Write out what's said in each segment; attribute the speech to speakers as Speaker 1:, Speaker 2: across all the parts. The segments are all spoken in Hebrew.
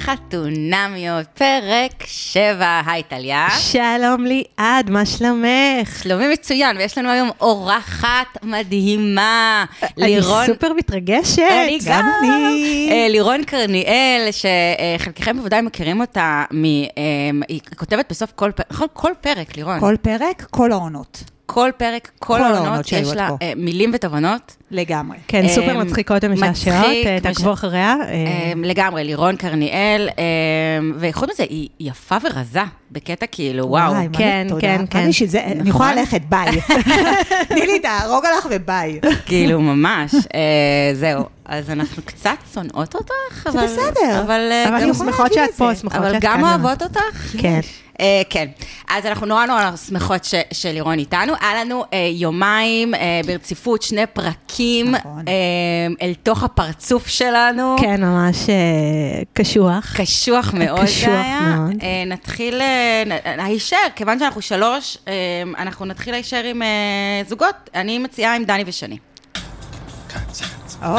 Speaker 1: חתונמיות, פרק 7. היי טליה.
Speaker 2: שלום ליעד, מה שלומך?
Speaker 1: שלומי מצוין, ויש לנו היום אורחת מדהימה.
Speaker 2: אני סופר מתרגשת.
Speaker 1: אני גם אני. אה, לירון קרניאל, שחלקכם בוודאי מכירים אותה, מ, אה, היא כותבת בסוף כל פרק, נכון? כל פרק, לירון.
Speaker 3: כל פרק, כל העונות.
Speaker 1: כל פרק, כל
Speaker 3: כל
Speaker 1: העונות,
Speaker 3: העונות
Speaker 1: יש
Speaker 3: שהיו עד
Speaker 1: לה
Speaker 3: כה.
Speaker 1: אה, מילים ותובנות.
Speaker 3: לגמרי.
Speaker 2: כן, סופר
Speaker 1: אמ,
Speaker 2: מצחיקות ומשעשעות,
Speaker 1: מצחיק,
Speaker 2: אה,
Speaker 1: משע-
Speaker 2: תעקבו אחריה. אה,
Speaker 1: אמ, לגמרי, לירון קרניאל, אמ, וחוץ מזה, היא יפה ורזה, בקטע כאילו, וואו.
Speaker 3: וואי, מה
Speaker 2: כן,
Speaker 3: לי תודה.
Speaker 2: כן,
Speaker 3: מה
Speaker 2: כן.
Speaker 3: לי שזה-
Speaker 1: נכון.
Speaker 3: אני יכולה ללכת, ביי. תני לי את ההרוג עליך וביי.
Speaker 1: כאילו, ממש. אה, זהו, אז אנחנו קצת שונאות אותך, אבל...
Speaker 3: בסדר.
Speaker 1: אבל אה,
Speaker 2: אבל
Speaker 1: גם-
Speaker 2: אנחנו שמחות
Speaker 3: להבין
Speaker 2: שאת
Speaker 3: את
Speaker 2: פה,
Speaker 3: זה.
Speaker 2: שמחות שאת כאן.
Speaker 1: אבל גם
Speaker 2: לירון.
Speaker 1: אוהבות אותך?
Speaker 2: כן.
Speaker 1: אה, כן. אז אנחנו נורא נורא שמחות ש- שלירון איתנו. היה לנו אה, יומיים אה, ברציפות, שני פרקים
Speaker 3: נכון.
Speaker 1: אה, אל תוך הפרצוף שלנו.
Speaker 2: כן, ממש אה, קשוח.
Speaker 1: קשוח מאוד
Speaker 2: קשוח
Speaker 1: זה היה.
Speaker 2: מאוד.
Speaker 1: אה, נתחיל, אה, נ- הישר, כיוון שאנחנו שלוש, אה, אנחנו נתחיל הישר עם אה, זוגות. אני מציעה עם דני ושני.
Speaker 3: או,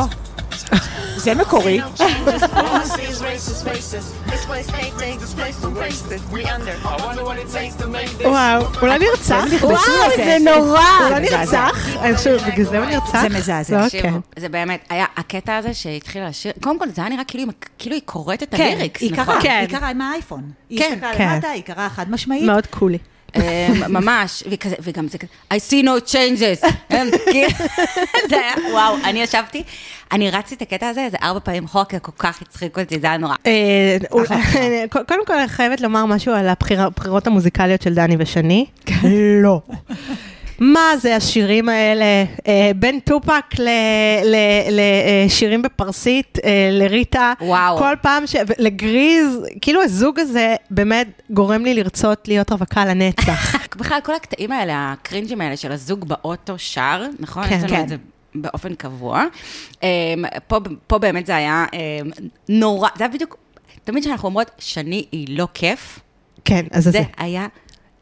Speaker 3: זה מקורי.
Speaker 4: No changes, policies, racist, racist. This place ain't made, this place was wasted. We under. I wonder what it takes to make this.
Speaker 2: וואו, הוא לא נרצח.
Speaker 3: נכנסו לזה.
Speaker 2: נורא. הוא לא
Speaker 3: זה מזעזע.
Speaker 2: נרצח. אני חושבת, בגלל זה הוא נרצח.
Speaker 3: זה מזעזע.
Speaker 2: לא,
Speaker 1: תקשיבו,
Speaker 2: כן.
Speaker 1: זה באמת, היה הקטע הזה שהיא התחילה לשיר, קודם כל זה היה נראה כאילו היא- כאילו היא קוראת את
Speaker 3: כן,
Speaker 1: הליריקס,
Speaker 3: היא
Speaker 1: נכון?
Speaker 3: קרה,
Speaker 2: כן.
Speaker 3: היא קרה עם האייפון. היא
Speaker 1: כן,
Speaker 3: הסתכלה
Speaker 2: כן.
Speaker 3: למטה, היא קרה חד משמעית.
Speaker 2: מאוד קולי.
Speaker 1: אה, ממש, וכזה- וגם זה כזה, I see no changes. אה, כאילו, זה היה, וואו, אני ישבתי, אני רצתי את הקטע הזה איזה ארבע פעמים אחורה, כי כל כך הצחיק אותי, זה היה נורא.
Speaker 2: אה, אולי- קודם כל, אני חייבת לומר משהו על הבחירה- הבחירות המוזיקליות של דני ושני.
Speaker 3: לא.
Speaker 2: מה זה השירים האלה? אה, בין טופק לשירים אה, בפרסית, אה, לריטה.
Speaker 1: וואו.
Speaker 2: כל פעם ש... ו- לגריז, כאילו הזוג הזה באמת גורם לי לרצות להיות רווקה לנצח.
Speaker 1: בכלל, כל הקטעים האלה, הקרינג'ים האלה של הזוג באוטו שר, נכון?
Speaker 2: כן,
Speaker 1: יש לנו
Speaker 2: כן.
Speaker 1: את זה באופן קבוע. אמ, פה, פה באמת זה היה אמ, נורא, זה היה בדיוק, תמיד כשאנחנו אומרות, שני היא לא כיף,
Speaker 2: כן, אז זה.
Speaker 1: זה היה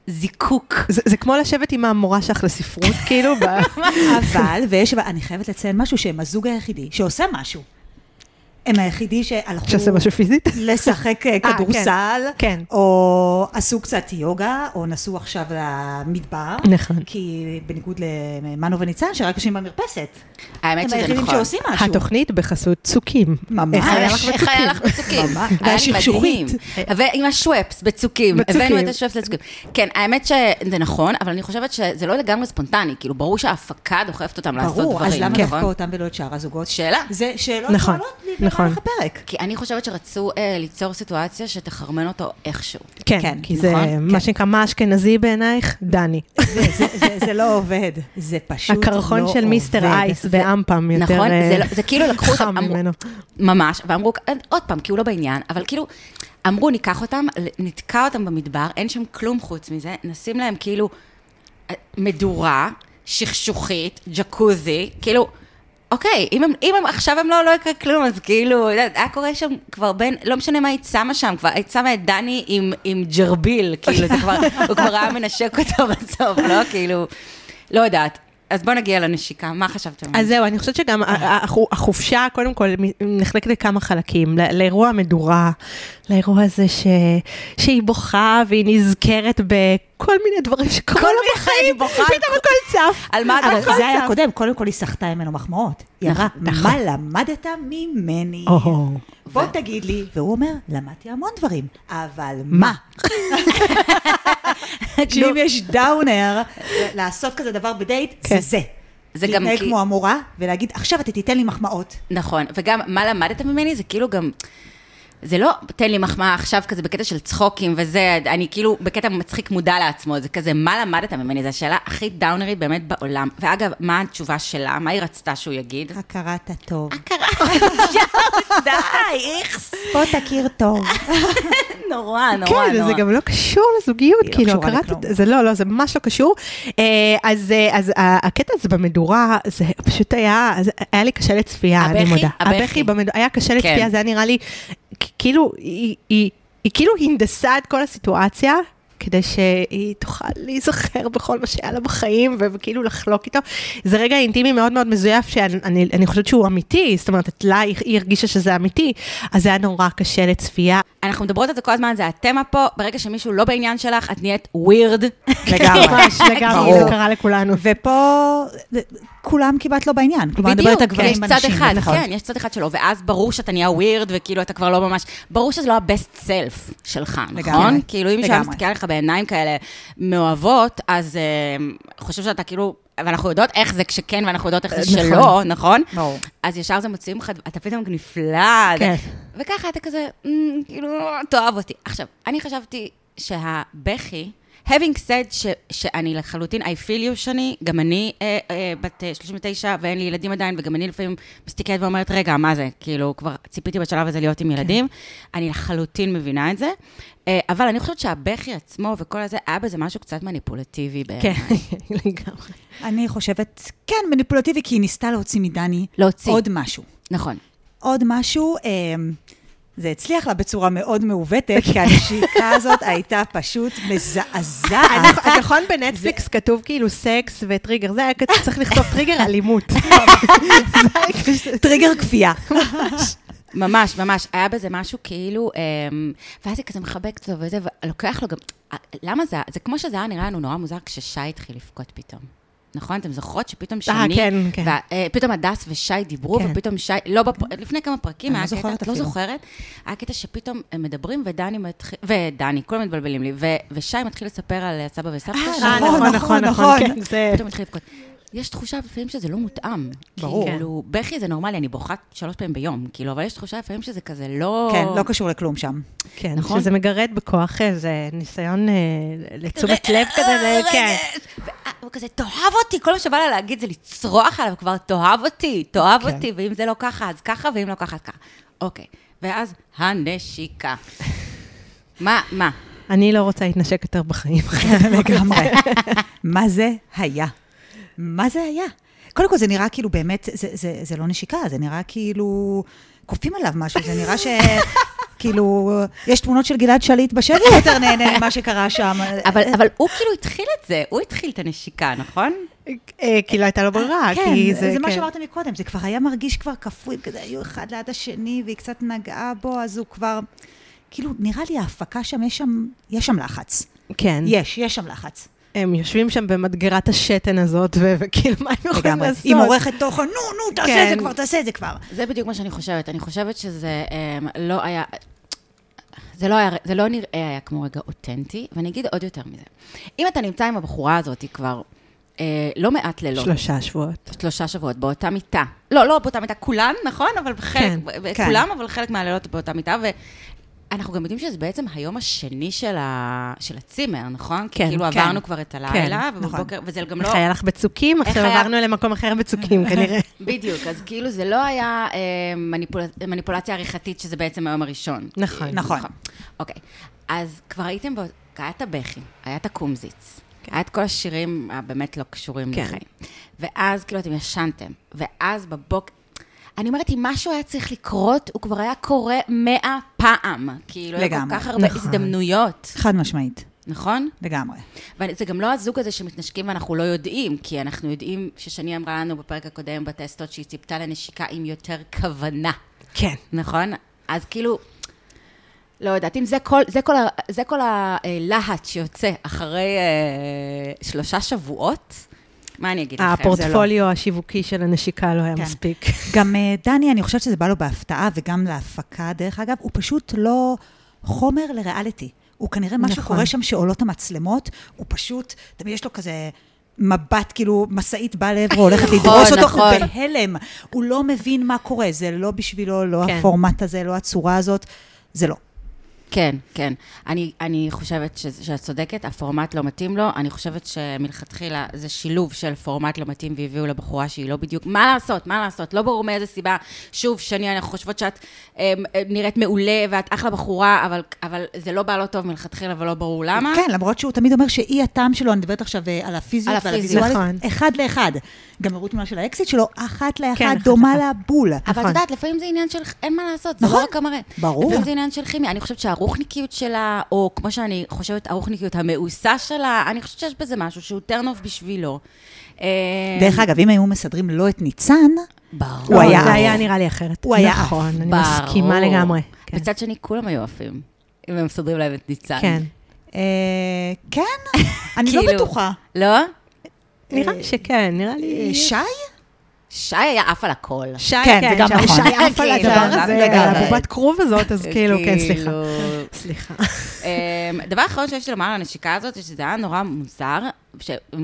Speaker 1: זיקוק.
Speaker 2: זה, זה כמו לשבת עם המורה שלך לספרות, כאילו, ב...
Speaker 3: אבל, ויש, אני חייבת לציין משהו, שהם הזוג היחידי שעושה משהו. הם היחידי שהלכו...
Speaker 2: שעושה משהו פיזית.
Speaker 3: לשחק אה,
Speaker 2: כן.
Speaker 3: כדורסל,
Speaker 2: כן.
Speaker 3: או עשו קצת יוגה, או נסעו עכשיו למדבר.
Speaker 2: נכון.
Speaker 3: כי בניגוד למנו וניצן, שרק יושבים במרפסת.
Speaker 1: האמת
Speaker 3: הם
Speaker 1: שזה
Speaker 3: היחידים
Speaker 1: נכון. אה,
Speaker 3: שעושים משהו.
Speaker 2: התוכנית בחסות צוקים.
Speaker 3: ממש.
Speaker 2: איך היה לך אה,
Speaker 1: איך היה לך בצוקים?
Speaker 3: ממש.
Speaker 1: היה לי
Speaker 3: והשכשוכית.
Speaker 1: מדהים. ועם השוואפס בצוקים.
Speaker 2: בצוקים.
Speaker 1: הבאנו את השוואפס לצוקים. כן, האמת שזה נכון, אבל אני חושבת שזה לא לגמרי ספונטני. כאילו, ברור שההפקה דוחפת אותם לעשות דברים, נכון?
Speaker 3: ברור, אז למה דווקא אותם ולא את שאר הזוגות?
Speaker 1: שאלה.
Speaker 3: זה שאלות
Speaker 2: נכון,
Speaker 3: שעולות לי
Speaker 2: נכון.
Speaker 3: במהלך הפרק.
Speaker 1: כי אני חושבת שרצו אה, ליצור סיטואציה שתחרמן אותו איכשהו.
Speaker 2: כן,
Speaker 3: כן,
Speaker 2: כי זה
Speaker 1: נכון,
Speaker 2: מה שנקרא, מה אשכנזי בעינייך? דני.
Speaker 3: זה- זה- זה- זה לא עובד. זה פשוט לא עובד.
Speaker 2: הקרחון של מיסטר אייס באמפם יותר
Speaker 1: נכון?
Speaker 2: אה,
Speaker 1: זה, לא, זה כאילו לקחו אותם,
Speaker 2: חם ממנו.
Speaker 1: ממש, ואמרו, עוד פעם, כי הוא לא בעניין, אבל כאילו, אמרו, ניקח אותם, נתקע אותם במדבר, אין שם כלום חוץ מזה, נשים להם כאילו אה, מדורה, שכשוכית, ג'קוזי, כאילו... אוקיי, אם, הם, אם הם, עכשיו הם לא, לא יקרה כלום, אז כאילו, יודעת, היה קורה שם כבר בין, לא משנה מה היית שמה שם, כבר היית שמה את דני עם, עם ג'רביל, כאילו, זה כבר, הוא כבר היה מנשק אותו בסוף, לא? כאילו, לא יודעת. אז בוא נגיע לנשיקה, מה חשבתם?
Speaker 2: אז זהו, אני חושבת שגם ה- ה- החו- החופשה, קודם כל, מ- נחלקת לכמה חלקים. לא- לאירוע המדורה, לאירוע הזה ש- שהיא בוכה והיא נזכרת בכל מיני דברים שקרו
Speaker 1: כל
Speaker 2: לה
Speaker 1: מיני
Speaker 2: בחיים,
Speaker 1: חיים, בוכה.
Speaker 2: פתאום הכל צף.
Speaker 1: על מה את
Speaker 3: אבל
Speaker 1: בוכה?
Speaker 3: זה היה קודם, קודם כל היא סחטה ממנו מחמאות. היא אמרה, מה למדת ממני?
Speaker 2: אוהו.
Speaker 3: בוא תגיד לי. והוא אומר, למדתי המון דברים, אבל מה? כאילו, שאם יש דאונר, לעשות כזה דבר בדייט,
Speaker 2: כן.
Speaker 3: זה זה.
Speaker 1: זה גם
Speaker 3: להתנהג
Speaker 1: כי-
Speaker 3: כמו המורה, ולהגיד, עכשיו אתה תיתן לי מחמאות.
Speaker 1: נכון, וגם מה למדת ממני זה כאילו גם... זה לא תן לי מחמאה עכשיו כזה בקטע של צחוקים וזה, אני כאילו בקטע מצחיק מודע לעצמו, זה כזה מה למדת ממני, זו השאלה הכי דאונרית באמת בעולם. ואגב, מה התשובה שלה? מה היא רצתה שהוא יגיד?
Speaker 3: הכרת הטוב.
Speaker 1: די, איכס,
Speaker 3: פה תכיר טוב.
Speaker 1: נורא, נורא, נורא.
Speaker 2: כן, זה גם לא קשור לזוגיות,
Speaker 3: היא לא
Speaker 2: כאילו,
Speaker 3: קשורה
Speaker 2: הכרת...
Speaker 3: לכלום.
Speaker 2: זה לא, לא, זה ממש לא קשור. אה, אז אה, אז ה- הקטע הזה במדורה, זה פשוט היה, זה- היה לי קשה לצפייה, אני
Speaker 1: הבכי?
Speaker 2: מודה.
Speaker 1: הבכי.
Speaker 2: הבכי במדורה, היה קשה
Speaker 1: כן.
Speaker 2: לצפייה, זה היה נראה לי, כ- כאילו, היא- היא היא כאילו הנדסה את כל הסיטואציה. כ- כדי שהיא תוכל להיזכר בכל מה שהיה לה בחיים, ו- וכאילו לחלוק איתו. זה רגע אינטימי מאוד מאוד מזויף, שאני אני- אני חושבת שהוא אמיתי, זאת אומרת, את לה, היא היא הרגישה שזה אמיתי, אז זה היה נורא קשה לצפייה.
Speaker 1: אנחנו מדברות על זה כל הזמן, זה התמה פה, ברגע שמישהו לא בעניין שלך, את נהיית ווירד.
Speaker 3: כן, לגמרי. כאילו,
Speaker 2: ממש, לגמרי, כאילו,
Speaker 3: ברור.
Speaker 2: זה קרה לכולנו.
Speaker 3: ופה זה- כולם כמעט לא בעניין. כלומר, אני מדברת על גברים
Speaker 1: יש צד
Speaker 3: בנשים,
Speaker 1: אחד,
Speaker 3: לפחות.
Speaker 1: כן, יש צד אחד שלו, ואז ברור שאתה נהיה ווירד, וכאילו אתה כבר לא ממש, ברור שזה לא הבסט סלף שלך, נכון?
Speaker 3: לגמרי,
Speaker 1: כאילו אם מישהו
Speaker 3: לגמרי.
Speaker 1: מסתכל עליך בעיניים כאלה מאוהבות, אז אה, חושב שאתה כאילו, ואנחנו יודעות איך זה כשכן, ואנחנו יודעות איך זה
Speaker 2: נכון.
Speaker 1: שלא, נכון?
Speaker 3: ברור.
Speaker 1: אז ישר זה מוציאים לך, אתה פתאום נפלא.
Speaker 2: כן.
Speaker 1: וככה אתה כזה, "מ, כאילו, תאהב אותי. עכשיו, אני חשבתי שהבכי, having said ש, שאני לחלוטין, I feel you שאני, גם אני אה, אה, בת אה, 39 ואין לי ילדים עדיין, וגם אני לפעמים מסתכלת ואומרת, רגע, מה זה? כאילו, כבר ציפיתי בשלב הזה להיות עם ילדים. אני לחלוטין מבינה את זה. אה, אבל אני חושבת שהבכי עצמו וכל הזה, היה בזה משהו קצת מניפולטיבי בעיניי.
Speaker 2: כן, לגמרי.
Speaker 3: אני חושבת, כן, מניפולטיבי, כי היא ניסתה להוציא מדני
Speaker 1: להוציא.
Speaker 3: עוד משהו.
Speaker 1: נכון.
Speaker 3: עוד משהו, אמ, זה הצליח לה בצורה מאוד מעוותת, כי הנשיקה הזאת הייתה פשוט מזעזעת.
Speaker 2: את נכון בנטפליקס כתוב כאילו סקס וטריגר, זה היה כתוב, צריך לכתוב טריגר אלימות.
Speaker 3: טריגר כפייה.
Speaker 1: ממש, ממש, היה בזה משהו כאילו, אמ, ואז היא כזה מחבקת אותו וזה, ולוקח לו גם, אה, למה זה, זה כמו שזה היה נראה לנו נורא מוזר כששי התחיל לבכות פתאום. נכון? אתם זוכרות
Speaker 3: אה,
Speaker 1: שפתאום שני,
Speaker 2: כן, כן.
Speaker 1: ו- אה, פתאום הדס ושי דיברו,
Speaker 2: כן.
Speaker 1: ופתאום שי, לא, בפ- לפני כמה פרקים
Speaker 3: אני
Speaker 1: היה
Speaker 3: לא
Speaker 1: קטע,
Speaker 3: זוכרת
Speaker 1: את לא
Speaker 3: אפילו.
Speaker 1: זוכרת, היה קטע שפתאום הם מדברים ודני מתחיל, ודני, כולם מתבלבלים לי, ו- ושי מתחיל לספר על אה, סבא וסבתא שלו.
Speaker 2: אה,
Speaker 3: נכון, נכון, נכון.
Speaker 2: כן, זה-
Speaker 1: פתאום התחיל לבכות. יש תחושה לפעמים שזה לא מותאם.
Speaker 3: ברור.
Speaker 1: כאילו, בכי זה נורמלי, אני בוכה שלוש פעמים ביום, כאילו, אבל יש תחושה לפעמים שזה כזה לא...
Speaker 3: כן, לא קשור לכלום שם.
Speaker 2: כן,
Speaker 1: נכון?
Speaker 2: שזה מגרד בכוח איזה ניסיון אה, לתשומת לב כזה, ל- כן.
Speaker 1: הוא כזה, תאהב אותי, כל מה שבא לה להגיד זה לצרוח עליו כבר, תאהב אותי, תאהב
Speaker 2: כן.
Speaker 1: אותי, ואם זה לא ככה, אז ככה, ואם לא ככה, אז ככה. אוקיי, ואז הנשיקה. מה, מה?
Speaker 2: אני לא רוצה להתנשק יותר בחיים.
Speaker 3: לגמרי. מה זה היה? מה זה היה? קודם כל, זה נראה כאילו באמת, זה, זה, זה לא נשיקה, זה נראה כאילו כופים עליו משהו, זה נראה ש... כאילו, יש תמונות של גלעד שליט בשבי יותר נהנה ממה שקרה שם.
Speaker 1: אבל, אבל הוא כאילו התחיל את זה, הוא התחיל את הנשיקה, נכון?
Speaker 2: אה, כי לא הייתה לו ברירה,
Speaker 3: כן,
Speaker 2: כי
Speaker 3: זה, זה מה
Speaker 2: כן.
Speaker 3: שאמרת מקודם, זה כבר היה מרגיש כבר כפוי, כזה היו אחד ליד השני, והיא קצת נגעה בו, אז הוא כבר... כאילו, נראה לי ההפקה שם, יש שם, יש שם לחץ.
Speaker 2: כן.
Speaker 3: יש, יש שם לחץ.
Speaker 2: הם יושבים שם במדגרת השתן הזאת, ו- וכאילו, מה הם יכולים
Speaker 3: לגמרי.
Speaker 2: לעשות?
Speaker 3: עם עורכת תוכן, נו, נו, תעשה את
Speaker 2: כן.
Speaker 3: זה כבר, תעשה את זה כבר.
Speaker 1: זה בדיוק מה שאני חושבת. אני חושבת שזה אמ, לא היה... זה לא, היה, זה לא נראה היה כמו רגע אותנטי, ואני אגיד עוד יותר מזה. אם אתה נמצא עם הבחורה הזאת כבר אה, לא מעט לילות,
Speaker 2: שלושה שבועות.
Speaker 1: שלושה שבועות, באותה מיטה. לא, לא באותה מיטה, כולן, נכון? אבל חלק,
Speaker 2: כן,
Speaker 1: ב- ב-
Speaker 3: כן.
Speaker 1: כולם, אבל חלק מהלילות באותה מיטה, ואנחנו גם יודעים שזה בעצם היום השני של, ה... של הצימר, נכון?
Speaker 2: כן,
Speaker 1: כאילו
Speaker 2: כן.
Speaker 1: עברנו כבר את הלילה,
Speaker 3: נכון.
Speaker 1: ובבוקר, וזה גם לא...
Speaker 2: איך היה לך בצוקים?
Speaker 1: איך
Speaker 2: עכשיו
Speaker 1: היה-
Speaker 2: עברנו למקום אחר בצוקים, כנראה.
Speaker 1: בדיוק, אז כאילו זה לא היה אה, מניפול... מניפולציה עריכתית, שזה בעצם היום הראשון.
Speaker 2: נכון.
Speaker 3: נכון.
Speaker 1: אוקיי. אז כבר הייתם, בא... היה את הבכי, היה את הקומזיץ, היה את כל השירים הבאמת לא קשורים
Speaker 2: כן.
Speaker 1: לחיים. ואז כאילו אתם ישנתם, ואז בבוקר... אני אומרת, אם משהו היה צריך לקרות, הוא כבר היה קורה מאה פעם. כאילו, היה כל
Speaker 3: לגמרי.
Speaker 1: כך הרבה
Speaker 2: נכון.
Speaker 1: הזדמנויות,
Speaker 3: חד משמעית,
Speaker 1: נכון?
Speaker 3: לגמרי.
Speaker 1: וזה גם לא הזוג הזה שמתנשקים ואנחנו לא יודעים, כי אנחנו יודעים ששני אמרה לנו בפרק הקודם בטסטות שהיא ציפתה לנשיקה עם יותר כוונה,
Speaker 2: כן.
Speaker 1: נכון? אז כאילו, לא יודעת, אם זה כל, זה כל, ה- זה כל הלהט שיוצא אחרי אה, שלושה שבועות, מה אני אגיד לכם? זה לא.
Speaker 2: הפורטפוליו השיווקי של הנשיקה לא היה
Speaker 3: כן.
Speaker 2: מספיק.
Speaker 3: גם אה, דני, אני חושבת שזה בא לו בהפתעה, וגם להפקה, דרך אגב, הוא פשוט לא חומר לריאליטי. הוא כנראה, משהו
Speaker 2: נכון.
Speaker 3: קורה שם שעולות המצלמות, הוא פשוט, תמיד יש לו כזה מבט, כאילו, משאית באה לעברו, הולכת לדרוס אותו,
Speaker 1: נכון.
Speaker 3: הוא בהלם. הוא לא מבין מה קורה, זה לא בשבילו, לא
Speaker 2: כן.
Speaker 3: הפורמט הזה, לא הצורה הזאת, זה לא.
Speaker 1: כן, כן. אני, אני חושבת ש, שאת צודקת, הפורמט לא מתאים לו. אני חושבת שמלכתחילה זה שילוב של פורמט לא מתאים והביאו לבחורה שהיא לא בדיוק... מה לעשות? מה לעשות? לא ברור מאיזה סיבה. שוב, שני, אנחנו חושבות שאת אה, נראית מעולה ואת אחלה בחורה, אבל, אבל זה לא בא לא טוב מלכתחילה ולא ברור למה.
Speaker 3: כן, למרות שהוא תמיד אומר שהיא הטעם שלו, אני מדברת עכשיו אה, על
Speaker 1: על
Speaker 3: הפיזיות ועל
Speaker 1: הפיזיות.
Speaker 3: הוויזואלית,
Speaker 2: נכון.
Speaker 3: אחד לאחד. גם הראו תמונה של האקזיט שלו, אחת
Speaker 2: כן,
Speaker 3: לאחד,
Speaker 2: אחת
Speaker 3: דומה
Speaker 2: לאחת.
Speaker 3: לבול.
Speaker 1: אבל את
Speaker 2: נכון.
Speaker 1: יודעת, לפעמים זה עניין של... אין מה לעשות, זה
Speaker 3: נכון.
Speaker 1: לא רק המראה.
Speaker 3: ברור.
Speaker 1: לפעמים זה עניין של כימיה. אני חושבת הרוחניקיות שלה, או כמו שאני חושבת, הרוחניקיות המאוסה שלה, אני חושבת שיש בזה משהו שהוא טרנוף בשבילו. אה,
Speaker 3: דרך אגב, אם היו מסדרים לו את ניצן,
Speaker 1: ברור.
Speaker 3: הוא היה
Speaker 2: לא, זה
Speaker 3: עף.
Speaker 2: היה נראה לי אחרת.
Speaker 3: הוא היה עף.
Speaker 2: נכון, אני
Speaker 1: ברור.
Speaker 2: מסכימה לגמרי. כן.
Speaker 1: מצד שני, כולם היו עפים, אם הם מסדרים להם את ניצן.
Speaker 2: כן.
Speaker 3: אה, כן, אני לא
Speaker 1: כאילו.
Speaker 3: בטוחה.
Speaker 1: לא?
Speaker 2: נראה לי שכן, נראה
Speaker 3: אה,
Speaker 2: לי...
Speaker 3: שי?
Speaker 1: שי היה עף על הכל.
Speaker 2: שי,
Speaker 3: כן, זה גם
Speaker 2: שי-
Speaker 3: נכון.
Speaker 2: שי עף על
Speaker 1: כאילו,
Speaker 2: הדבר הזה,
Speaker 1: לגמרי.
Speaker 2: על הבובת כרוב הזאת,
Speaker 3: אה,
Speaker 2: אז כאילו, כן, סליחה.
Speaker 1: כאילו,
Speaker 2: סליחה.
Speaker 1: אמ, דבר אחרון שיש לי לומר על הנשיקה הזאת, זה שזה היה נורא מוזר,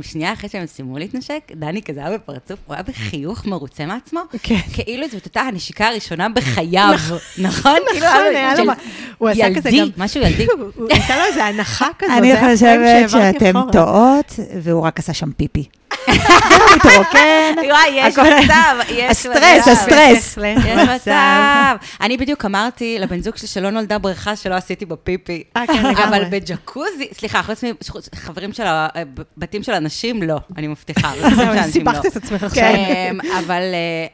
Speaker 1: ששנייה אחרי שהם סיימו להתנשק, דני כזה היה בפרצוף, הוא היה בחיוך מרוצה מעצמו,
Speaker 2: כן.
Speaker 1: כאילו זאת הייתה הנשיקה הראשונה בחייו, נכון? כאילו,
Speaker 2: נכון, היה לו...
Speaker 1: של
Speaker 2: מה- הוא עשה כזה גם...
Speaker 1: ילדי, משהו ילדי.
Speaker 2: הוא- הוא- הייתה לו איזה הנחה כזאת.
Speaker 3: אני
Speaker 2: זה היה פריים
Speaker 3: חושבת
Speaker 2: שהעברתי
Speaker 3: שאתם
Speaker 2: אחורה.
Speaker 3: טועות, והוא רק עשה שם פיפי. זהו, הוא התרוקן.
Speaker 1: וואי, נכון. יש
Speaker 3: הכל-
Speaker 1: מצב, יש
Speaker 3: הסטרס,
Speaker 1: מצב.
Speaker 3: הסטרס.
Speaker 2: בהחלט.
Speaker 1: יש מצב. אני בדיוק אמרתי לבן זוג שלי שלא נולדה בריכה שלא עשיתי בפיפי.
Speaker 2: אה, כן, לגמרי.
Speaker 1: אבל בג'קוזי, סליחה, חוץ מחברים של הבתים של אנשים, לא, אני מבטיחה. אבל חוץ
Speaker 2: זהו,
Speaker 1: מאנשים,
Speaker 2: סיבכת
Speaker 1: לא.
Speaker 2: את עצמך עכשיו.
Speaker 1: כן, אבל,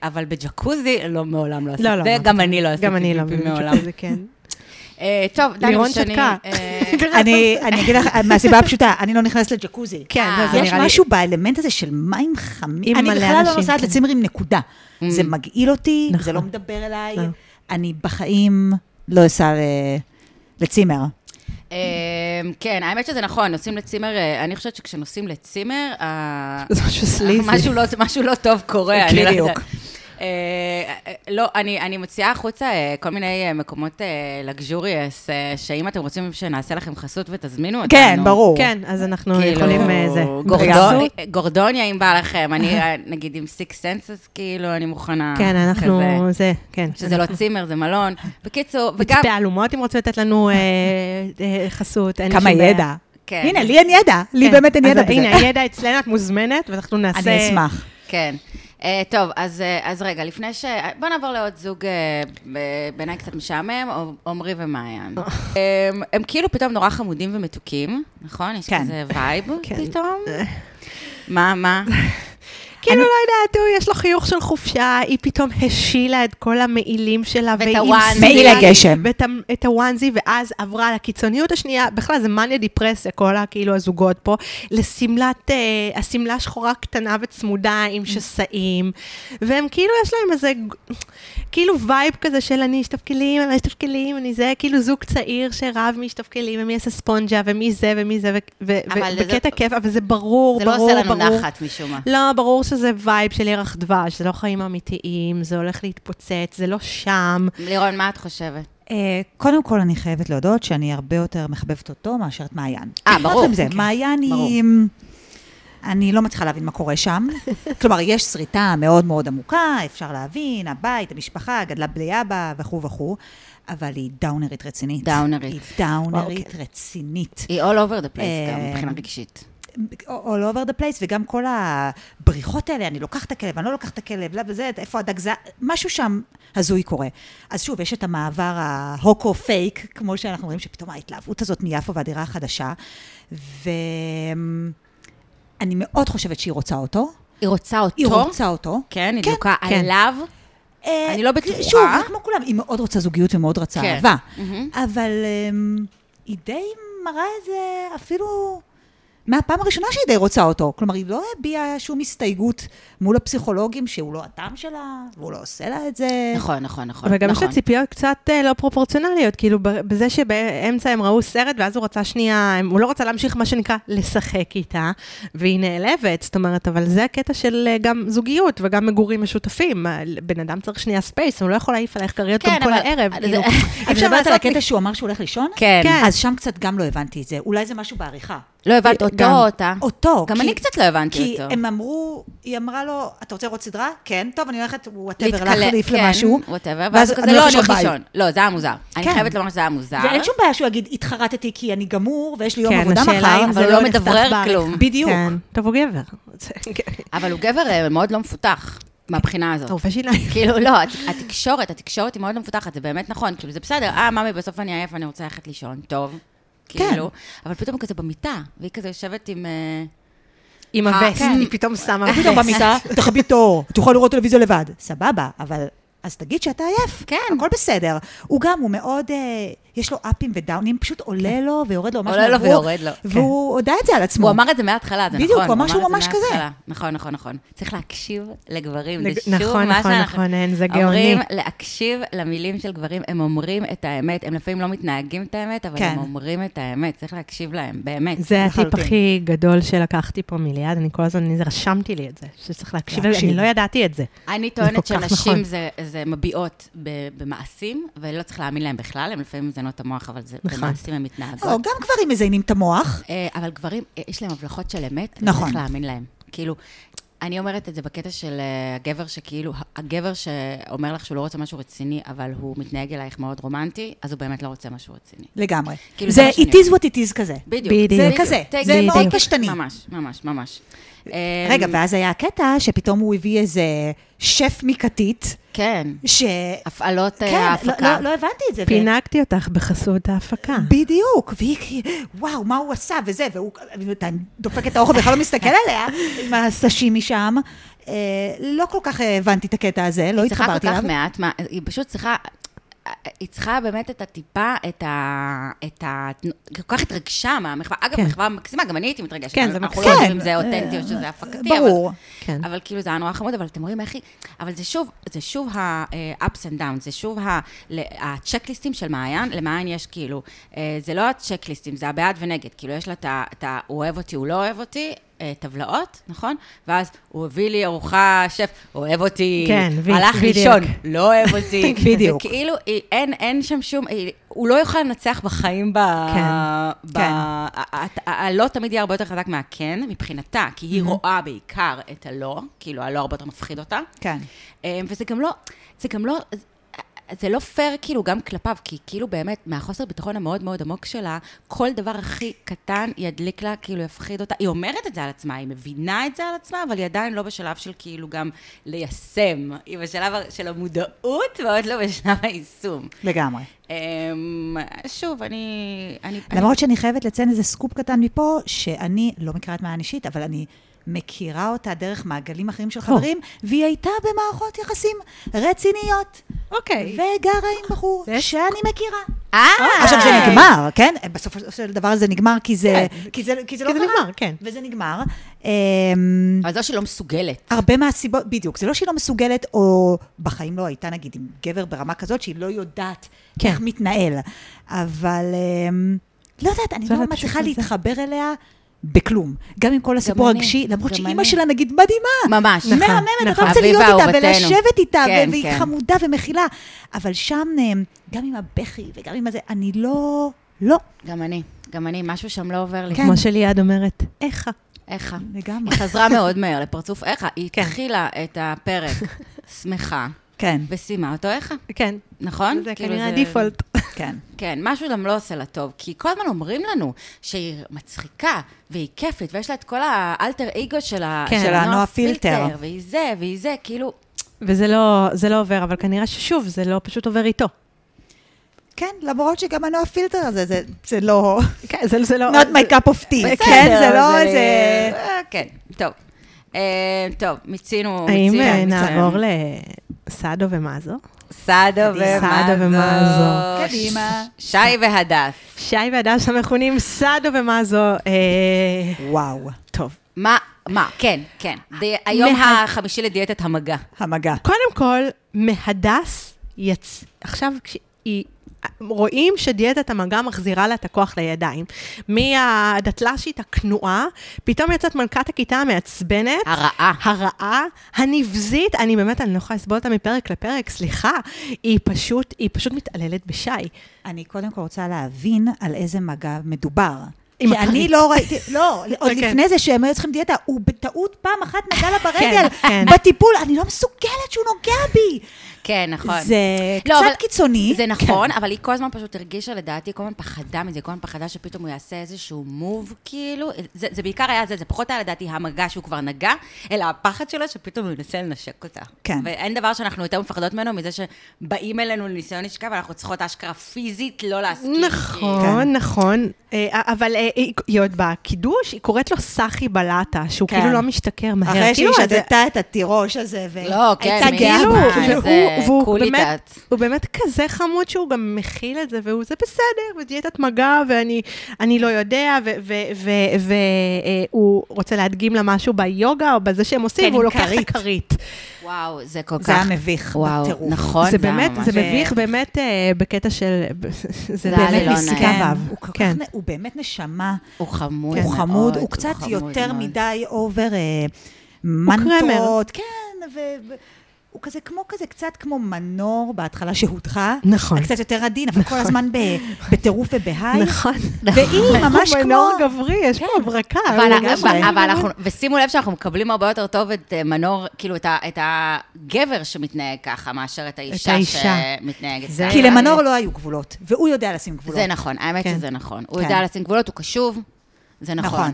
Speaker 1: אה, אבל בג'קוזי, לא, מעולם לא עשיתי.
Speaker 2: לא, לא.
Speaker 1: זה, גם אני לא עשיתי
Speaker 2: גם אני לא
Speaker 1: פיפי
Speaker 2: מבינה
Speaker 1: מעולם.
Speaker 2: שזה כן.
Speaker 1: אה, טוב, דני,
Speaker 2: לירון
Speaker 1: שני,
Speaker 2: שתקה.
Speaker 1: אה,
Speaker 3: אני אני אגיד לך, מהסיבה הפשוטה, אני לא נכנסת לג'קוזי.
Speaker 2: כן,
Speaker 1: אה,
Speaker 2: לא, זה
Speaker 3: יש
Speaker 2: נראה לי...
Speaker 3: משהו באלמנט הזה של מים חמים.
Speaker 2: עם
Speaker 3: אני
Speaker 2: מלא
Speaker 3: בכלל לא
Speaker 2: אנשים,
Speaker 3: נוסעת
Speaker 2: כן.
Speaker 3: לצימרים, נקודה. זה מגעיל אותי,
Speaker 2: נכון.
Speaker 3: זה לא מדבר אליי.
Speaker 2: לא.
Speaker 3: אני בחיים לא אסע ל- לצימר.
Speaker 1: אמ, כן, האמת שזה נכון, נוסעים לצימר, אה, אני חושבת שכשנוסעים לצימר, ה-
Speaker 2: זה משהו סליזי.
Speaker 1: משהו לא- משהו לא טוב קורה, אני לא
Speaker 3: בדיוק.
Speaker 1: יודעת. אה, אה, לא, אני, אני מוציאה החוצה אה, כל מיני אה, מקומות לגז'וריאס, אה, שאם אתם רוצים שנעשה לכם חסות ותזמינו אותנו. כאילו,
Speaker 3: כן, ברור.
Speaker 2: כן, אז אנחנו יכולים אה, זה.
Speaker 1: גורדון,
Speaker 2: בחסות.
Speaker 1: גורדוניה, אם בא לכם, אני אה, נגיד עם סיקס סנסס, כאילו, אני מוכנה.
Speaker 2: כן, אנחנו...
Speaker 1: כזה.
Speaker 2: זה, כן.
Speaker 1: שזה לא צימר, זה מלון. בקיצור, וגם...
Speaker 2: מצפה אלומות, אם רוצים לתת לנו אה, אה, חסות, אין לי
Speaker 3: כמה
Speaker 2: שום בעיה.
Speaker 3: ידע.
Speaker 1: כן.
Speaker 3: הנה, לי אין ידע. לי
Speaker 2: כן.
Speaker 3: באמת אין
Speaker 2: אז
Speaker 3: ידע בזה.
Speaker 2: הנה, הידע אצלנו, את מוזמנת, ואנחנו נעשה...
Speaker 3: אני אשמח.
Speaker 1: כן. Uh, טוב, אז, uh, אז רגע, לפני ש... בוא נעבור לעוד זוג uh, בעיניי קצת משעמם, עומ- עומרי ומעיין.
Speaker 3: אה.
Speaker 1: הם, הם כאילו פתאום נורא חמודים ומתוקים, נכון? יש
Speaker 3: כן.
Speaker 1: כזה וייב
Speaker 2: כן.
Speaker 1: פתאום? מה, מה?
Speaker 2: כאילו, לא יודעת, הוא, יש לו חיוך של חופשה, היא פתאום השילה את כל המעילים שלה,
Speaker 1: ואת
Speaker 2: והיא עם
Speaker 1: הוואנזי.
Speaker 2: שמלה,
Speaker 3: מעיל הגשם.
Speaker 2: ואת ה- את הוואנזי, ואז עברה לקיצוניות השנייה, בכלל זה מניה דיפרסיה, כל ה- כאילו הזוגות פה, לשמלת, אה, השמלה שחורה קטנה וצמודה עם שסעים, והם כאילו, יש להם איזה, ג- כאילו וייב כזה של אני אשטוף כלים, אני לא אשטוף כלים, אני זה, כאילו זוג צעיר שרב מי ישטוף כלים, ומי יעשה ספונג'ה, ומי זה, ומי זה,
Speaker 1: אבל זה-
Speaker 2: ובקטע כיף, אבל זה ברור,
Speaker 1: זה
Speaker 2: ברור,
Speaker 1: לא
Speaker 2: ברור.
Speaker 1: עושה לנו נחת משום מה.
Speaker 2: לא, ברור שזה וייב של ירח דבש, זה לא חיים אמיתיים, זה הולך להתפוצץ, זה לא שם.
Speaker 1: לירון, מה את חושבת?
Speaker 3: אה, קודם כל, אני חייבת להודות שאני הרבה יותר מחבבת אותו מאשר את מעיין.
Speaker 1: אה, ברור.
Speaker 3: נתחיל עם זה,
Speaker 1: כן.
Speaker 3: מעיין
Speaker 1: ברור.
Speaker 3: היא... אני לא מצליחה להבין מה קורה שם. כלומר, יש שריטה מאוד מאוד עמוקה, אפשר להבין, הבית, המשפחה, גדלה בלי אבא וכו' וכו', אבל היא דאונרית אוקיי. רצינית.
Speaker 1: דאונרית.
Speaker 3: היא דאונרית רצינית.
Speaker 1: היא all over the place גם,
Speaker 3: אה,
Speaker 1: מבחינה רגשית.
Speaker 3: all over the place, וגם כל הבריחות האלה, אני לוקחת את הכלב, אני לא לוקחת את הכלב, לא וזה, איפה הדגזה, משהו שם הזוי קורה. אז שוב, יש את המעבר ההוקו פייק, כמו שאנחנו רואים, שפתאום ההתלהבות הזאת מיפו והדירה החדשה, ואני מאוד חושבת שהיא רוצה אותו.
Speaker 1: היא רוצה אותו?
Speaker 3: היא רוצה אותו.
Speaker 1: כן, היא דלוקה
Speaker 2: כן.
Speaker 1: עליו?
Speaker 3: אה,
Speaker 1: אני לא בטוחה.
Speaker 3: שוב, היא כמו כולם, היא מאוד רוצה זוגיות ומאוד רוצה
Speaker 1: כן.
Speaker 3: אהבה.
Speaker 1: מהמם.
Speaker 3: אבל אמ, היא די מראה את זה אפילו מהפעם הראשונה שהיא די רוצה אותו. כלומר, היא לא הביעה שום הסתייגות מול הפסיכולוגים שהוא לא הטעם שלה, והוא לא עושה לה את זה.
Speaker 1: נכון, נכון, נכון.
Speaker 2: אבל גם יש
Speaker 1: נכון.
Speaker 2: לה ציפיות קצת אה, לא פרופורציונליות, כאילו ב- בזה שבאמצע הם ראו סרט, ואז הוא רצה שנייה, הם- הוא לא רצה להמשיך, מה שנקרא, לשחק איתה, והיא נעלבת, זאת אומרת, אבל זה הקטע של אה, גם זוגיות וגם מגורים משותפים. אה, בן אדם צריך שנייה ספייס, הוא לא יכול להעיף עלייך קריירות
Speaker 1: כן,
Speaker 2: גם כל
Speaker 1: אבל-
Speaker 2: הערב,
Speaker 1: זה-
Speaker 2: כאילו,
Speaker 1: את
Speaker 2: אי
Speaker 3: את
Speaker 2: אפשר
Speaker 3: מדברת על
Speaker 2: לעשות...
Speaker 3: הקטע שהוא אמר שהוא הולך לישון?
Speaker 1: כן.
Speaker 2: כן.
Speaker 3: אז שם קצת גם לא הבנתי את זה. אולי זה משהו בעריכה.
Speaker 1: לא הבנת
Speaker 2: גם-
Speaker 1: אותו או אותה?
Speaker 3: אותו.
Speaker 1: אה. גם
Speaker 3: כי-
Speaker 1: אני קצת לא הבנתי
Speaker 3: כי
Speaker 1: אותו.
Speaker 3: הם אמרו, היא אמרה לו, אתה רוצה לראות סדרה? כן, טוב, אני הולכת, וואטאבר,
Speaker 1: להתקלח,
Speaker 3: להחליף
Speaker 1: כן,
Speaker 3: למשהו.
Speaker 1: וואטאבר,
Speaker 3: ואז
Speaker 1: ואז הוא
Speaker 3: אני
Speaker 1: כזה, לא,
Speaker 3: הולך
Speaker 1: אני הולך
Speaker 3: לישון
Speaker 1: לישון. לא, זה היה מוזר. אני
Speaker 3: כן.
Speaker 1: חייבת לומר שזה היה מוזר.
Speaker 3: ואין שום בעיה שהוא יגיד, התחרטתי כי אני גמור, ויש לי יום
Speaker 2: כן,
Speaker 3: עבודה
Speaker 2: השאלה
Speaker 3: מחר,
Speaker 2: אם
Speaker 1: אבל הוא לא מדברר
Speaker 2: בעריכה.
Speaker 1: כלום.
Speaker 3: בדיוק.
Speaker 2: כן, טוב, הוא גבר. זה- כן.
Speaker 1: אבל הוא גבר אה, מאוד לא מפותח, מהבחינה
Speaker 2: אתה
Speaker 1: הזאת.
Speaker 2: רופא שיניים.
Speaker 1: כאילו, לא, הת- התקשורת, התקשורת היא מאוד לא מפותחת, זה באמת נכון. כאילו, זה בסדר, אה, ממי, בסוף אני עייף, אני רוצה ללכת לישון, טוב.
Speaker 3: כן.
Speaker 1: כאילו, אבל פתאום הוא כזה במיטה, והיא כזה יושבת עם... אה,
Speaker 2: עם
Speaker 1: אה,
Speaker 2: הווסט,
Speaker 1: כן.
Speaker 2: היא פתאום שמה
Speaker 3: איך פתאום
Speaker 2: וסט.
Speaker 3: במיטה, תכבי את האור, תוכל לראות טלוויזיה לבד. סבבה, אבל אז תגיד שאתה עייף.
Speaker 1: כן.
Speaker 3: הכל בסדר. הוא גם, הוא מאוד אה, יש לו אפים ודאונים, פשוט עולה לו ויורד לו ממש
Speaker 1: כן. עולה לו
Speaker 3: מהברוק,
Speaker 1: ויורד לו, כן.
Speaker 3: והוא הודה את זה על עצמו.
Speaker 1: הוא אמר את זה מההתחלה, זה נכון.
Speaker 3: בדיוק, הוא אמר שהוא
Speaker 1: את זה
Speaker 3: ממש כזה.
Speaker 1: מההתחלה. נכון, נכון, נכון. צריך להקשיב לגברים, זה
Speaker 2: לג-
Speaker 1: שוב
Speaker 2: נכון,
Speaker 1: מה
Speaker 2: נכון,
Speaker 1: שאנחנו...
Speaker 2: נכון, אין, זה
Speaker 1: אומרים
Speaker 2: גאוני.
Speaker 1: להקשיב למילים של גברים, הם אומרים את האמת, הם לפעמים לא מתנהגים את האמת, אבל
Speaker 3: כן.
Speaker 1: הם אומרים את האמת, צריך להקשיב להם, באמת.
Speaker 2: זה הטיפ
Speaker 3: לחלוטין.
Speaker 2: הכי גדול שלקחתי פה מליעד, אני כל הזמן, אני רשמתי לי את זה, שצריך להקשיב, לזה,
Speaker 3: להקשיב.
Speaker 2: אני לא ידעתי את זה.
Speaker 1: אני
Speaker 2: כל
Speaker 1: טוענת
Speaker 2: כך נכון.
Speaker 1: שנשים זה, זה מביעות ב, במעשים, ולא צריך להאמין להם בכלל, הם לפעמים מזיינות את המוח, אבל זה,
Speaker 2: נכון.
Speaker 1: במעשים הם מתנהגות.
Speaker 3: לא, גם גברים מזיינים את המוח.
Speaker 1: אה, אבל גברים, אה, יש להם הבלחות של אמת,
Speaker 3: נכון.
Speaker 1: צריך להאמין להם. כאילו, אני אומרת את זה בקטע של אה, הגבר שכאילו, הגבר שאומר לך שהוא לא רוצה משהו רציני, אבל הוא מתנהג אלייך מאוד רומנטי, אז הוא באמת לא רוצה משהו רציני.
Speaker 3: לגמרי.
Speaker 1: כאילו, זה
Speaker 3: זה
Speaker 1: מה שאני
Speaker 3: it is what it is כזה.
Speaker 1: בדיוק.
Speaker 2: בדיוק.
Speaker 1: בדיוק.
Speaker 3: כזה,
Speaker 1: Take
Speaker 3: זה
Speaker 1: it,
Speaker 3: מאוד
Speaker 1: בדיוק.
Speaker 3: פשטני.
Speaker 1: ממש, ממש, ממש. אה,
Speaker 3: רגע, ואז היה הקטע שפתאום הוא הביא איזה שף מכתית,
Speaker 1: כן,
Speaker 3: ש...
Speaker 1: הפעלות אה,
Speaker 3: כן, לא-
Speaker 1: ההפקה.
Speaker 3: לא- לא הבנתי את זה. ו-
Speaker 2: פינקתי אותך בחסות ההפקה.
Speaker 3: בדיוק, והיא כאילו, וואו, מה הוא עשה, וזה, והוא אתה דופק את האוכל, בכלל לא מסתכל עליה, עם הסשימי שם. אה, לא כל כך אה, הבנתי את הקטע הזה, לא
Speaker 1: היא צריכה כל
Speaker 3: התחברתי
Speaker 1: כך
Speaker 3: אליו.
Speaker 1: מעט, מה- היא פשוט צריכה... היא צריכה באמת את הטיפה, את ה... את ה... כל כך התרגשה מהמחווה. אגב,
Speaker 2: כן.
Speaker 1: מחווה מקסימה, גם אני הייתי מתרגשת.
Speaker 2: כן,
Speaker 1: אבל
Speaker 2: זה
Speaker 1: אנחנו לא
Speaker 2: מקסים.
Speaker 1: יודעים אם
Speaker 3: כן.
Speaker 1: זה אותנטי או שזה הפקתי.
Speaker 3: ברור.
Speaker 2: כן.
Speaker 1: אבל, אבל כאילו זה היה נורא חמוד, אבל אתם רואים איך היא... אבל זה שוב, זה שוב ה-ups and downs, זה שוב ה- ל- הצ'קליסטים של מעיין. למעיין יש כאילו, אה, זה לא הצ'קליסטים, זה הבעד ונגד. כאילו, יש לה את ה- את ה... הוא אוהב אותי, הוא לא אוהב אותי. אה, טבלאות, נכון? ואז הוא הביא לי ארוחה, שף, אוהב אותי,
Speaker 2: כן, ב-
Speaker 1: הלך
Speaker 2: בדיוק.
Speaker 1: לישון, לא אוהב אותי.
Speaker 3: בדיוק.
Speaker 1: זה כאילו, היא- אין, אין שם שום, היא- הוא לא יוכל לנצח בחיים ב...
Speaker 2: כן,
Speaker 1: ב...
Speaker 3: כן.
Speaker 1: ה- ה- הלא תמיד יהיה הרבה יותר חזק מהכן, מבחינתה, כי היא רואה בעיקר את הלא, כאילו הלא הרבה יותר מפחיד אותה.
Speaker 3: כן.
Speaker 1: אה, וזה גם לא, זה גם לא, זה לא פייר כאילו גם כלפיו, כי כאילו באמת, מהחוסר ביטחון המאוד מאוד עמוק שלה, כל דבר הכי קטן ידליק לה, כאילו יפחיד אותה. היא אומרת את זה על עצמה, היא מבינה את זה על עצמה, אבל היא עדיין לא בשלב של כאילו גם ליישם. היא בשלב הר- של המודעות, ועוד לא בשלב היישום.
Speaker 3: לגמרי.
Speaker 1: אמ, שוב, אני... אני
Speaker 3: למרות שאני חייבת לציין איזה סקופ קטן מפה, שאני לא מכירה את מעיין אישית, אבל אני מכירה אותה דרך מעגלים אחרים של חברים, והיא הייתה במערכות יחסים רציניות,
Speaker 2: אוקיי.
Speaker 3: וגרה עם בחור
Speaker 2: זה
Speaker 3: שאני מכירה.
Speaker 1: אה!
Speaker 3: עכשיו זה נגמר, כן? בסופו של דבר זה נגמר כי זה,
Speaker 2: כן.
Speaker 3: כי זה, כי זה
Speaker 2: כי
Speaker 3: לא
Speaker 2: זה
Speaker 3: קרה.
Speaker 2: נגמר, כן.
Speaker 3: וזה נגמר. אמ,
Speaker 1: אבל זו שלא לא מסוגלת.
Speaker 3: הרבה מהסיבות, בדיוק, זה לא שהיא לא מסוגלת, או בחיים לא הייתה נגיד עם גבר ברמה כזאת שהיא לא יודעת
Speaker 2: כן.
Speaker 3: כן. איך מתנהל, אבל אמ, לא יודעת, אני
Speaker 2: זה
Speaker 3: לא
Speaker 2: היה
Speaker 3: מצליחה
Speaker 2: פשוט
Speaker 3: להתחבר אליה בכלום. גם עם כל הסיפור
Speaker 1: אני,
Speaker 3: הרגשי, למרות
Speaker 1: גם
Speaker 3: שאימא
Speaker 1: אני.
Speaker 3: שלה נגיד מדהימה.
Speaker 1: ממש.
Speaker 3: מהממת, אתה
Speaker 2: נכון.
Speaker 3: רוצה
Speaker 1: אביבה
Speaker 3: להיות איתה
Speaker 1: אהובתנו.
Speaker 3: ולשבת איתה,
Speaker 1: כן,
Speaker 3: ו- והיא
Speaker 1: כן.
Speaker 3: חמודה ומכילה, אבל שם, אמ, גם עם הבכי וגם עם הזה, אני לא... לא.
Speaker 1: גם אני. גם אני, משהו שם לא עובר לי.
Speaker 3: כן.
Speaker 2: כמו שליעד אומרת, איך?
Speaker 1: איך?
Speaker 3: לגמרי.
Speaker 1: היא חזרה מאוד מהר לפרצוף איכה. היא
Speaker 2: כן.
Speaker 1: התחילה את הפרק שמחה,
Speaker 3: כן,
Speaker 1: וסיימה אותו איכה,
Speaker 2: כן.
Speaker 1: נכון?
Speaker 2: זה
Speaker 1: כאילו,
Speaker 2: כנראה הדיפולט.
Speaker 3: כן.
Speaker 1: כן, משהו גם לא עושה לה טוב, כי כל הזמן אומרים לנו שהיא מצחיקה, והיא כיפית, ויש לה את כל האלטר אגו שלה,
Speaker 2: כן,
Speaker 1: של
Speaker 2: של
Speaker 3: הנועה
Speaker 1: הנועה
Speaker 3: פילטר.
Speaker 1: פילטר, והיא זה, והיא זה, כאילו...
Speaker 2: וזה לא, זה לא עובר, אבל כנראה ששוב, זה לא פשוט עובר איתו.
Speaker 3: כן, למרות שגם הנועה פילטר הזה, זה, זה לא...
Speaker 2: כן, זה, זה לא...
Speaker 3: Not my cup of tea. כן,
Speaker 1: בסדר,
Speaker 3: זה לא
Speaker 1: אז
Speaker 3: איזה...
Speaker 1: אני- אה, כן, טוב. אה, טוב, מיצינו,
Speaker 2: האם
Speaker 1: מיצינו.
Speaker 2: אה,
Speaker 1: מיצינו.
Speaker 2: נעבור לסעדו ומאזו?
Speaker 1: סעדו ומאזו.
Speaker 2: סעדו ומאזו.
Speaker 3: קדימה.
Speaker 1: שי והדס.
Speaker 2: שי והדס המכונים סעדו ומאזו. אה,
Speaker 3: וואו,
Speaker 2: טוב.
Speaker 1: מה, מה, כן, כן. די, היום
Speaker 2: מה-
Speaker 1: החמישי לדיאטת המגע.
Speaker 3: המגע.
Speaker 2: קודם כל, מהדס יצ... עכשיו, כשהיא... רואים שדיאטת המגע מחזירה לה את הכוח לידיים. מהדתל"שית הכנועה, פתאום יצאת מלכת הכיתה המעצבנת.
Speaker 1: הרעה.
Speaker 2: הרעה, הנבזית. אני באמת, אני לא יכולה לסבול אותה מפרק לפרק, סליחה. היא פשוט, היא פשוט מתעללת בשי.
Speaker 3: אני קודם כל רוצה להבין על איזה מגע מדובר.
Speaker 2: עם
Speaker 3: כי אני
Speaker 2: הפריט.
Speaker 3: לא ראיתי, לא, עוד
Speaker 2: כן.
Speaker 3: לפני זה שהם היו צריכים דיאטה, הוא בטעות פעם אחת נגע לה ברגל,
Speaker 2: כן.
Speaker 3: בטיפול, אני לא מסוגלת שהוא נוגע בי.
Speaker 1: כן, נכון.
Speaker 3: זה
Speaker 1: לא, אבל-
Speaker 3: קצת קיצוני. כן.
Speaker 1: זה נכון, אבל היא כל הזמן פשוט הרגישה, לדעתי, כל הזמן פחדה מזה, כל הזמן פחדה שפתאום הוא יעשה איזשהו מוב, כאילו. זה, זה בעיקר היה זה, זה פחות היה לדעתי המגע שהוא כבר נגע, אלא הפחד שלו שפתאום הוא ינסה לנשק אותה.
Speaker 3: כן.
Speaker 1: ואין דבר שאנחנו יותר מפחדות ממנו מזה שבאים אלינו לניסיון לשכב, ואנחנו צריכות אשכרה פיזית לא להסכים.
Speaker 3: כן.
Speaker 2: נכון, נכון. אה, אבל אה, היא- היא עוד בקידוש, היא קוראת לו סחי בלטה, שהוא
Speaker 3: כן.
Speaker 2: כאילו לא משתכר מהר.
Speaker 3: אחרי שהיא
Speaker 2: כאילו, אז-
Speaker 3: שתתה את התירוש הזה,
Speaker 1: לא, כן,
Speaker 3: והייתה
Speaker 1: מי-
Speaker 3: גאה
Speaker 2: כאילו,
Speaker 1: מה,
Speaker 3: בו.
Speaker 1: זה-
Speaker 2: והוא
Speaker 1: קולי
Speaker 2: באמת,
Speaker 1: דעת.
Speaker 2: הוא באמת כזה חמוד שהוא גם מכיל את זה, והוא, זה בסדר, ודיאטת מגע, ואני אני לא יודע, והוא אה, רוצה להדגים לה משהו ביוגה, או בזה שהם
Speaker 3: כן,
Speaker 2: עושים, והוא
Speaker 3: עם
Speaker 2: לוקח את
Speaker 3: כרית.
Speaker 2: הכרית.
Speaker 1: וואו, זה כל כך...
Speaker 3: זה היה מביך
Speaker 1: וואו,
Speaker 3: בטירוף.
Speaker 1: נכון,
Speaker 2: זה
Speaker 1: היה
Speaker 2: באמת,
Speaker 1: ממש-
Speaker 2: זה
Speaker 3: ו-
Speaker 2: מביך באמת אה, בקטע של... זה
Speaker 1: היה
Speaker 2: באמת
Speaker 1: לי לא נעים.
Speaker 2: נשגב.
Speaker 3: הוא כל
Speaker 2: כן.
Speaker 3: כך, נ- הוא באמת נשמה.
Speaker 1: הוא חמוד מאוד.
Speaker 3: כן. הוא חמוד, הוא קצת
Speaker 1: חמוד
Speaker 3: יותר
Speaker 1: מאוד.
Speaker 3: מדי אובר אה,
Speaker 2: קרמר.
Speaker 3: מנטות. כן, ו- ו- הוא כזה כמו כזה, קצת כמו מנור בהתחלה שהודחה.
Speaker 2: נכון.
Speaker 3: היה קצת יותר עדין, אבל כל
Speaker 1: נכון.
Speaker 3: הזמן ב- בטירוף ובהיי.
Speaker 2: נכון.
Speaker 3: והיא ממש
Speaker 2: הוא
Speaker 3: כמו...
Speaker 2: מנור גברי, יש פה הברקה.
Speaker 1: אבל,
Speaker 2: הוא ממש-
Speaker 1: אבל, אבל אנחנו, ושימו לב שאנחנו מקבלים הרבה יותר טוב את אה, מנור, כאילו את, ה, את הגבר שמתנהג ככה, מאשר את האישה,
Speaker 2: האישה.
Speaker 1: שמתנהגת
Speaker 2: זה-
Speaker 1: ככה.
Speaker 3: כי למנור לא היו גבולות, והוא יודע לשים גבולות.
Speaker 1: זה נכון, האמת
Speaker 2: כן.
Speaker 1: שזה נכון. הוא
Speaker 3: כן.
Speaker 1: יודע לשים גבולות, הוא קשוב, זה נכון.
Speaker 3: נכון.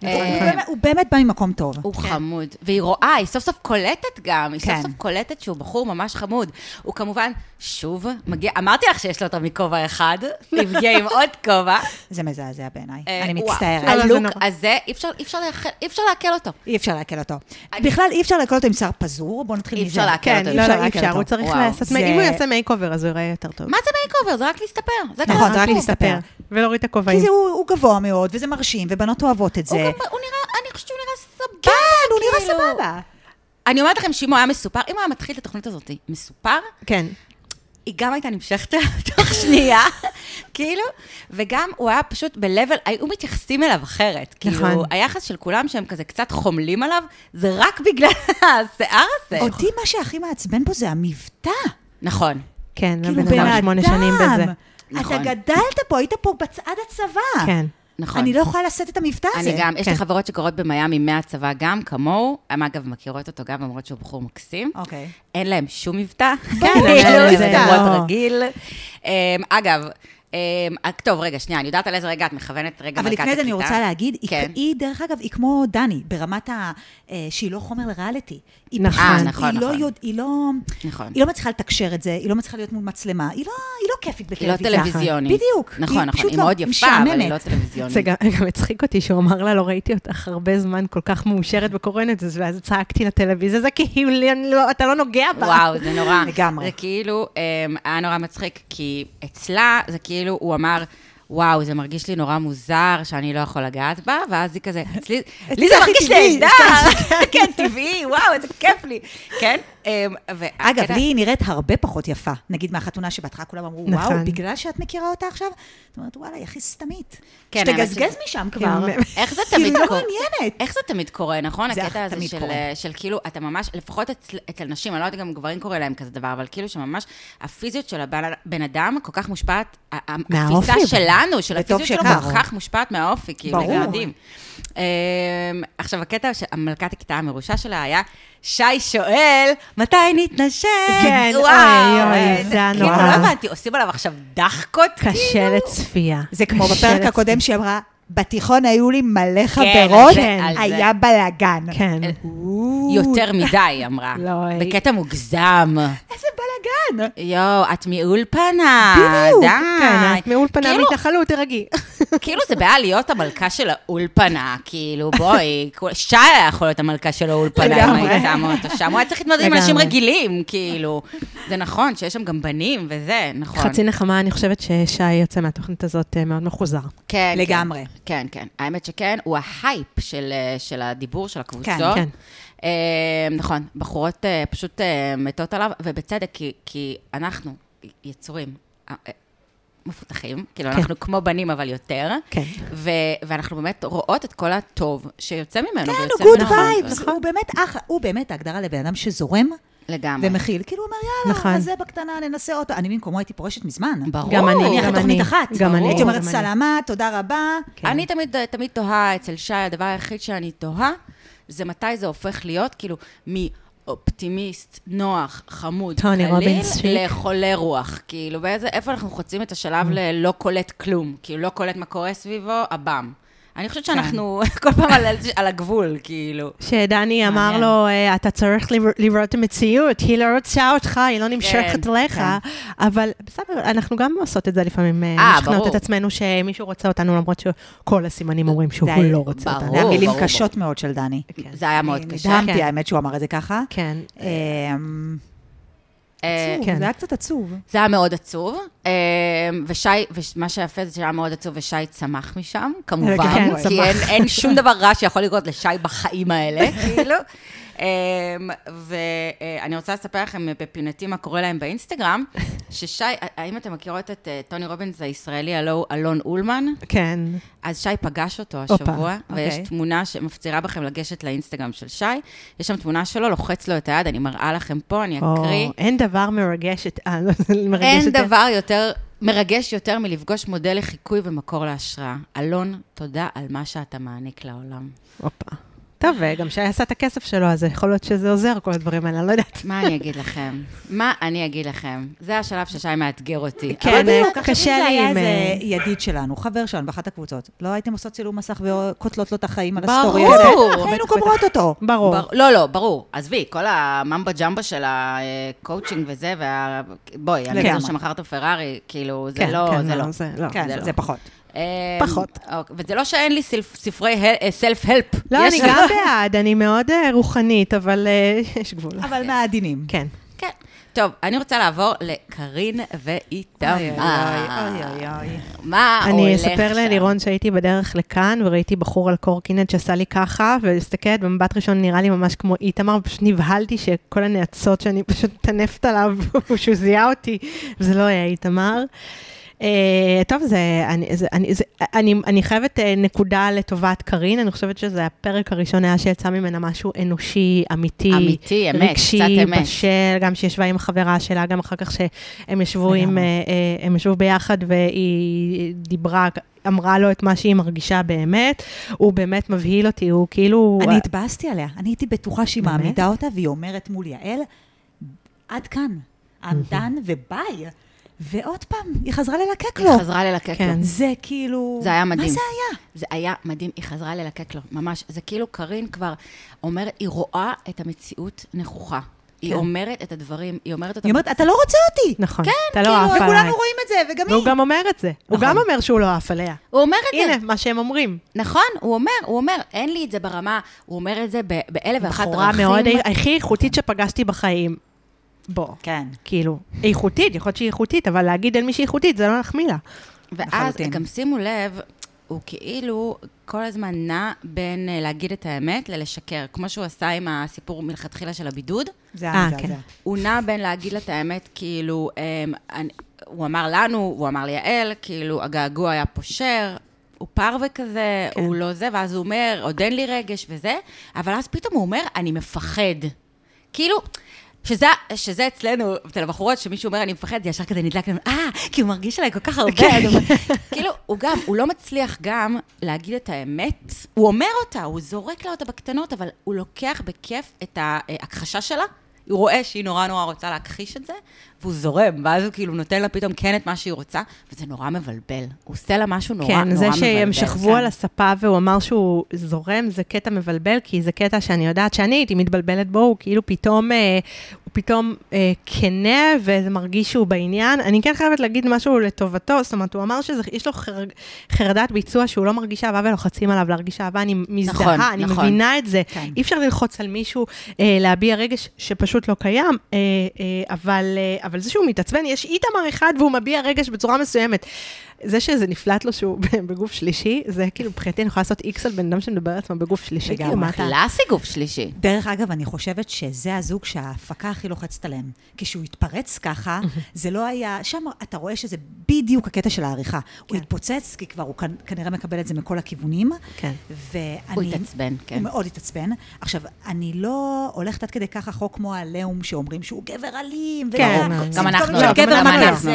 Speaker 3: הוא- הוא
Speaker 1: אה,
Speaker 3: באמת- הוא באמת בא ממקום טוב.
Speaker 1: הוא חמוד, והיא רואה, היא סוף סוף קולטת גם, היא סוף
Speaker 3: כן.
Speaker 1: סוף קולטת שהוא בחור ממש חמוד. הוא כמובן, שוב, מגיע, אמרתי לך שיש לו אותו מכובע אחד, היא הגיעה עם עוד כובע.
Speaker 3: זה מזעזע בעיניי,
Speaker 1: אה,
Speaker 3: אני
Speaker 1: וואו,
Speaker 3: מצטערת.
Speaker 2: אבל זה
Speaker 1: הלוק
Speaker 2: נורא.
Speaker 1: הזה, אי אפשר- אי אפשר לעכל- אי אפשר לעכל אותו.
Speaker 3: אי אפשר לעכל אותו. בכלל, אי אפשר לעכל אותו עם שיער פזור, בואו נתחיל
Speaker 1: אי
Speaker 3: מזה.
Speaker 1: אפשר לעכל
Speaker 2: כן,
Speaker 1: אותו,
Speaker 2: לא, לא, אי
Speaker 3: לעכל
Speaker 2: אפשר, הוא
Speaker 3: אותו.
Speaker 2: צריך
Speaker 1: וואו,
Speaker 2: לעשות...
Speaker 3: זה-
Speaker 2: אם הוא יעשה מייק-אובר, אז הוא יראה יותר טוב.
Speaker 1: מה זה מייקאובר? זה רק להסתפר. זה
Speaker 2: לא,
Speaker 3: נכון,
Speaker 1: כל
Speaker 3: זה רק
Speaker 1: הסיפור.
Speaker 3: להסתפר.
Speaker 2: ולהוריד את הכובעים.
Speaker 3: כי זה, הוא, הוא גבוה מאוד, וזה מרשים, ובנות אוהבות את זה.
Speaker 1: הוא גם, הוא נראה, אני חושבת שהוא נראה סבבה.
Speaker 3: כן, הוא נראה
Speaker 1: כאילו.
Speaker 3: סבבה.
Speaker 1: אני אומרת לכם שאם הוא היה מסופר, אם הוא היה מתחיל את התוכנית הזאת מסופר,
Speaker 2: כן.
Speaker 1: היא גם הייתה נמשכת אליו תוך שנייה, כאילו, וגם הוא היה פשוט ב-level, היו מתייחסים אליו אחרת. כאילו,
Speaker 2: נכון.
Speaker 1: היחס של כולם שהם כזה קצת חומלים עליו, זה רק בגלל השיער הזה.
Speaker 3: אותי מה שהכי מעצבן בו זה המבטא.
Speaker 1: נכון.
Speaker 2: כן,
Speaker 3: כאילו,
Speaker 2: הבן
Speaker 3: בן
Speaker 2: אדם שמונה שנים בזה.
Speaker 3: אדם.
Speaker 1: נכון.
Speaker 3: אתה גדלת פה, היית פה בצ... עד הצבא.
Speaker 2: כן.
Speaker 1: נכון.
Speaker 3: אני לא יכולה לשאת את המבטא הזה.
Speaker 1: אני גם, יש לי
Speaker 2: כן.
Speaker 1: חברות שקורות במיאמי מהצבא גם, כמוהו, הן אגב מכירות אותו גם, למרות שהוא בחור מקסים.
Speaker 3: אוקיי.
Speaker 1: אין להם שום מבטא.
Speaker 2: כן,
Speaker 1: כאילו,
Speaker 2: אבל
Speaker 1: זה
Speaker 2: זה
Speaker 1: חברות
Speaker 2: לא.
Speaker 1: רגיל. אמ, אגב, אמ, טוב, רגע, שנייה, אני יודעת על איזה רגע את מכוונת רגע
Speaker 3: אבל
Speaker 1: מלכת
Speaker 3: לפני זה אני
Speaker 1: הכיתה.
Speaker 3: רוצה להגיד, היא-
Speaker 1: כן.
Speaker 3: היא, דרך אגב, היא כמו דני, ברמת ה... אה, שהיא לא חומר לריאליטי. היא
Speaker 2: נכון.
Speaker 3: פשוט-
Speaker 2: אה,
Speaker 1: נכון,
Speaker 3: היא לא
Speaker 1: נכון.
Speaker 3: יודע- היא לא...
Speaker 1: נכון.
Speaker 3: היא לא מצליחה לתקשר את זה, היא לא מצליחה להיות מול מצלמה, היא לא- היא לא כיפית
Speaker 1: היא לא
Speaker 3: בטלוויזיה.
Speaker 1: טלוויזיונית.
Speaker 3: בדיוק.
Speaker 1: נכון, נכון,
Speaker 3: פשוט
Speaker 1: היא
Speaker 3: לא-
Speaker 1: מאוד יפה, אבל היא לא
Speaker 3: משעממת.
Speaker 1: טלוויזיונית.
Speaker 2: זה גם גם הצחיק אותי שהוא אמר לה, לא ראיתי אותך הרבה זמן כל כך מאושרת וקורנת, אז- ואז צעקתי לטלוויזיה, זה כאילו, אני לא- אתה לא נוגע בה.
Speaker 1: וואו, זה נורא.
Speaker 3: לגמרי.
Speaker 1: זה כאילו, אמ, היה נורא מצחיק, כי אצלה, זה כאילו, הוא אמר... וואו, זה מרגיש לי נורא מוזר שאני לא יכול לגעת בה, ואז היא כזה, אצלי, לי זה
Speaker 3: הכי
Speaker 1: מרגיש
Speaker 3: טבעי.
Speaker 1: נהדר, כן, טבעי, וואו, איזה כיף לי, כן? אמ, והקטע-
Speaker 3: אגב, לי היא נראית הרבה פחות יפה. נגיד מהחתונה שבהתחלה כולם אמרו,
Speaker 2: נכון.
Speaker 3: וואו, בגלל שאת מכירה אותה עכשיו? את אומרת, וואלה, היא הכי סתמית.
Speaker 1: כן, האמת
Speaker 3: שתגזגז
Speaker 1: שזה-
Speaker 3: משם כבר.
Speaker 2: באמת.
Speaker 1: איך זה
Speaker 3: היא
Speaker 1: תמיד
Speaker 3: לא
Speaker 1: קורה? אה,
Speaker 3: מעוניינת.
Speaker 1: איך זה תמיד קורה, נכון?
Speaker 3: זה
Speaker 1: הקטע הזה
Speaker 3: תמיד
Speaker 1: של,
Speaker 3: קורה.
Speaker 1: של כאילו, אתה ממש, לפחות אצל, אצל נשים, אני לא יודעת גם גברים קורה להם כזה דבר, אבל כאילו שממש הפיזיות של הבן בן אדם כל כך מושפעת, ה- ה-
Speaker 2: מהאופי.
Speaker 1: התפיסה שלנו, של
Speaker 3: וטוב
Speaker 1: הפיזיות שלו
Speaker 3: שכך.
Speaker 1: כל כך מושפעת מהאופי, כאילו,
Speaker 3: ברור.
Speaker 1: זה מדהים. אמ, עכשיו, הקטע של המלכת הכיתה המרושע שלה היה, שי שואל, מתי נתנשק?
Speaker 2: כן,
Speaker 1: וואו,
Speaker 2: אוי, אוי,
Speaker 1: איזה-
Speaker 2: זה היה
Speaker 1: כאילו,
Speaker 2: נורא.
Speaker 1: לא הבנתי, עושים עליו עכשיו דחקות?
Speaker 2: קשה לצפייה.
Speaker 3: זה כמו
Speaker 2: קשה
Speaker 3: בפרק
Speaker 2: לצפייה.
Speaker 3: הקודם שהיא אמרה, בתיכון היו לי מלא
Speaker 1: כן, על
Speaker 3: חברות,
Speaker 1: זה, על
Speaker 3: היה בלאגן.
Speaker 2: כן.
Speaker 1: אה, יותר מדי, היא אמרה.
Speaker 2: לא, היא-
Speaker 1: בקטע מוגזם.
Speaker 3: איזה בלאגן.
Speaker 1: יואו, את מאולפנה,
Speaker 3: בדיוק,
Speaker 2: כן,
Speaker 1: די.
Speaker 2: את מאולפנה
Speaker 1: כאילו-
Speaker 2: מתנחלות, תרגי.
Speaker 1: כאילו זה בעיה להיות המלכה של האולפנה, כאילו, בואי, כל- שי היה יכול להיות המלכה של האולפנה, אם
Speaker 2: לגמרי.
Speaker 1: היית שמה אותו שם, הוא היה צריך להתמודד עם אנשים
Speaker 2: לגמרי.
Speaker 1: רגילים, כאילו. זה נכון, שיש שם גם בנים וזה, נכון.
Speaker 2: חצי נחמה, אני חושבת ששי יוצא מהתוכנית הזאת אה, מאוד מחוזר.
Speaker 1: כן, כן.
Speaker 3: לגמרי.
Speaker 1: כן, כן. האמת שכן, הוא ההייפ של, אה, של הדיבור, של הקבוצות.
Speaker 3: כן,
Speaker 2: כן.
Speaker 1: אה, נכון, בחורות אה, פשוט אה, מתות עליו, ובצדק, כי, כי אנחנו יצורים אה, אה, מפותחים, כאילו
Speaker 2: כן.
Speaker 1: אנחנו כמו בנים, אבל יותר.
Speaker 2: כן.
Speaker 1: ו- ואנחנו באמת רואות את כל הטוב שיוצא ממנו.
Speaker 3: כן,
Speaker 1: ויוצא
Speaker 3: הוא נכון. גוד
Speaker 1: ממנו.
Speaker 3: וייבס, הוא באמת אחלה, הוא באמת ההגדרה לבן אדם שזורם
Speaker 1: לגמרי.
Speaker 3: ומכיל. כאילו, הוא אומר,
Speaker 2: נכון.
Speaker 3: יאללה, אז זה בקטנה, ננסה אותו. אני במקומו הייתי פורשת מזמן.
Speaker 1: ברור.
Speaker 2: גם אני,
Speaker 1: אני
Speaker 3: נניח
Speaker 2: גם
Speaker 1: אחרי
Speaker 2: אני.
Speaker 3: לתוכנית אחת.
Speaker 2: גם אני.
Speaker 3: הייתי אומרת,
Speaker 2: גם אני.
Speaker 3: סלמה, תודה רבה.
Speaker 2: כן.
Speaker 1: אני תמיד, תמיד תוהה אצל שי, הדבר היחיד שאני תוהה, זה מתי זה הופך להיות, כאילו, מאופטימיסט, נוח, חמוד,
Speaker 2: טוני
Speaker 1: קליל,
Speaker 2: רובינס שיק.
Speaker 1: לחולה רוח. כאילו, באיזה, איפה אנחנו חוצים את השלב
Speaker 2: Mm.
Speaker 1: ללא קולט כלום? כאילו, לא קולט מה קורה סביבו, הבם. אני חושבת
Speaker 2: כן.
Speaker 1: שאנחנו כל פעם על, על הגבול, כאילו.
Speaker 2: שדני אמר
Speaker 1: מעניין.
Speaker 2: לו, אה, אתה צריך לבר- לראות את המציאות, היא לא רוצה אותך, היא
Speaker 1: כן,
Speaker 2: לא נמשכת אליך, אבל בסדר, אנחנו גם עושות את זה לפעמים, אה,
Speaker 1: אה,
Speaker 2: לשכנעות
Speaker 1: ברור.
Speaker 2: את עצמנו שמישהו רוצה אותנו, למרות שכל הסימנים אומרים שהוא
Speaker 3: די,
Speaker 2: לא רוצה אותנו.
Speaker 1: ברור. כן.
Speaker 3: זה היה מילים
Speaker 1: ברור,
Speaker 3: קשות מאוד של דני.
Speaker 1: זה היה מאוד
Speaker 3: אני
Speaker 1: קשה.
Speaker 3: נדהמתי,
Speaker 2: כן.
Speaker 3: האמת שהוא אמר את זה ככה.
Speaker 2: כן.
Speaker 3: אמ,
Speaker 1: אה,
Speaker 3: עצוב,
Speaker 2: כן.
Speaker 3: זה היה קצת עצוב.
Speaker 1: זה היה מאוד עצוב, אה, ושי, ומה שיפה זה שהיה מאוד עצוב, ושי צמח משם, כמובן,
Speaker 3: כן,
Speaker 1: כי
Speaker 2: צמח.
Speaker 1: אין, אין שום דבר רע שיכול לקרות לשי בחיים האלה, כאילו. ואני רוצה לספר לכם בפינתי מה קורה להם באינסטגרם, ששי, האם אתם מכירות את אה, טוני רובינס הישראלי, הלוא הוא אלון אולמן?
Speaker 2: כן.
Speaker 1: אז שי פגש אותו השבוע, ויש
Speaker 3: אוקיי.
Speaker 1: תמונה שמפצירה בכם לגשת לאינסטגרם של שי, יש שם תמונה שלו, לוחץ לו את היד, אני מראה לכם פה, אני
Speaker 2: או,
Speaker 1: אקריא.
Speaker 2: אין דבר מרגש את... אה, לא, זה מרגש
Speaker 1: אין
Speaker 2: יותר.
Speaker 1: דבר יותר מרגש יותר מלפגוש מודל לחיקוי ומקור להשראה. אלון, תודה על מה שאתה מעניק לעולם.
Speaker 2: הופה. טוב, וגם שי עשה את הכסף שלו, אז יכול להיות שזה עוזר, כל הדברים האלה, אני לא יודעת.
Speaker 1: מה אני אגיד לכם? מה אני אגיד לכם? זה השלב ששי מאתגר אותי.
Speaker 2: כן,
Speaker 1: אבל
Speaker 2: אה,
Speaker 1: בדיוק,
Speaker 3: עכשיו,
Speaker 2: קשה
Speaker 3: אם
Speaker 2: לי עם,
Speaker 3: זה היה
Speaker 2: אה,
Speaker 3: איזה ידיד שלנו, חבר שלנו באחת הקבוצות, לא הייתם עושות צילום מסך וקוטלות לו את החיים על
Speaker 1: ברור.
Speaker 3: הסטורי הזה?
Speaker 1: ברור.
Speaker 3: היינו גומרות אותו.
Speaker 2: ברור.
Speaker 1: בר- לא, לא, ברור. עזבי, כל הממבה ג'מבה של הקואוצ'ינג וזה, וה... בואי, אני
Speaker 3: לגמרי.
Speaker 1: זו שמכרת פרארי, כאילו, זה
Speaker 2: כן,
Speaker 1: לא,
Speaker 2: כן,
Speaker 1: זה לא.
Speaker 2: זה לא.
Speaker 1: זה
Speaker 3: כן,
Speaker 1: לא.
Speaker 3: זה פחות.
Speaker 1: אה,
Speaker 2: פחות.
Speaker 1: אוקיי, וזה לא שאין לי סלפ- ספרי אה, סלף-הלפ.
Speaker 2: לא, אני גם בעד, אני מאוד אה, רוחנית, אבל אה, יש גבול.
Speaker 3: אבל מהעדינים.
Speaker 2: כן.
Speaker 1: לא כן. טוב, אני רוצה לעבור לקרין
Speaker 3: אוי, אוי,
Speaker 1: ואיתמר.
Speaker 3: אוי, אוי, אוי.
Speaker 1: מה הולך
Speaker 2: אני
Speaker 1: שם?
Speaker 2: אספר ללירון שהייתי בדרך לכאן, וראיתי בחור על קורקינט שעשה לי ככה, והסתכלת במבט ראשון נראה לי ממש כמו איתמר, ופשוט נבהלתי שכל הנאצות שאני פשוט מטנפת עליו, שהוא זיהה אותי, וזה לא היה איתמר. אה, טוב, זה, אני, זה, אני, זה, אני, אני חייבת אה, נקודה לטובת קארין, אני חושבת שזה הפרק הראשון היה שיצא ממנה משהו אנושי, אמיתי,
Speaker 1: אמיתי, אמת,
Speaker 2: רגשי,
Speaker 1: קצת אמת.
Speaker 2: בשל, גם שישבה עם חברה שלה, גם אחר כך שהם ישבו עם, אה, אה, הם ישבו ביחד והיא דיברה, אמרה לו את מה שהיא מרגישה באמת, הוא באמת מבהיל אותי, הוא כאילו...
Speaker 3: אני התבאסתי עליה. אני הייתי בטוחה שהיא
Speaker 2: באמת?
Speaker 3: מעמידה אותה, והיא אומרת מול יעל, עד כאן, עמדן וביי. ועוד פעם, היא חזרה ללקק לו.
Speaker 1: היא חזרה ללקק לו.
Speaker 2: כן.
Speaker 3: זה כאילו...
Speaker 1: זה היה מדהים.
Speaker 3: מה זה היה?
Speaker 1: זה היה מדהים, היא חזרה ללקק לו, ממש. זה כאילו קארין כבר אומרת, היא רואה את המציאות נכוחה. היא
Speaker 2: כן.
Speaker 1: אומרת את הדברים, היא אומרת אותם.
Speaker 3: היא אומרת, אתה לא רוצה אותי!
Speaker 2: נכון,
Speaker 1: כן,
Speaker 2: אתה לא
Speaker 1: כאילו,
Speaker 2: עף עליי.
Speaker 3: וכולנו רואים את זה, וגם היא.
Speaker 2: והוא גם אומר את זה. הוא
Speaker 1: נכון.
Speaker 2: גם אומר שהוא לא עף עליה.
Speaker 1: הוא אומר את זה.
Speaker 2: הנה, מה שהם אומרים.
Speaker 1: נכון, הוא אומר, הוא אומר, אין לי את זה ברמה, הוא אומר את זה ב- באלף ואחת
Speaker 2: בחורה
Speaker 1: דרכים.
Speaker 2: מאוד, הכי איכותית שפגשתי בחיים. בוא.
Speaker 3: כן.
Speaker 2: כאילו, איכותית, יכול להיות שהיא איכותית, אבל להגיד אין מי שהיא איכותית, זה לא נחמיא לה.
Speaker 1: ואז
Speaker 3: לחלוטין.
Speaker 1: גם שימו לב, הוא כאילו כל הזמן נע בין אה, להגיד את האמת ללשקר. כמו שהוא עשה עם הסיפור מלכתחילה של הבידוד,
Speaker 3: זה
Speaker 2: אה,
Speaker 3: היה מזעזע.
Speaker 2: כן.
Speaker 1: הוא נע בין להגיד לה את האמת, כאילו, אמ, אני, הוא אמר לנו, הוא אמר ליעל, כאילו, הגעגוע היה פושר, הוא פרווה כזה, כן. הוא לא זה, ואז הוא אומר, עוד אין לי רגש וזה, אבל אז פתאום הוא אומר, אני מפחד. כאילו... שזה, שזה אצלנו, אצל הבחורות, שמישהו אומר, אני מפחד, זה ישר כזה נדלק לנו, אה, כי הוא מרגיש עליי כל כך הרבה. אני אומרת, כאילו, הוא גם, הוא לא מצליח גם להגיד את האמת. הוא אומר אותה, הוא זורק לה אותה בקטנות, אבל הוא לוקח בכיף את ההכחשה שלה, הוא רואה שהיא נורא נורא רוצה להכחיש את זה, והוא זורם, ואז הוא כאילו נותן לה פתאום כן את מה שהיא רוצה, וזה נורא מבלבל. הוא עושה לה משהו נורא נורא
Speaker 2: כן,
Speaker 1: מבלבל.
Speaker 2: זה שהם שכבו
Speaker 1: כן.
Speaker 2: על הספה והוא אמר שהוא זורם, זה קטע מבלבל, כי זה קטע שאני יודעת שאני הייתי מתבלבלת בו, הוא כאילו פתאום, אה, הוא פתאום אה, כנה, וזה מרגיש שהוא בעניין. אני כן חייבת להגיד משהו לטובתו, זאת אומרת, הוא אמר שיש לו חר, חרדת ביצוע שהוא לא מרגיש אהבה ולוחצים עליו להרגיש אהבה, אני מזדהה,
Speaker 1: נכון,
Speaker 2: אני
Speaker 1: נכון.
Speaker 2: מבינה את זה.
Speaker 3: כן.
Speaker 2: אי אפשר ללחוץ על מישהו, אה, להביע רגש שפשוט לא קיים, אה, אה, אבל, אה, אבל זה שהוא מתעצבן, יש איתמר אחד והוא מביע רגש בצורה מסוימת. זה שזה נפלט לו שהוא בגוף שלישי, זה כאילו מבחינתי אני יכולה לעשות איקס על בן אדם שמדבר על עצמו בגוף שלישי,
Speaker 3: לגמרי.
Speaker 2: כאילו מה אתה...
Speaker 1: קלאסי גוף שלישי.
Speaker 3: דרך אגב, אני חושבת שזה הזוג שההפקה הכי לוחצת עליהם. כשהוא התפרץ ככה, זה לא היה... שם אתה רואה שזה בדיוק הקטע של העריכה. הוא התפוצץ, כי כבר הוא כנ- כנראה מקבל את זה מכל הכיוונים.
Speaker 2: כן.
Speaker 3: ואני...
Speaker 1: הוא התעצבן, כן.
Speaker 3: הוא מאוד התעצבן. עכשיו, אני לא הולכת עד כדי כך רחוק כמו העליהום שאומרים שהוא גבר אלים. וזה-
Speaker 2: כן,
Speaker 3: כל
Speaker 2: גם
Speaker 3: סימפטומים
Speaker 1: אנחנו,
Speaker 3: של
Speaker 1: לא,
Speaker 3: גבר
Speaker 1: גם
Speaker 3: מכה.
Speaker 1: אנחנו.
Speaker 3: זה-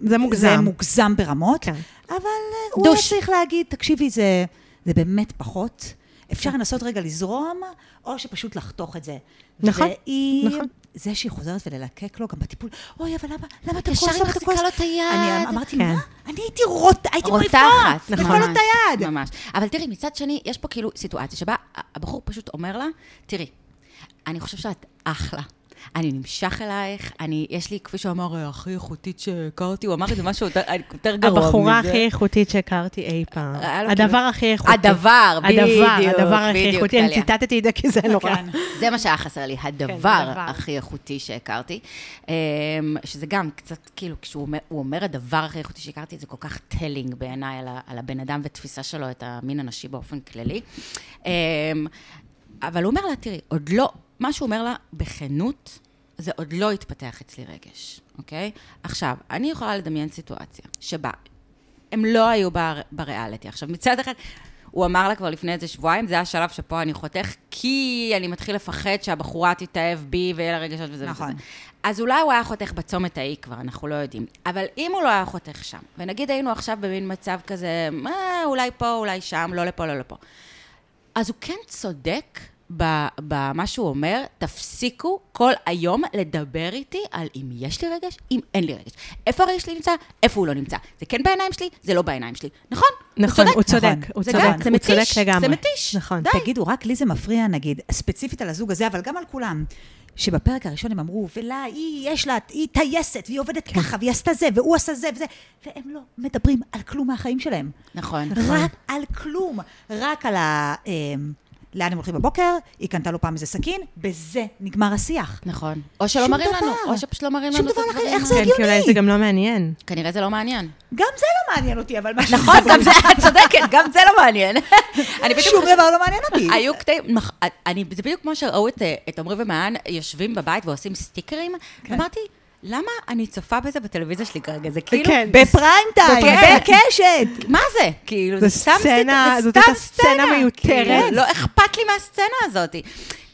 Speaker 2: זה
Speaker 3: זה
Speaker 2: מוגזם.
Speaker 3: מוגזם ברמות,
Speaker 2: כן.
Speaker 3: כן. אבל אה, הוא היה
Speaker 1: דוש.
Speaker 3: צריך להגיד, תקשיבי, זה, זה באמת פחות. אפשר לנסות רגע לזרום, או שפשוט לחתוך את זה.
Speaker 2: נכון,
Speaker 3: והיא,
Speaker 2: נכון.
Speaker 3: זה שהיא חוזרת וללקק לו גם בטיפול, אוי, אבל למה, למה אתה
Speaker 1: ישר
Speaker 3: כועס?
Speaker 1: היא
Speaker 3: למה אתה
Speaker 1: מחזיקה
Speaker 3: כועס?"
Speaker 1: לו את היד.
Speaker 3: אני אמרתי,
Speaker 2: כן.
Speaker 3: מה? אני הייתי רות, הייתי
Speaker 1: רוצחת,
Speaker 3: מריפה, נכון. לו את היד.
Speaker 1: ממש. אבל תראי, מצד שני, יש פה כאילו סיטואציה שבה הבחור פשוט אומר לה, תראי, אני חושב שאת אחלה. אני נמשך אלייך, אני, יש לי, כפי שהוא אמר, הכי איכותית שהכרתי, הוא אמר איזה משהו יותר- יותר גרוע מזה.
Speaker 2: הבחורה הכי איכותית שהכרתי אי פעם.
Speaker 1: היה לו
Speaker 2: הדבר
Speaker 1: כאילו-
Speaker 2: הכי איכותי.
Speaker 1: הדבר, בדיוק,
Speaker 2: הדבר, הדבר הכי
Speaker 1: בדיוק,
Speaker 2: איכותי. אני
Speaker 1: טליה.
Speaker 2: ציטטתי את זה כי זה נורא.
Speaker 3: כן.
Speaker 1: זה מה שהיה חסר לי, הדבר
Speaker 2: הדבר.
Speaker 1: הכי איכותי שהכרתי. אמ, שזה גם קצת, כאילו, כשהוא אומר- הוא אומר הדבר הכי איכותי שהכרתי, זה כל כך טלינג בעיניי על ה- על הבן אדם ותפיסה שלו את המין הנשי באופן כללי. אמ, אבל הוא אומר לה, תראי, עוד לא, מה שהוא אומר לה בכנות, זה עוד לא התפתח אצלי רגש, אוקיי? עכשיו, אני יכולה לדמיין סיטואציה שבה הם לא היו בר, בריאליטי. עכשיו, מצד אחד, הוא אמר לה כבר לפני איזה שבועיים, זה השלב שפה אני חותך, כי אני מתחיל לפחד שהבחורה תתאהב בי ויהיה לה רגשות וזה
Speaker 3: נכון.
Speaker 1: וזה. אז אולי הוא היה חותך בצומת ההיא כבר, אנחנו לא יודעים. אבל אם הוא לא היה חותך שם, ונגיד היינו עכשיו במין מצב כזה, מה, אולי פה, אולי שם, לא לפה, לא לפה. אז הוא כן צודק ב- במה שהוא אומר, תפסיקו כל היום לדבר איתי על אם יש לי רגש, אם אין לי רגש. איפה הרגש שלי נמצא, איפה הוא לא נמצא. זה כן בעיניים שלי, זה לא בעיניים שלי. נכון,
Speaker 2: נכון, הוא צודק,
Speaker 3: נכון.
Speaker 2: הוא
Speaker 1: זה
Speaker 2: צודק,
Speaker 1: גם- זה
Speaker 2: הוא
Speaker 1: מתיש,
Speaker 2: צודק
Speaker 1: זה
Speaker 2: לגמרי.
Speaker 1: מתיש.
Speaker 2: נכון.
Speaker 1: די.
Speaker 3: תגידו, רק לי זה מפריע, נגיד, ספציפית על הזוג הזה, אבל גם על כולם. שבפרק הראשון הם אמרו, ולה, היא, יש לה, היא טייסת, והיא עובדת
Speaker 1: כן.
Speaker 3: ככה, והיא עשתה זה, והוא עשה זה וזה, והם לא מדברים על כלום מהחיים שלהם.
Speaker 1: נכון.
Speaker 3: רק על כלום, רק על ה... אמ, לאן הם הולכים בבוקר, היא קנתה לו פעם איזה סכין, בזה נגמר השיח.
Speaker 1: נכון. או שלא
Speaker 3: שום
Speaker 1: מראים לנו,
Speaker 3: דבר.
Speaker 1: או שפשוט לא מראים
Speaker 3: שום
Speaker 1: לנו את
Speaker 3: דבר
Speaker 1: הדברים.
Speaker 3: אחר, איך זה
Speaker 1: האלה.
Speaker 2: כן, כי אולי
Speaker 3: הגיוני.
Speaker 2: זה גם לא מעניין.
Speaker 1: כנראה זה לא מעניין.
Speaker 3: גם זה לא מעניין אותי, אבל מה ש...
Speaker 1: נכון, גם זה, את צודקת, גם זה לא מעניין. אני בדיוק
Speaker 3: שום דבר לא מעניין
Speaker 2: כאילו-
Speaker 3: אותי.
Speaker 1: היו קטעים, מח- אה, אני- זה בדיוק כמו שראו את, אה, את עמרי ומעיין יושבים בבית ועושים סטיקרים,
Speaker 2: כן.
Speaker 1: אמרתי, למה אני צופה בזה בטלוויזיה שלי כרגע? זה כאילו,
Speaker 2: כן.
Speaker 3: בפריים טיים,
Speaker 1: כן.
Speaker 3: בקשת.
Speaker 1: מה זה? כאילו,
Speaker 2: זו
Speaker 1: זה סתם סצנה,
Speaker 2: סצנה-
Speaker 1: זה
Speaker 2: זאת
Speaker 1: סתם
Speaker 2: הייתה סצנה מיותרת.
Speaker 1: כן, לא אכפת לי מהסצנה הזאת.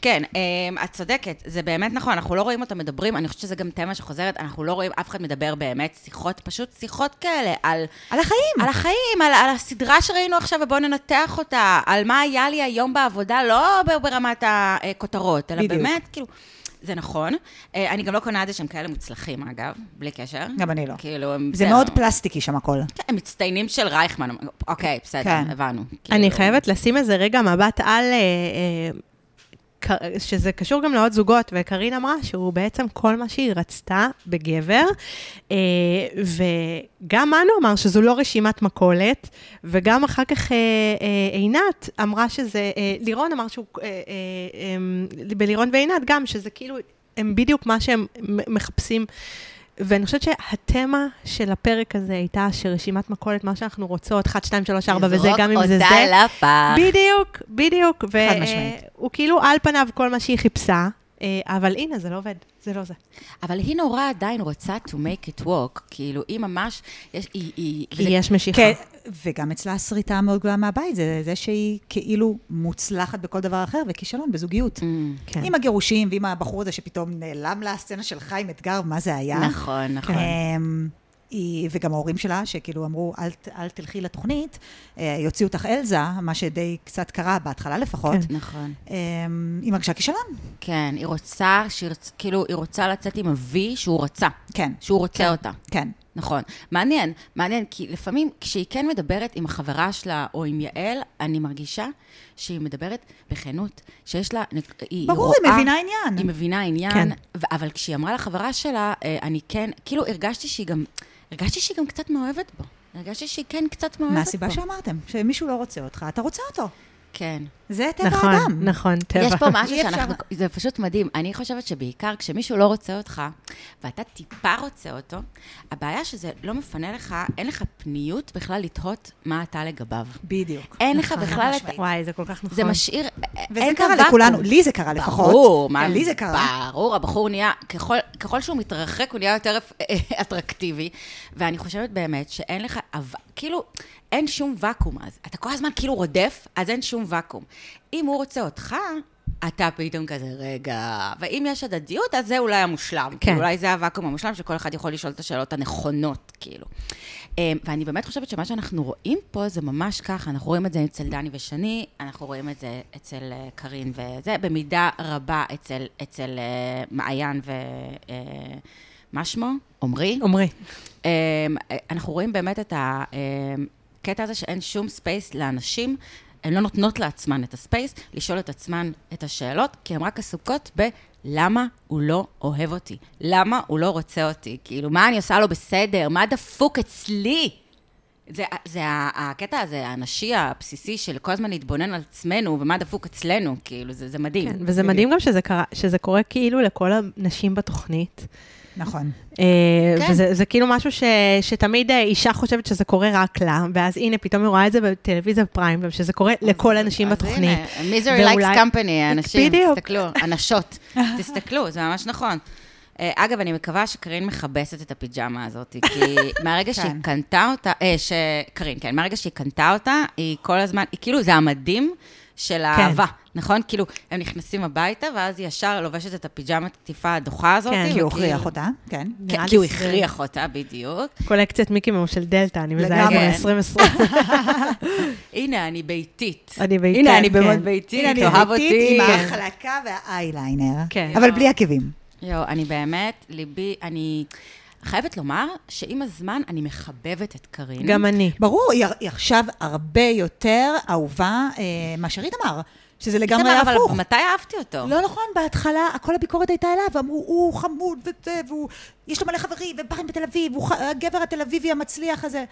Speaker 1: כן, אמ, את צודקת, זה באמת נכון, אנחנו לא רואים אותם מדברים, אני חושבת שזה גם תמה שחוזרת, אנחנו לא רואים אף אחד מדבר באמת, שיחות, פשוט שיחות כאלה, על...
Speaker 3: על החיים.
Speaker 1: על החיים, על, על הסדרה שראינו עכשיו, ובואו ננתח אותה, על מה היה לי היום בעבודה, לא ב- ברמת הכותרות, אלא
Speaker 3: בדיוק.
Speaker 1: באמת, כאילו, זה נכון. אה, אני גם לא קונה את זה שהם כאלה מוצלחים, אגב, בלי קשר.
Speaker 3: גם אני לא.
Speaker 1: כאילו, הם...
Speaker 3: זה
Speaker 1: בסדר.
Speaker 3: מאוד פלסטיקי שם הכל.
Speaker 1: כן, הם מצטיינים של רייכמן. אוקיי, בסדר,
Speaker 3: כן.
Speaker 1: הבנו. כאילו.
Speaker 2: אני חייבת לשים איזה רגע מבט על, אה, אה, ק- שזה קשור גם לעוד זוגות, וקרין אמרה שהוא בעצם כל מה שהיא רצתה בגבר, אה, וגם מנו אמר שזו לא רשימת מכולת, וגם אחר כך אה, אה, עינת אמרה שזה, אה, לירון אמר שהוא, אה, אה, אה, בלירון ועינת גם, שזה כאילו, הם בדיוק מה שהם מ- מחפשים. ואני חושבת שהתמה של הפרק הזה הייתה שרשימת מכולת, מה שאנחנו רוצות, 1, 2, 3, 4, וזה,
Speaker 1: לזרוק
Speaker 2: גם אם זה זה.
Speaker 1: אותה לפח.
Speaker 2: בדיוק, בדיוק. ו-
Speaker 3: חד משמעית.
Speaker 2: אה, הוא כאילו על פניו כל מה שהיא חיפשה, אה, אבל הנה, זה לא עובד, זה לא זה.
Speaker 1: אבל היא נורא עדיין רוצה to make it work. כאילו, היא ממש... יש, היא... היא
Speaker 2: כי
Speaker 1: וזה-
Speaker 2: יש משיכה.
Speaker 3: כן, וגם אצלה שריטה מאוד גדולה מהבית, זה זה שהיא כאילו מוצלחת בכל דבר אחר, וכישלון בזוגיות.
Speaker 1: Mm,
Speaker 2: כן.
Speaker 3: עם הגירושים ועם הבחור הזה שפתאום נעלם לה, הסצנה של חיים אתגר, מה זה היה.
Speaker 1: נכון, נכון.
Speaker 3: אמ, היא, וגם ההורים שלה, שכאילו אמרו, אל, ת- אל תלכי לתוכנית, אה, יוציאו אותך אלזה, מה שדי קצת קרה, בהתחלה לפחות.
Speaker 2: כן.
Speaker 1: נכון.
Speaker 3: אמ, היא מרגישה כישלון.
Speaker 1: כן, היא רוצה, שירצ... כאילו, היא רוצה לצאת עם ה-V שהוא רצה.
Speaker 3: כן.
Speaker 1: שהוא רוצה כן. אותה.
Speaker 3: כן.
Speaker 1: נכון. מעניין, מעניין, כי לפעמים כשהיא כן מדברת עם החברה שלה או עם יעל, אני מרגישה שהיא מדברת בכנות, שיש לה... נק- היא
Speaker 3: ברור, היא
Speaker 1: רואה-
Speaker 3: מבינה עניין.
Speaker 1: היא מבינה עניין,
Speaker 2: כן.
Speaker 1: ו- אבל כשהיא אמרה לחברה שלה, אה, אני כן, כאילו הרגשתי שהיא גם, הרגשתי שהיא גם קצת מאוהבת בו. הרגשתי שהיא כן קצת מאוהבת בו.
Speaker 3: מהסיבה שאמרתם, שמישהו לא רוצה אותך, אתה רוצה אותו.
Speaker 1: כן.
Speaker 3: זה טבע
Speaker 2: נכון,
Speaker 3: האדם.
Speaker 2: נכון, טבע.
Speaker 1: יש פה משהו
Speaker 3: אי אפשר-
Speaker 1: שאנחנו, זה פשוט מדהים. אני חושבת שבעיקר כשמישהו לא רוצה אותך, ואתה טיפה רוצה אותו, הבעיה שזה לא מפנה לך, אין לך פניות בכלל לתהות מה אתה לגביו.
Speaker 3: בדיוק.
Speaker 1: אין לך
Speaker 2: נכון,
Speaker 1: בכלל את...
Speaker 3: משמעית.
Speaker 2: וואי, זה כל כך נכון.
Speaker 1: זה משאיר...
Speaker 3: וזה
Speaker 1: אין את
Speaker 3: קרה
Speaker 1: הוואקום.
Speaker 3: לכולנו, לי זה קרה לפחות. כן,
Speaker 1: ברור, מה
Speaker 3: לי זה קרה.
Speaker 1: ברור, הבחור נהיה, ככל, ככל שהוא מתרחק, הוא נהיה יותר אטרקטיבי. ואני חושבת באמת שאין לך, אב- כאילו, אין שום ואקום אז. אתה כל הזמן כאילו רודף, אז אין שום ואקום. אם הוא רוצה אותך, אתה פתאום כזה, רגע... ואם יש הדדיות, אז זה אולי המושלם. כן. כאילו, אולי זה הוואקום המושלם, שכל אחד יכול לשאול את השאלות הנכונות, כאילו. אמ, ואני באמת חושבת שמה שאנחנו רואים פה זה ממש ככה, אנחנו רואים את זה אצל דני ושני, אנחנו רואים את זה אצל אה, קארין וזה, במידה רבה אצל, אצל אה, מעיין ו... אה, מה שמו? עמרי?
Speaker 2: עמרי.
Speaker 1: אמ, אנחנו רואים באמת את הקטע הזה שאין שום ספייס לאנשים הן לא נותנות לעצמן את הספייס לשאול את עצמן את השאלות, כי הן רק עסוקות ב... למה הוא לא אוהב אותי? למה הוא לא רוצה אותי? כאילו, מה אני עושה לו בסדר? מה דפוק אצלי? זה, זה ה- הקטע הזה, הנשי הבסיסי של כל הזמן להתבונן על עצמנו ומה דפוק אצלנו, כאילו, זה, זה מדהים.
Speaker 2: כן, וזה מדהים גם שזה, קרה, שזה קורה כאילו לכל הנשים בתוכנית.
Speaker 3: נכון.
Speaker 2: כן.
Speaker 1: כן.
Speaker 2: וזה זה כאילו משהו ש, שתמיד אה, אישה חושבת שזה קורה רק לה, ואז הנה, פתאום היא רואה את זה בטלוויזיה פריים, שזה קורה לכל הנשים בתוכנית.
Speaker 1: אז הנה, מיזרי לייקס
Speaker 2: ואולי-
Speaker 1: קמפני, האנשים,
Speaker 2: בדיוק.
Speaker 1: תסתכלו, הנשות, תסתכלו, זה ממש נכון. אה, אגב, אני מקווה שקרין מכבסת את הפיג'מה הזאת, כי מהרגע שהיא
Speaker 3: כן.
Speaker 1: קנתה אותה, אה, ש... קרין, כן, מהרגע שהיא קנתה אותה, היא כל הזמן, היא כאילו, זה המדים
Speaker 2: כן.
Speaker 1: של האהבה, נכון? כאילו, הם נכנסים הביתה, ואז היא ישר לובשת את הפיג'מת טיפה הדוחה הזאת.
Speaker 2: כן,
Speaker 3: כי הוא
Speaker 1: וכאילו-
Speaker 3: הכריח אותה, כן.
Speaker 1: כן,
Speaker 2: נראה
Speaker 1: כי
Speaker 2: לי
Speaker 1: הוא
Speaker 2: שזה-
Speaker 1: הכריח אותה, בדיוק.
Speaker 2: קולקציית מיקי מאוס של דלתא, אני מזהה
Speaker 3: לגמרי.
Speaker 2: כבר 2020.
Speaker 1: הנה, אני ביתית.
Speaker 2: אני ביתית,
Speaker 1: הנה, אני
Speaker 2: כן.
Speaker 1: במוד ביתית,
Speaker 3: הנה,
Speaker 1: תאהב
Speaker 3: אני
Speaker 1: אותי. כן.
Speaker 3: ביתית עם ההחלקה והאייליינר,
Speaker 2: כן.
Speaker 3: אבל בלי עקבים.
Speaker 1: יואו, אני באמת, ליבי, אני חייבת לומר שעם הזמן אני מחבבת את קארין.
Speaker 2: גם אני.
Speaker 3: ברור, היא היא עכשיו הרבה יותר אהובה אה, מאשר איתמר, שזה לגמרי
Speaker 1: איתמר, אבל
Speaker 3: הפוך.
Speaker 1: מתי אהבתי אותו?
Speaker 3: לא נכון, בהתחלה כל הביקורת הייתה אליו, אמרו, הוא חמוד וזה, והוא, יש לו מלא חברים, וברים בתל אביב, הוא ח- הגבר התל אביבי המצליח הזה.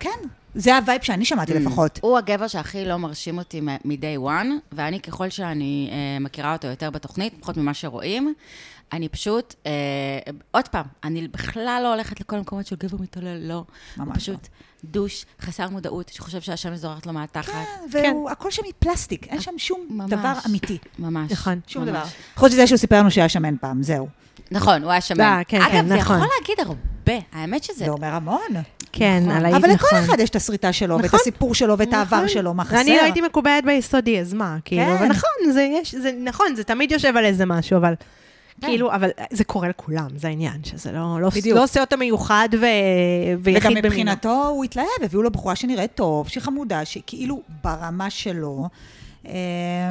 Speaker 3: כן, זה הווייב שאני
Speaker 1: Mm.
Speaker 3: שמעתי לפחות.
Speaker 1: הוא הגבר שהכי לא מרשים אותי מ- מ-day one, ואני, ככל שאני אה, מכירה אותו יותר בתוכנית, פחות ממה שרואים, אני פשוט, אה, עוד פעם, אני בכלל לא הולכת לכל המקומות של גבר מתעלל, לא. הוא
Speaker 3: ממש
Speaker 1: פשוט
Speaker 2: לא.
Speaker 1: דוש, חסר מודעות, שחושב שהשמש זורחת לו מהתחת.
Speaker 2: כן.
Speaker 3: והכל אה, שם מפלסטיק, אין שם שום
Speaker 1: ממש.
Speaker 3: דבר אמיתי.
Speaker 1: ממש.
Speaker 2: נכון.
Speaker 3: שום
Speaker 1: ממש.
Speaker 3: דבר. חוץ מזה שהוא סיפר לנו שהיה שמן פעם, זהו.
Speaker 1: נכון, הוא היה שמן.
Speaker 2: אה, כן, כן,
Speaker 1: אגב, זה יכול
Speaker 2: נכון. לא.
Speaker 1: להגיד הרבה. האמת שזה...
Speaker 3: זה אומר המון.
Speaker 2: כן,
Speaker 1: נכון.
Speaker 2: על האי נכון.
Speaker 3: אבל לכל אחד יש את הסריטה שלו, ואת
Speaker 2: נכון.
Speaker 3: הסיפור שלו, ואת העבר
Speaker 2: נכון.
Speaker 3: שלו, מה חסר.
Speaker 2: אני לא הייתי מקובעת ביסודי, אז מה? כאילו,
Speaker 3: כן.
Speaker 2: אבל נכון, זה יש, זה נכון, זה תמיד יושב על איזה משהו, אבל... כאילו, אבל זה קורה לכולם, זה העניין, שזה לא, לא,
Speaker 3: כן. בדיוק.
Speaker 2: לא עושה אותו מיוחד ו... ויחיד
Speaker 3: וגם
Speaker 2: במינו.
Speaker 3: מבחינתו הוא התלהב, הביאו לו בחורה שנראית טוב, שהיא חמודה, שכאילו ברמה שלו. אמ,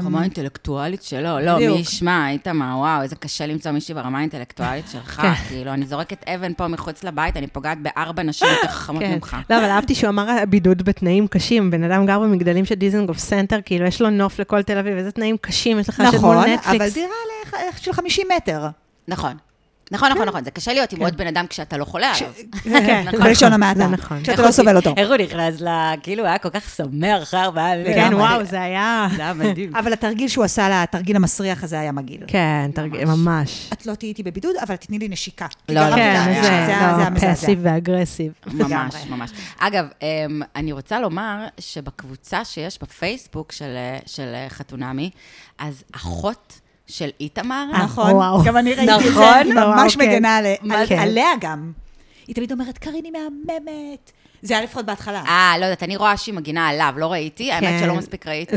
Speaker 1: ברמה האינטלקטואלית שלו, לא,
Speaker 3: בדיוק.
Speaker 1: מי ישמע, איתמר, וואו, איזה קשה למצוא מישהי ברמה האינטלקטואלית שלך,
Speaker 3: כן.
Speaker 1: כאילו, אני זורקת אבן פה מחוץ לבית, אני פוגעת בארבע נשים יותר חכמות
Speaker 2: כן.
Speaker 1: ממך.
Speaker 2: לא, אבל אהבתי שהוא אמר הבידוד בתנאים קשים. בן אדם גר במגדלים של דיזנגוף סנטר, כאילו, יש לו נוף לכל תל אביב, איזה תנאים קשים יש לך לשבת מול
Speaker 3: נכון, אבל
Speaker 2: נטפליקס.
Speaker 3: דירה ל- של 50 מטר.
Speaker 1: נכון. נכון, נכון, נכון, זה קשה להיות
Speaker 3: כן.
Speaker 1: עם עוד בן אדם כשאתה לא חולה עליו.
Speaker 2: כן,
Speaker 1: נכון.
Speaker 3: בלשון
Speaker 2: זה
Speaker 3: המעטה.
Speaker 2: נכון.
Speaker 3: שאתה לא סובל אותו.
Speaker 1: איך הוא נכנס ל... כאילו, הוא היה כל כך שמח אחרי ארבעה ימים.
Speaker 2: כן,
Speaker 3: לגמרי.
Speaker 2: וואו, זה היה...
Speaker 1: זה היה מדהים.
Speaker 3: אבל התרגיל שהוא עשה לה, התרגיל המסריח הזה היה מגעיל.
Speaker 2: כן, תרגיל, ממש.
Speaker 3: את לא תהיי איתי בבידוד, אבל תתני לי נשיקה. כי
Speaker 1: לא,
Speaker 3: גרמת לי
Speaker 2: כן,
Speaker 3: להרגיש
Speaker 2: זה
Speaker 3: שזה היה- זה היה
Speaker 2: לא,
Speaker 3: מזעזע.
Speaker 2: פסיב ואגרסיב.
Speaker 1: ממש, ממש. אגב, אמ, אני רוצה לומר שבקבוצה שיש בפייסבוק של, אה, של אה, חתונמי, אז אחות של איתמר,
Speaker 2: אה,
Speaker 3: נכון,
Speaker 2: וואו.
Speaker 3: גם אני ראיתי את זה,
Speaker 1: נכון?
Speaker 3: היא
Speaker 2: וואו,
Speaker 3: ממש
Speaker 2: כן.
Speaker 3: מגנה עליה-
Speaker 2: מה
Speaker 3: על-
Speaker 2: זה?
Speaker 3: עליה גם. היא תמיד אומרת, קרין היא מהממת. זה היה לפחות בהתחלה.
Speaker 1: אה, לא יודעת, אני רואה שהיא מגינה עליו, לא ראיתי, האמת
Speaker 2: כן.
Speaker 1: שלא מספיק ראיתי.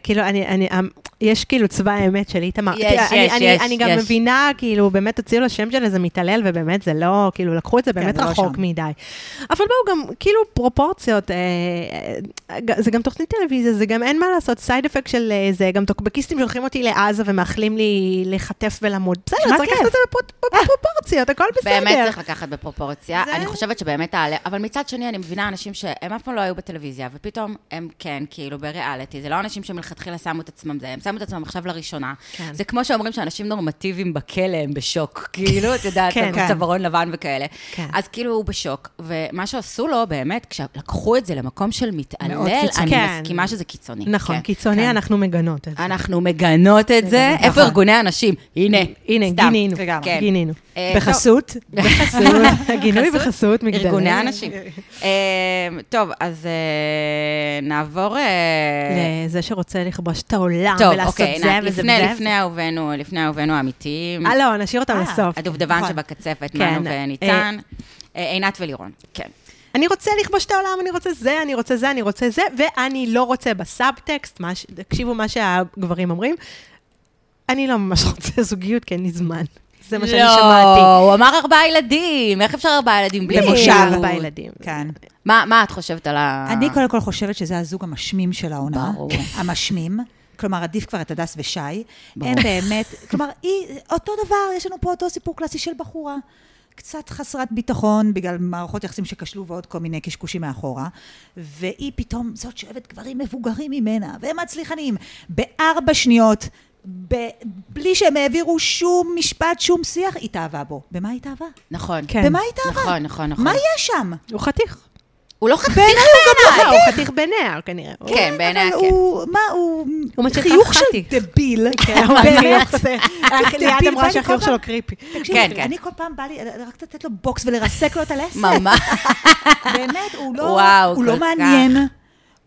Speaker 2: וכאילו, אני, אני, אמ, יש כאילו צבא האמת של איתמר.
Speaker 1: יש,
Speaker 2: תראה, אני-
Speaker 1: יש,
Speaker 2: אני-
Speaker 1: יש,
Speaker 2: אני גם
Speaker 1: יש.
Speaker 2: מבינה, כאילו, באמת הוציאו לו שם של איזה מתעלל, ובאמת זה לא, כאילו, לקחו את זה באמת
Speaker 1: כן,
Speaker 3: זה לא
Speaker 2: רחוק
Speaker 3: שם.
Speaker 2: מדי. אבל בואו, גם, כאילו, פרופורציות, אה, אה, זה גם תוכנית טלוויזיה, זה גם אין מה לעשות, סייד אפקט של אה, זה, גם טוקבקיסטים שולחים אותי לעזה ומאחלים לי לחטף ולמות. בסדר,
Speaker 3: מה
Speaker 2: צריך
Speaker 3: כיף?
Speaker 2: לקחת את זה בפרו- בפרופורציות, הכל בסדר.
Speaker 1: באמת צריך לקחת בפרופורציה.
Speaker 2: זה-
Speaker 1: אני חושבת שבאמת תעלה, אבל מצד שני, אני מבינה אנשים שהם אף פעם לא היו בטלוויזיה, ופתאום הם כן, כאילו, בריאליטי. זה לא אנשים שמלכתחילה שמו את עצמם זה, הם שמו את עצמם עכשיו לראשונה.
Speaker 2: כן.
Speaker 1: זה כמו שאומרים שאנשים נורמטיביים בכלא הם בשוק, כאילו, את יודעת,
Speaker 2: כן,
Speaker 1: הם
Speaker 2: כן.
Speaker 1: צווארון לבן וכאלה.
Speaker 2: כן.
Speaker 1: אז כאילו, הוא בשוק. ומה שעשו לו, באמת, כשלקחו את זה למקום של מתעלל,
Speaker 2: קיצוני.
Speaker 1: אני
Speaker 2: כן.
Speaker 1: מסכימה שזה קיצוני.
Speaker 2: נכון,
Speaker 1: כן.
Speaker 2: קיצוני, אנחנו מגנות את זה.
Speaker 1: אנחנו מגנות את זה. איפה ארגוני הנשים? הנה,
Speaker 2: נכון. הנה,
Speaker 1: סתם.
Speaker 2: גינינו,
Speaker 3: לגמרי.
Speaker 1: כן.
Speaker 2: גינינו.
Speaker 1: אה, טוב.
Speaker 3: בחסות,
Speaker 2: בחסות, גינוי בחסות מגדלים.
Speaker 1: ארגוני הנשים. אמ, טוב, אז אה, נעבור... אה,
Speaker 2: לזה שרוצה לכבוש את העולם
Speaker 1: טוב,
Speaker 2: ולעשות
Speaker 1: אוקיי,
Speaker 2: זה
Speaker 1: נה-
Speaker 2: וזה
Speaker 1: לפני,
Speaker 2: וזה.
Speaker 1: לפני אהובינו, לפני אהובינו האמיתיים,
Speaker 2: אה, לא, נשאיר אותם
Speaker 3: אה,
Speaker 2: לסוף.
Speaker 1: הדובדבן
Speaker 3: נכון.
Speaker 1: שבקצפת,
Speaker 2: כן,
Speaker 1: מנו
Speaker 2: אה,
Speaker 1: וניצן, אה, עינת ולירון, כן.
Speaker 2: אני רוצה לכבוש את העולם, אני רוצה זה, אני רוצה זה, אני רוצה זה, ואני לא רוצה בסאבטקסט, מה ש- תקשיבו מה שהגברים אומרים, אני לא ממש רוצה זוגיות, כי אין לי זמן. זה מה שאני
Speaker 1: לא,
Speaker 2: שמעתי.
Speaker 1: הוא אמר ארבעה ילדים, איך אפשר ארבעה ילדים בלי
Speaker 2: בלי
Speaker 3: במושב.
Speaker 1: זוגיות?
Speaker 2: ארבעה ילדים.
Speaker 3: כן.
Speaker 1: מה מה את חושבת על ה...
Speaker 3: אני קודם כל חושבת שזה הזוג המשמים של העונה.
Speaker 1: ברור.
Speaker 3: המשמים. כלומר, עדיף כבר את הדס ושי.
Speaker 1: ברור.
Speaker 3: הם באמת, כלומר, היא, אותו דבר, יש לנו פה אותו סיפור קלאסי של בחורה. קצת חסרת ביטחון בגלל מערכות יחסים שכשלו ועוד כל מיני קשקושים מאחורה, והיא פתאום זאת שאוהבת גברים מבוגרים ממנה, והם מצליחנים, בארבע שניות, ב- בלי שהם העבירו שום משפט, שום שיח, היא תאהבה בו. במה היא תאהבה?
Speaker 1: נכון.
Speaker 2: כן.
Speaker 3: במה היא תאהבה?
Speaker 1: נכון, נכון, נכון.
Speaker 3: מה יש שם?
Speaker 2: הוא חתיך.
Speaker 1: הוא לא חתיך בעיניי.
Speaker 2: לא, הוא חתיך בנער כנראה.
Speaker 1: כן, בעיניי,
Speaker 3: לא- אבל
Speaker 1: כן.
Speaker 3: הוא, מה, הוא...
Speaker 2: הוא מצליח
Speaker 3: חיוך של
Speaker 2: חתיך.
Speaker 3: דביל. לא
Speaker 2: באמת.
Speaker 3: כן, באמת. אה,
Speaker 2: ליעד אה, אמרה
Speaker 3: בא לי
Speaker 2: שהחיוך
Speaker 3: כל
Speaker 2: שלו
Speaker 3: פעם-
Speaker 2: קריפי.
Speaker 3: תקשיב,
Speaker 1: כן, כן.
Speaker 3: אני כל פעם בא לי אה, רק לתת לו בוקס ולרסק לו את הלסת.
Speaker 1: ממש.
Speaker 3: באמת, הוא לא,
Speaker 1: וואו,
Speaker 3: הוא לא
Speaker 1: כל כך.
Speaker 3: מעניין,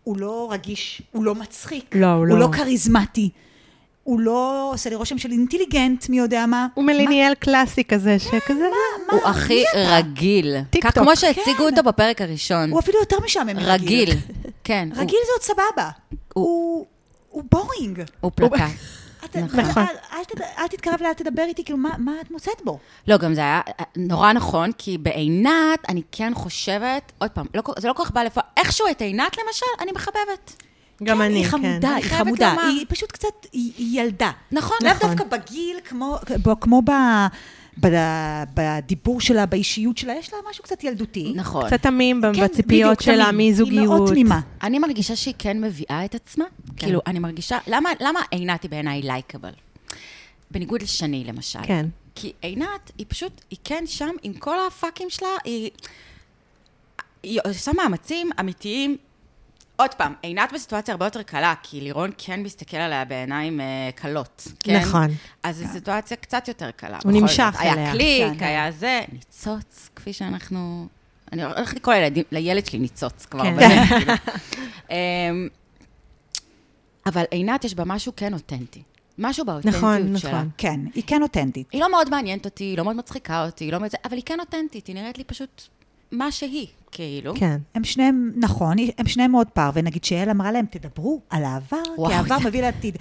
Speaker 3: הוא לא רגיש, הוא לא מצחיק,
Speaker 2: לא, הוא
Speaker 3: הוא לא
Speaker 2: לא.
Speaker 3: כריזמטי, הוא לא עושה לי רושם של אינטליגנט, מי יודע מה.
Speaker 2: הוא מליניאל קלאסי כזה, שכזה...
Speaker 1: הוא הכי רגיל.
Speaker 2: טיק-טוק.
Speaker 1: כמו שהציגו אותו בפרק הראשון.
Speaker 3: הוא אפילו יותר משעמם
Speaker 1: כן. רגיל. כן. הוא-
Speaker 3: רגיל זה עוד סבבה.
Speaker 1: הוא-
Speaker 3: הוא הוא בורינג.
Speaker 1: הוא פלקה.
Speaker 3: את-
Speaker 2: נכון.
Speaker 3: אל- אל תד- אל תתקרב לאל תדבר איתי, כאילו, מה מה את מוצאת בו?
Speaker 1: לא, גם זה היה אה, נורא נכון, כי בעינת, אני כן חושבת, עוד פעם, לא כל- זה לא כל כך בא לפה, איכשהו את עינת למשל, אני מחבבת.
Speaker 2: גם אני,
Speaker 3: היא
Speaker 2: כן.
Speaker 3: חמודה,
Speaker 1: אני
Speaker 3: היא
Speaker 1: חייבת
Speaker 3: חמודה.
Speaker 1: לומר.
Speaker 3: היא פשוט קצת, היא היא ילדה.
Speaker 1: נכון.
Speaker 3: לאו
Speaker 1: נכון.
Speaker 3: דווקא בגיל, כמו- בו- כמו ב... ב- בדיבור שלה, באישיות שלה, יש לה משהו קצת ילדותי.
Speaker 1: נכון.
Speaker 2: קצת תמים
Speaker 3: כן,
Speaker 2: בציפיות
Speaker 3: בדיוק,
Speaker 2: שלה
Speaker 3: תמים.
Speaker 2: מזוגיות.
Speaker 3: היא מאוד תמימה.
Speaker 1: אני מרגישה שהיא כן מביאה את עצמה. כן. כאילו, אני מרגישה... למה, למה עינת היא בעיניי לייקבל? בניגוד לשני, למשל.
Speaker 2: כן.
Speaker 1: כי עינת, היא פשוט, היא כן שם עם כל הפאקים שלה, היא... היא עושה מאמצים אמיתיים. עוד פעם, עינת בסיטואציה הרבה יותר קלה, כי לירון כן מסתכל עליה בעיניים אה, קלות. כן?
Speaker 2: נכון.
Speaker 1: אז זו סיטואציה קצת יותר קלה.
Speaker 2: הוא
Speaker 1: בכל
Speaker 2: נמשך
Speaker 1: זאת.
Speaker 2: אליה.
Speaker 1: היה קליק,
Speaker 3: כן.
Speaker 1: היה זה, ניצוץ, כפי שאנחנו... אני הולכת לקרוא לילדים- לילד שלי ניצוץ כבר,
Speaker 2: כן.
Speaker 1: באמת. כאילו. אמ, אבל עינת, יש בה משהו כן אותנטי. משהו באותנטיות
Speaker 2: נכון,
Speaker 1: שלה.
Speaker 2: נכון.
Speaker 3: כן, היא כן אותנטית.
Speaker 1: היא לא מאוד מעניינת אותי, היא לא מאוד מצחיקה אותי, היא לא מאוד... זה, אבל היא כן אותנטית, היא נראית לי פשוט מה שהיא, כאילו.
Speaker 2: כן.
Speaker 3: הם שניהם, נכון, הם שניהם מאוד פער, ונגיד שיעל אמרה להם, תדברו על העבר,
Speaker 1: וואו,
Speaker 3: כי העבר
Speaker 1: זה-
Speaker 3: מביא לעתיד.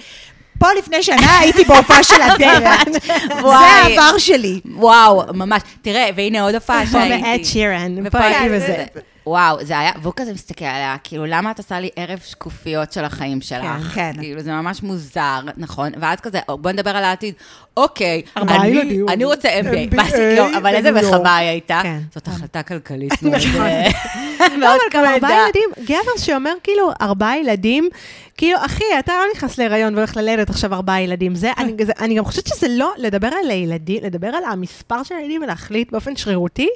Speaker 3: פה לפני שנה הייתי בהופעה של אדרת, זה
Speaker 1: וואי.
Speaker 3: העבר שלי.
Speaker 1: וואו, ממש. תראה, והנה עוד הופעה שהייתי.
Speaker 2: מאד שירן, פה
Speaker 1: ופה
Speaker 2: הייתי
Speaker 1: הייתי
Speaker 2: בזה.
Speaker 1: בזה. וואו, זה היה, והוא כזה מסתכל עליה, כאילו, למה את עושה לי ערב שקופיות של החיים שלך?
Speaker 3: כן, כן.
Speaker 1: כאילו, זה ממש מוזר, נכון? ואז כזה, "או, בוא נדבר על העתיד. אוקיי,
Speaker 2: ארבעה
Speaker 1: אני-
Speaker 2: ילדים.
Speaker 1: אני רוצה
Speaker 2: MBA,
Speaker 1: MBA. ואז- לא, אבל איזה
Speaker 2: בניו יורק.
Speaker 1: מלחמה היא הייתה?
Speaker 2: כן.
Speaker 1: זאת החלטה כלכלית מאוד אה, מאוד
Speaker 2: גם לא, ארבעה
Speaker 1: כבדה.
Speaker 2: ילדים, גבר שאומר כאילו ארבעה ילדים, כאילו אחי, אתה לא נכנס להיריון והולך ללדת עכשיו ארבעה ילדים. זה, אני, זה, אני גם חושבת שזה לא לדבר על הילדים, לדבר על המספר של הילדים ולהחליט באופן שרירותי,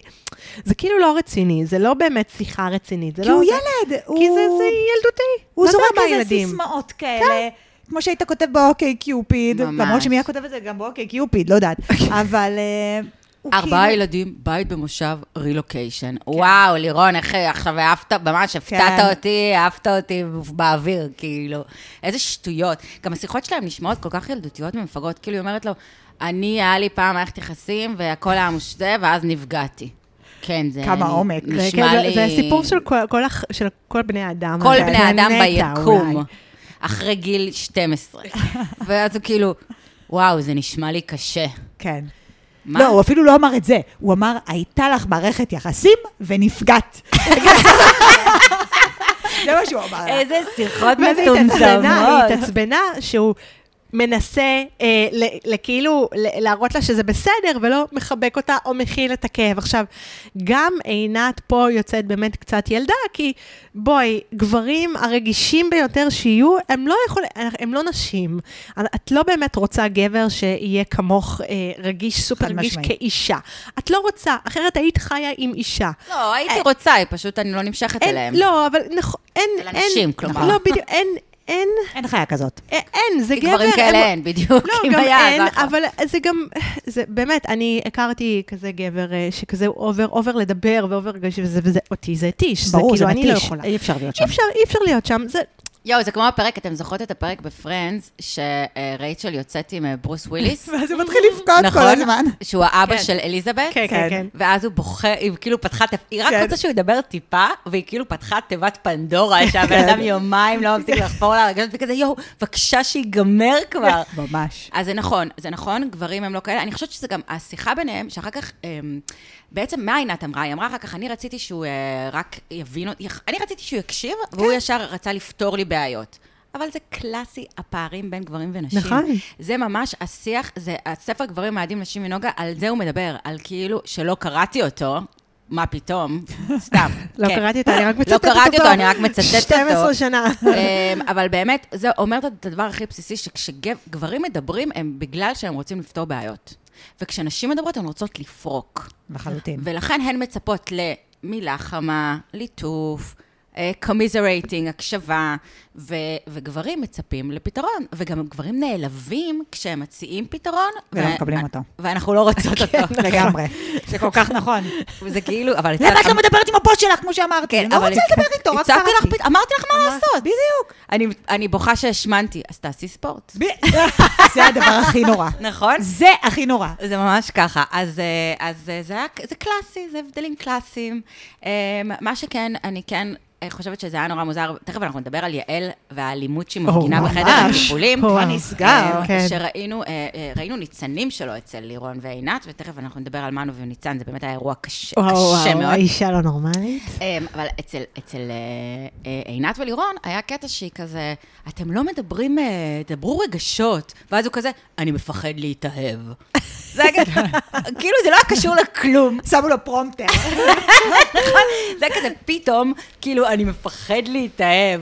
Speaker 2: זה כאילו לא רציני, זה לא באמת שיחה רצינית. זה
Speaker 3: כי
Speaker 2: לא,
Speaker 3: הוא
Speaker 2: זה-
Speaker 3: ילד,
Speaker 2: כי זה,
Speaker 3: הוא-
Speaker 2: זה ילדותי.
Speaker 3: הוא
Speaker 2: מה זה
Speaker 3: זורק
Speaker 2: ארבעה
Speaker 3: איזה
Speaker 2: ילדים?
Speaker 3: סיסמאות כאלה. כמו שהיית כותב באוקיי קיופיד,
Speaker 1: כן. ממש. כן.
Speaker 3: למרות שמי היה כותב את זה גם באוקיי קיופיד, לא יודעת. אבל אה, הוא
Speaker 1: ארבעה
Speaker 3: כאילו-
Speaker 1: ילדים, בית במושב, רילוקיישן. וואו, לירון, איך עכשיו אהבת, ממש הפתעת
Speaker 3: כן.
Speaker 1: אותי, אהבת אותי באוויר, כאילו. איזה שטויות. גם השיחות שלהם נשמעות כל כך ילדותיות ומפגרות, כאילו היא אומרת לו, אני, היה לי פעם מערכת יחסים, והכל היה מושתה, ואז נפגעתי. כן, זה
Speaker 3: כמה
Speaker 1: נ-
Speaker 3: עומק.
Speaker 2: זה,
Speaker 1: נשמע
Speaker 2: כן,
Speaker 1: לי...
Speaker 2: זה הסיפור של כל, כל, הח- של כל בני האדם.
Speaker 1: כל
Speaker 2: אבל
Speaker 1: בני האדם
Speaker 2: נטע אולי.
Speaker 1: ביקום, אחרי גיל 12. ואז הוא כאילו, וואו, זה נשמע לי קשה.
Speaker 3: כן.
Speaker 1: מה?
Speaker 3: לא, הוא אפילו לא אמר את זה. הוא אמר, הייתה לך מערכת יחסים ונפגעת. זה מה שהוא אמר. לה.
Speaker 1: איזה שיחות
Speaker 2: ואז היא התעצבנה, היא
Speaker 1: מטומטמות.
Speaker 2: התעצבנה שהוא מנסה אה, ל- לכאילו ל- להראות לה שזה בסדר, ולא מחבק אותה או מכיל את הכאב. עכשיו, גם עינת פה יוצאת באמת קצת ילדה, כי בואי, גברים הרגישים ביותר שיהיו, הם לא יכולים, הם לא נשים. את לא באמת רוצה גבר שיהיה כמוך אה, רגיש, סופר
Speaker 3: חד
Speaker 2: רגיש
Speaker 3: משמעית.
Speaker 2: כאישה. את לא רוצה, אחרת היית חיה עם אישה.
Speaker 1: לא, הייתי
Speaker 3: אה-
Speaker 1: רוצה, היא פשוט, אני לא נמשכת
Speaker 2: אין-
Speaker 1: אליהם.
Speaker 2: לא, אבל נכון, אין,
Speaker 1: אל
Speaker 2: אין,
Speaker 1: אנשים, כלומר.
Speaker 2: לא, בדיוק, אין, אין,
Speaker 3: אין חיה כזאת.
Speaker 2: אה, אין, זה
Speaker 1: כי
Speaker 2: גבר.
Speaker 1: גברים כאלה
Speaker 2: הם-
Speaker 1: אין, נכון. בדיוק.
Speaker 2: לא,
Speaker 1: אם
Speaker 2: גם
Speaker 1: היה,
Speaker 2: אין,
Speaker 1: אז אחלה.
Speaker 2: אבל זה גם, זה באמת, אני הכרתי כזה גבר אה, שכזה הוא עובר, עובר לדבר ועובר רגש, וזה, וזה אותי זה התיש.
Speaker 3: ברור, זה
Speaker 2: כאילו, אני לא
Speaker 3: מתיש.
Speaker 2: יכולה.
Speaker 3: אי אפשר להיות שם.
Speaker 2: אי אפשר, אי אפשר להיות שם, זה,
Speaker 1: יואו, זה כמו הפרק, אתם זוכרות את הפרק בפרנדס, שרייצ'ל יוצאת עם אה, ברוס וויליס?
Speaker 3: ואז הוא מתחיל לבכות כל
Speaker 1: נכון?
Speaker 3: הזמן.
Speaker 1: שהוא האבא
Speaker 2: כן.
Speaker 1: של אליזבת?
Speaker 2: כן, כן, כן.
Speaker 1: ואז הוא בוכה, היא כאילו פתחה, תיב- היא רק
Speaker 3: כן.
Speaker 1: רוצה שהוא ידבר טיפה, והיא כאילו פתחה תיבת פנדורה,
Speaker 2: כן.
Speaker 1: שהבן אדם יומיים לא מפסיק לחפור לה רגשות, וכזה, יואו, בבקשה שיגמר כבר.
Speaker 3: ממש.
Speaker 1: אז זה נכון, זה נכון, גברים הם לא כאלה. אני חושבת שזה גם השיחה ביניהם, שאחר כך, אמ, בעצם מה עינת אמרה? היא אמרה אחר כך, אני רציתי
Speaker 2: כן.
Speaker 1: שהוא אה, רק יבין אותי, אני רציתי שהוא יקשיב, והוא ישר רצה לפתור לי בעיות. אבל זה קלאסי הפערים בין גברים ונשים.
Speaker 2: נכון.
Speaker 1: זה ממש השיח, זה הספר גברים מאדים נשים מנוגה, על זה הוא מדבר, על כאילו שלא קראתי אותו. מה פתאום? סתם.
Speaker 2: לא
Speaker 1: כן.
Speaker 2: קראתי אותו, אני רק מצטטת אותו.
Speaker 1: לא קראתי אותו, אני רק מצטטת אותו.
Speaker 2: 12 שנה.
Speaker 1: אמ, אבל באמת, זה אומר את הדבר הכי בסיסי, שכשגברים מדברים, הם בגלל שהם רוצים לפתור בעיות. וכשנשים מדברות, הן רוצות לפרוק.
Speaker 3: לחלוטין.
Speaker 1: ולכן הן מצפות למילה חמה, ליטוף, קומיזרייטינג, הקשבה, ו- וגברים מצפים לפתרון, וגם גברים נעלבים כשהם מציעים פתרון.
Speaker 3: ולא
Speaker 1: ו-
Speaker 3: מקבלים אותו. כן,
Speaker 1: ואנחנו לא רוצות אותו.
Speaker 3: לגמרי.
Speaker 1: זה כל כך נכון. וזה כאילו, אבל...
Speaker 3: למה את לא מדברת עם הבוס שלך, כמו שאמרתי?
Speaker 1: כן,
Speaker 3: אני לא רוצה לדבר איתו, רק
Speaker 1: הצעתי לך,
Speaker 3: קראתי.
Speaker 1: פת- אמרתי לך מה
Speaker 3: אמרת,
Speaker 1: לעשות. בדיוק. אני בוכה שהשמנתי, אז תעשי ספורט.
Speaker 3: זה הדבר הכי נורא.
Speaker 1: נכון?
Speaker 3: זה הכי נורא.
Speaker 1: זה ממש ככה. אז, אה, אז אה, זה, היה, זה קלאסי, זה הבדלים קלאסיים. אה, מה שכן, אני כן אה, חושבת שזה היה נורא מוזר, תכף אנחנו נדבר על יעל והאלימות שהיא מפגינה
Speaker 2: או,
Speaker 1: בחדר
Speaker 2: ממש.
Speaker 1: הטיפולים.
Speaker 2: או,
Speaker 1: אה,
Speaker 2: נסגר. כן.
Speaker 1: שראינו אה, אה, ראינו ניצנים שלו אצל לירון ועינת, ותכף אנחנו נדבר על מנו וניצן, זה באמת היה אירוע קשה,
Speaker 2: וואו,
Speaker 1: קשה
Speaker 2: וואו,
Speaker 1: מאוד.
Speaker 2: האישה לא נורמלית.
Speaker 1: אמ, אבל אצל, אצל אה, אה, עינת ולירון היה קטע שהיא כזה, אתם לא מדברים, אה, דברו רגשות. ואז הוא כזה, אני מפחד להתאהב. זה היה כזה, כאילו זה לא היה קשור לכלום.
Speaker 3: שמו לו פרומטר.
Speaker 1: זה היה כזה פתאום, כאילו, אני מפחד להתאהב.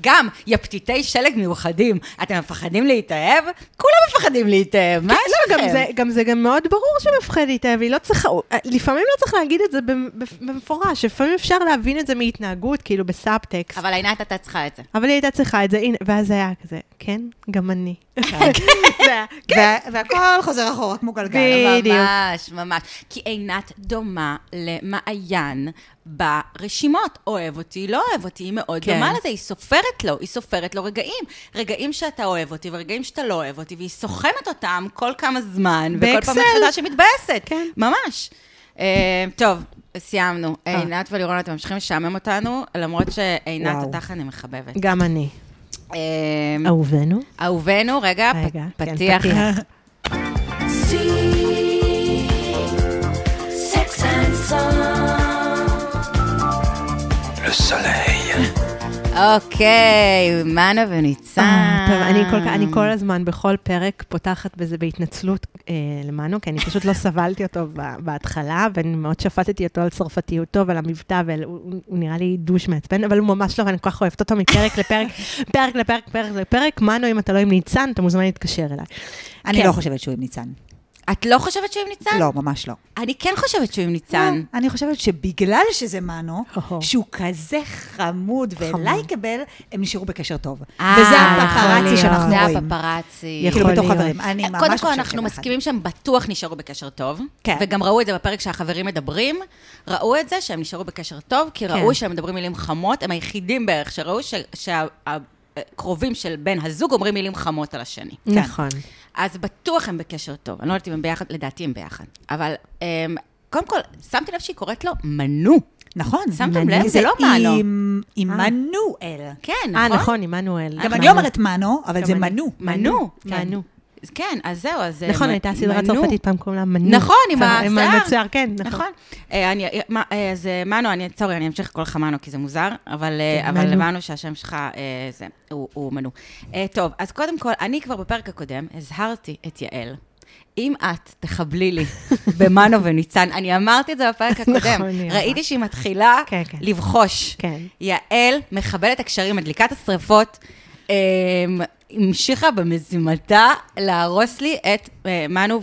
Speaker 1: גם, יפתיתי שלג מיוחדים, אתם מפחדים להתאהב? כולם מפחדים להתאהב, מה יש
Speaker 2: לא,
Speaker 1: לכם?
Speaker 2: גם זה, גם זה גם מאוד ברור שמפחד להתאהב, היא לא צריכה, הוא- לפעמים לא צריך להגיד את זה במ- במפורש, לפעמים אפשר להבין את זה מהתנהגות, כאילו בסאבטקסט.
Speaker 1: אבל עינת הייתה צריכה את זה.
Speaker 2: אבל היא הייתה צריכה את זה, הנה, ואז זה היה כזה, כן, גם אני. זה היה,
Speaker 1: כן.
Speaker 3: ו- והכל חוזר אחורה כמו גלגל.
Speaker 2: ב-
Speaker 3: אבל-
Speaker 2: בדיוק.
Speaker 1: ממש, ממש. כי עינת דומה למעיין ברשימות. אוהב אותי, לא אוהב אותי, היא מאוד
Speaker 2: כן.
Speaker 1: כן. דומה לזה, היא סופרת לו, היא סופרת לו רגעים. רגעים שאתה אוהב אותי ורגעים שאתה לא אוהב אותי, והיא סוכמת אותם כל כמה זמן, וכל פעם
Speaker 2: באקסל.
Speaker 1: מחדש היא מתבאסת.
Speaker 2: כן.
Speaker 1: ממש. אה, טוב, סיימנו.
Speaker 2: אה.
Speaker 1: עינת ולירון, אתם ממשיכים לשעמם אותנו, למרות שעינת,
Speaker 3: וואו.
Speaker 1: אותך אני מחבבת.
Speaker 2: גם אני.
Speaker 1: אה,
Speaker 2: אהובנו.
Speaker 1: אהובנו, רגע, פ-
Speaker 2: רגע, כן,
Speaker 1: פתיח.
Speaker 2: פתיח.
Speaker 5: Le soleil.
Speaker 1: אוקיי, מנה וניצן.
Speaker 2: אה, טוב, אני כל כך- אני כל הזמן, בכל פרק, פותחת בזה בהתנצלות אה, למנו, כי אני פשוט לא סבלתי אותו ב- בהתחלה, ואני מאוד שפטתי אותו על צרפתיותו ועל המבטא, והוא נראה לי דוש מעצבן, אבל הוא ממש לא, ואני כל כך אוהבת אותו מפרק לפרק, פרק לפרק, פרק לפרק. מנו, אם אתה לא עם ניצן, אתה מוזמן להתקשר אליי.
Speaker 3: אני
Speaker 2: כן.
Speaker 3: לא חושבת שהוא עם ניצן.
Speaker 1: את לא חושבת שהוא עם ניצן?
Speaker 3: לא, ממש לא.
Speaker 1: אני כן חושבת שהוא עם ניצן.
Speaker 3: לא, אני חושבת שבגלל שזה מנו,
Speaker 2: אוהו.
Speaker 3: שהוא כזה חמוד
Speaker 2: חמוד.
Speaker 3: ולייקבל, הם נשארו בקשר טוב.
Speaker 1: אה,
Speaker 3: וזה
Speaker 1: יכול
Speaker 3: הפפראצי
Speaker 1: להיות.
Speaker 3: שאנחנו
Speaker 1: זה
Speaker 3: רואים.
Speaker 1: הפפראצי.
Speaker 2: יכול
Speaker 3: כאילו בתור
Speaker 2: להיות.
Speaker 3: חברים. אני ממש לא
Speaker 1: אה, קודם
Speaker 3: חושבת
Speaker 1: כל,
Speaker 3: שהם
Speaker 1: אנחנו
Speaker 3: אחד.
Speaker 1: מסכימים שהם בטוח נשארו בקשר טוב.
Speaker 3: כן.
Speaker 1: וגם ראו את זה בפרק שהחברים מדברים. ראו את זה שהם נשארו בקשר טוב, כי ראו שהם מדברים מילים חמות. הם היחידים בערך שראו שהקרובים של בן הזוג אומרים מילים חמות על השני.
Speaker 2: נכון.
Speaker 1: אז בטוח הם בקשר טוב. אני לא יודעת אם הם ביחד, לדעתי הם ביחד. אבל אמ, קודם כל, שמתי לב שהיא קוראת לו מנו.
Speaker 3: נכון.
Speaker 1: שמתם לב?
Speaker 3: כי
Speaker 1: זה לא מנו. אה.
Speaker 3: עם- עם מנואל.
Speaker 1: כן,
Speaker 2: אה,
Speaker 1: נכון?
Speaker 2: נכון, עמנואל.
Speaker 3: גם אני
Speaker 2: מנו.
Speaker 3: אומרת מנו, אבל זה
Speaker 2: אני.
Speaker 3: מנו.
Speaker 1: מנו. כן.
Speaker 2: מנו.
Speaker 1: אז כן, אז זהו, אז... אה,
Speaker 2: נכון,
Speaker 1: מ-
Speaker 2: הייתה סדרה
Speaker 1: מנו.
Speaker 2: צרפתית פעם, קוראים לה מנו.
Speaker 1: נכון, עם
Speaker 2: צר-
Speaker 1: השיער.
Speaker 2: המצויר, כן, נכון.
Speaker 1: אה, אני, אה, מה, אה, אז אה, מנו, אני, סורי, אני אמשיך לקרוא לך מנו, כי זה מוזר, אבל, אה,
Speaker 2: כן,
Speaker 1: אבל
Speaker 2: מנו.
Speaker 1: הבנו שהשם שלך, אה, זה, הוא, הוא מנו. אה, טוב, אז קודם כל, אני כבר בפרק הקודם הזהרתי את יעל. אם את תחבלי לי במנו וניצן, אני אמרתי את זה בפרק הקודם,
Speaker 2: נכון, היא אמרה.
Speaker 1: ראיתי שהיא מתחילה
Speaker 2: כן, כן.
Speaker 1: לבחוש.
Speaker 2: כן.
Speaker 1: יעל, מחבלת הקשרים, מדליקה את השרפות, אה, המשיכה במזימתה להרוס לי את אה, מנו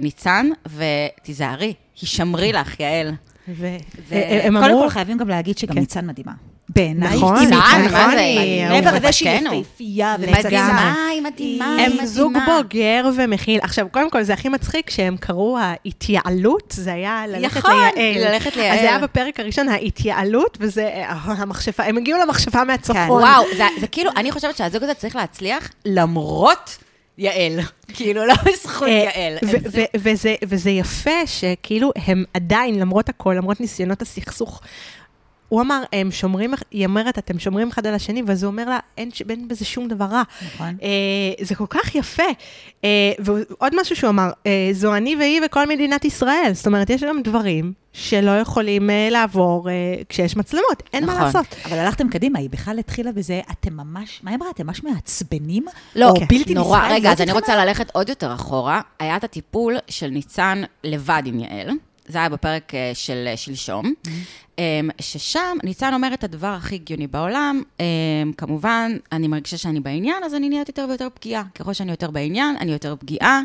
Speaker 1: וניצן, ותיזהרי, הישמרי לך, יעל.
Speaker 2: ו-
Speaker 1: זה-
Speaker 2: אה, הם
Speaker 3: קודם
Speaker 2: אמרו...
Speaker 3: כל חייבים גם להגיד שגם
Speaker 2: כן.
Speaker 3: ניצן מדהימה. בעיניי,
Speaker 2: נכון,
Speaker 3: היא
Speaker 2: ניצן,
Speaker 3: מדהימה.
Speaker 2: נכון, היא
Speaker 3: מעבר לזה שהיא
Speaker 1: אהובתנו.
Speaker 3: יפהפייה ומצגה.
Speaker 1: מדהימה, היא מדהימה, היא
Speaker 2: אה, הם
Speaker 1: מדהימה.
Speaker 2: זוג בוגר ומכיל. עכשיו, קודם כל, זה הכי מצחיק שהם קראו ההתייעלות, זה היה ללכת
Speaker 1: נכון,
Speaker 2: לייעל.
Speaker 1: ללכת לייעל.
Speaker 2: אז זה היה בפרק הראשון, ההתייעלות, וזה אה, המכשפה, הם הגיעו למכשפה מהצפון.
Speaker 1: וואו, זה- זה כאילו, אני חושבת שהזוג הזה צריך להצליח למרות יעל. כאילו, לא בזכות
Speaker 2: אה,
Speaker 1: יעל.
Speaker 2: ו-
Speaker 1: הם-
Speaker 2: ו- וזה- וזה יפה שכאילו הם עדיין, למרות הכל, למרות ניסיונות הסכסוך, הוא אמר, הם שומרים, היא אומרת, אתם שומרים אחד על השני, ואז הוא אומר לה, אין, ש- אין בזה שום דבר רע.
Speaker 3: נכון.
Speaker 2: אה, זה כל כך יפה. אה, ועוד משהו שהוא אמר, אה, זו אני והיא וכל מדינת ישראל. זאת אומרת, יש גם דברים שלא יכולים אה, לעבור אה, כשיש מצלמות, אין מה
Speaker 1: נכון.
Speaker 2: לעשות.
Speaker 3: אבל הלכתם קדימה, היא בכלל התחילה בזה, אתם ממש, מה היא אמרה? אתם ממש מעצבנים?
Speaker 1: לא,
Speaker 3: או בלתי
Speaker 1: נורא,
Speaker 3: נסבל לא
Speaker 1: רגע,
Speaker 3: להיות
Speaker 1: אז אני
Speaker 3: איתכם?
Speaker 1: רוצה ללכת עוד יותר אחורה. היה את הטיפול של ניצן לבד עם יעל, זה היה בפרק אה, של אה, שלשום,
Speaker 3: Mm-hmm.
Speaker 1: אמ, ששם ניצן אומר את הדבר הכי הגיוני בעולם. אמ, כמובן, אני מרגישה שאני בעניין, אז אני נהיית יותר ויותר פגיעה. ככל שאני יותר בעניין, אני יותר פגיעה.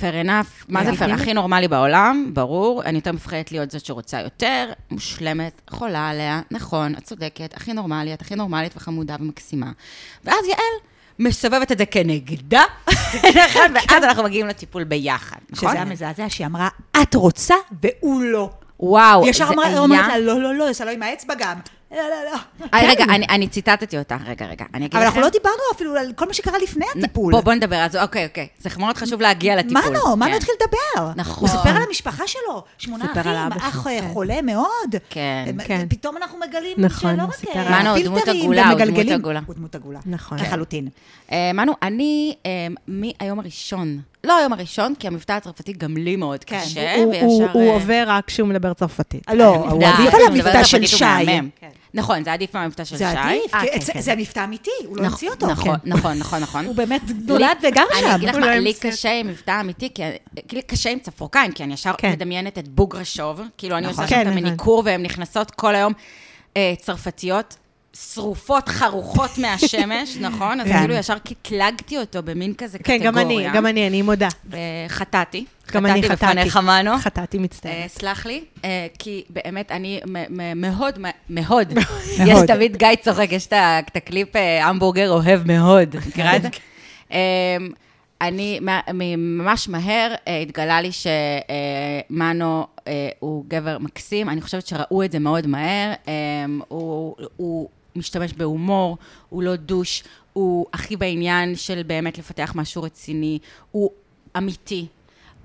Speaker 1: fair enough,
Speaker 3: כן,
Speaker 1: מה זה fair?
Speaker 2: לגיטימי.
Speaker 1: הכי נורמלי בעולם, ברור. אני יותר מפחדת להיות זאת שרוצה יותר, מושלמת, חולה עליה, נכון, את צודקת, הכי נורמלי, את הכי נורמלית וחמודה ומקסימה. ואז יעל מסובבת את זה כנגדה, נכון? ואז אנחנו מגיעים לטיפול ביחד, נכון?
Speaker 3: כן. שזה היה מזעזע, שהיא אמרה, את רוצה והוא לא.
Speaker 1: וואו,
Speaker 3: ישר
Speaker 1: זה
Speaker 3: אמרה-
Speaker 1: היה-
Speaker 3: אומרת לה, לא, לא, לא, עושה לו עם האצבע גם. לא, לא, לא.
Speaker 1: אה, רגע, אני- אני ציטטתי אותה, רגע, רגע, אני אגיד לכם.
Speaker 3: אבל אנחנו לא דיברנו אפילו על כל מה שקרה לפני הטיפול.
Speaker 1: בוא, בוא נדבר על זה, אוקיי, אוקיי. זה מאוד חשוב להגיע לטיפול.
Speaker 3: מנו, מנו
Speaker 1: כן.
Speaker 3: לא התחיל לדבר.
Speaker 1: נכון.
Speaker 3: הוא סיפר על המשפחה שלו, שמונה
Speaker 2: סיפר על
Speaker 3: אחים,
Speaker 2: אבא
Speaker 3: אח
Speaker 2: שלו,
Speaker 3: אה,
Speaker 2: כן.
Speaker 3: חולה מאוד.
Speaker 1: כן.
Speaker 3: אה,
Speaker 2: כן.
Speaker 3: פתאום אנחנו מגלים
Speaker 2: נכון,
Speaker 3: שלא
Speaker 2: הוא
Speaker 3: רק
Speaker 2: סיפר
Speaker 3: אה,
Speaker 2: על
Speaker 3: פילטרים
Speaker 1: מנו, הוא דמות עגולה, הוא דמות
Speaker 3: ומגלגלים.
Speaker 1: עגולה.
Speaker 3: הוא דמות עגולה.
Speaker 2: נכון.
Speaker 3: לחלוטין.
Speaker 1: אה, מנו, אני אה, מהיום הראשון, לא היום הראשון, כי המבטא הצרפתי גם לי מאוד
Speaker 3: כן.
Speaker 1: קשה,
Speaker 2: הוא-
Speaker 1: וישר...
Speaker 2: הוא- הוא
Speaker 1: אה,
Speaker 2: עובר רק כשהוא מדבר צרפתית.
Speaker 3: לא, הוא
Speaker 1: די,
Speaker 3: עדיף
Speaker 1: כשהוא
Speaker 3: על
Speaker 1: מדבר
Speaker 3: המבטא של
Speaker 1: צרפתית הוא
Speaker 3: שי.
Speaker 1: מהמם. נכון, זה עדיף מהמבטא של שי.
Speaker 3: זה עדיף,
Speaker 2: אה,
Speaker 3: כי
Speaker 2: כן,
Speaker 3: זה-
Speaker 2: כן.
Speaker 3: זה מבטא אמיתי, הוא לא
Speaker 1: נכון,
Speaker 3: המציא אותו.
Speaker 1: נכון,
Speaker 3: כן.
Speaker 1: נכון, נכון, נכון.
Speaker 3: הוא באמת
Speaker 1: לי-
Speaker 3: נולד וגר שם.
Speaker 1: אני אגיד לך
Speaker 2: הוא לא
Speaker 1: מה, לי
Speaker 2: המציא
Speaker 1: קשה עם מבטא אמיתי, כי כאילו קשה עם צפורקיים, כי אני ישר
Speaker 2: כן.
Speaker 1: מדמיינת את בוגרשוב, כאילו אני עושה
Speaker 2: כן,
Speaker 1: שם את
Speaker 2: נכון.
Speaker 1: המניקור, והן נכנסות כל היום אה, צרפתיות. שרופות, חרוכות מהשמש, נכון? אז
Speaker 2: כן.
Speaker 1: כאילו ישר קטלגתי אותו במין כזה
Speaker 2: כן,
Speaker 1: קטגוריה.
Speaker 2: גם אני, גם אני, אני מודה.
Speaker 1: אה, חטאתי.
Speaker 2: גם אני
Speaker 1: חטאתי בפניך, מנו.
Speaker 2: חטאתי,
Speaker 1: אה,
Speaker 2: מצטערת.
Speaker 1: סלח לי, אה, כי באמת אני מ- מ- מאוד, מ- מאוד, יש תמיד גיא צוחק, יש את ה- את הקליפ אה, המבורגר אוהב מאוד, מכירה את זה? אה, אני מה- מ- ממש מהר אה, התגלה לי שמנו אה, הוא גבר מקסים, אני חושבת שראו את זה מאוד מהר, אה, הוא- הוא משתמש בהומור, הוא לא דוש, הוא הכי בעניין של באמת לפתח משהו רציני, הוא אמיתי,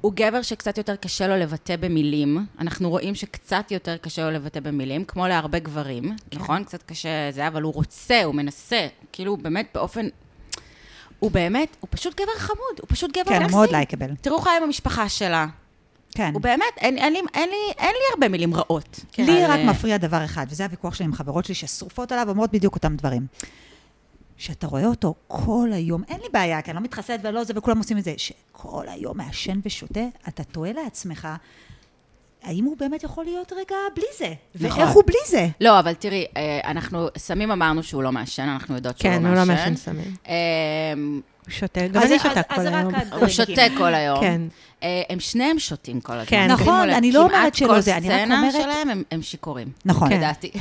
Speaker 1: הוא גבר שקצת יותר קשה לו לבטא במילים. אנחנו רואים שקצת יותר קשה לו לבטא במילים, כמו להרבה גברים, כן. נכון? קצת קשה זה, אבל הוא רוצה, הוא מנסה, כאילו באמת באופן... הוא באמת, הוא פשוט גבר חמוד, הוא פשוט גבר
Speaker 3: כן,
Speaker 1: מקסים.
Speaker 3: מאוד לייקבל.
Speaker 1: תראו איך היה עם המשפחה שלה.
Speaker 3: כן.
Speaker 1: הוא באמת, אין, אין, לי, אין, לי, אין לי הרבה מילים רעות.
Speaker 3: לי
Speaker 1: אבל,
Speaker 3: רק
Speaker 1: אה,
Speaker 3: מפריע דבר אחד, וזה הוויכוח שלי עם חברות שלי ששרופות עליו, אומרות בדיוק אותם דברים. שאתה רואה אותו כל היום, אין לי בעיה, כי אני לא מתחסדת ולא זה, וכולם עושים את זה, שכל היום מעשן ושותה, אתה תוהה לעצמך, האם הוא באמת יכול להיות רגע בלי זה?
Speaker 1: נכון.
Speaker 3: ואיך הוא בלי זה?
Speaker 1: לא, אבל תראי, אה, אנחנו, סמים אמרנו שהוא לא מעשן, אנחנו יודעות שהוא
Speaker 2: כן,
Speaker 1: לא
Speaker 2: הוא לא
Speaker 1: מעשן.
Speaker 2: מעשן סמים.
Speaker 1: אה,
Speaker 2: הוא שותה, גם
Speaker 3: אז
Speaker 2: אני
Speaker 3: זה-
Speaker 2: שותה
Speaker 3: אז- אז
Speaker 2: כל
Speaker 3: זה רק
Speaker 2: היום. אוקיי.
Speaker 3: הדרינקים.
Speaker 1: הוא שותה כל היום.
Speaker 2: כן.
Speaker 1: אה, הם שניהם שותים כל הזמן.
Speaker 2: כן.
Speaker 1: שימו
Speaker 3: נכון,
Speaker 1: לב,
Speaker 3: אני לא
Speaker 1: כמעט
Speaker 3: אומרת שלא זה, אני רק
Speaker 1: כל
Speaker 3: אומרת-
Speaker 1: סצנה שלהם הם- הם שיכורים.
Speaker 3: נכון.
Speaker 1: כן. לדעתי.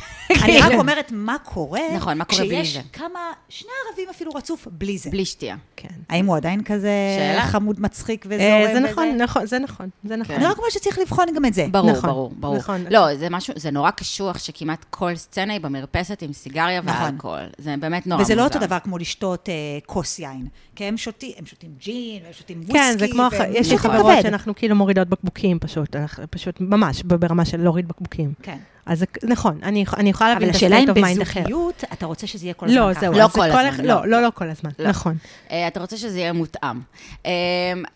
Speaker 3: אני רק אומרת מה קורה,
Speaker 1: נכון, מה קורה בלי
Speaker 3: כשיש
Speaker 1: זה.
Speaker 3: כמה, שני ערבים אפילו רצוף בלי זה.
Speaker 1: בלי שתייה.
Speaker 2: כן.
Speaker 3: האם הוא עדיין כזה
Speaker 1: שאלה.
Speaker 3: חמוד, מצחיק וזורם?
Speaker 2: אה, זה
Speaker 3: וזה?
Speaker 2: נכון, נכון, זה נכון, זה נכון.
Speaker 1: כן.
Speaker 3: אני לא רק אומרת שצריך לבחון גם את זה.
Speaker 1: ברור,
Speaker 2: נכון,
Speaker 1: ברור, ברור.
Speaker 2: נכון.
Speaker 1: לא, זה משהו, זה נורא קשוח שכמעט כל סצנה היא במרפסת עם סיגריה
Speaker 3: נכון.
Speaker 1: ואלכוהול. זה באמת נורא מוזר.
Speaker 3: וזה לא אותו דבר כמו לשתות אה, כוס יין, כי הם שותים, הם שותים ג'ין, הם שותים וויסקי. נכון.
Speaker 2: כן, זה כמו, הח-
Speaker 3: והם-
Speaker 2: יש לי
Speaker 3: שותים
Speaker 2: חברות
Speaker 3: כבד.
Speaker 2: שאנחנו כאילו מורידות בקבוקים פשוט, אנחנו- פשוט ממש ב- ברמה של להוריד בקבוקים.
Speaker 3: כן.
Speaker 2: אז זה- נכון, אני יכולה- אני יכולה
Speaker 3: אבל
Speaker 2: להבין את
Speaker 3: השאלה אם
Speaker 2: ה-state of mind אחר.
Speaker 3: בזוגיות, אתה רוצה שזה יהיה כל הזמן
Speaker 2: לא,
Speaker 3: ככה.
Speaker 2: זהו.
Speaker 1: לא
Speaker 2: אז זה
Speaker 1: כל הזמן,
Speaker 2: לא,
Speaker 1: לא.
Speaker 2: לא, לא כל הזמן,
Speaker 1: לא.
Speaker 2: נכון.
Speaker 1: אה, אתה רוצה שזה יהיה מותאם. אה,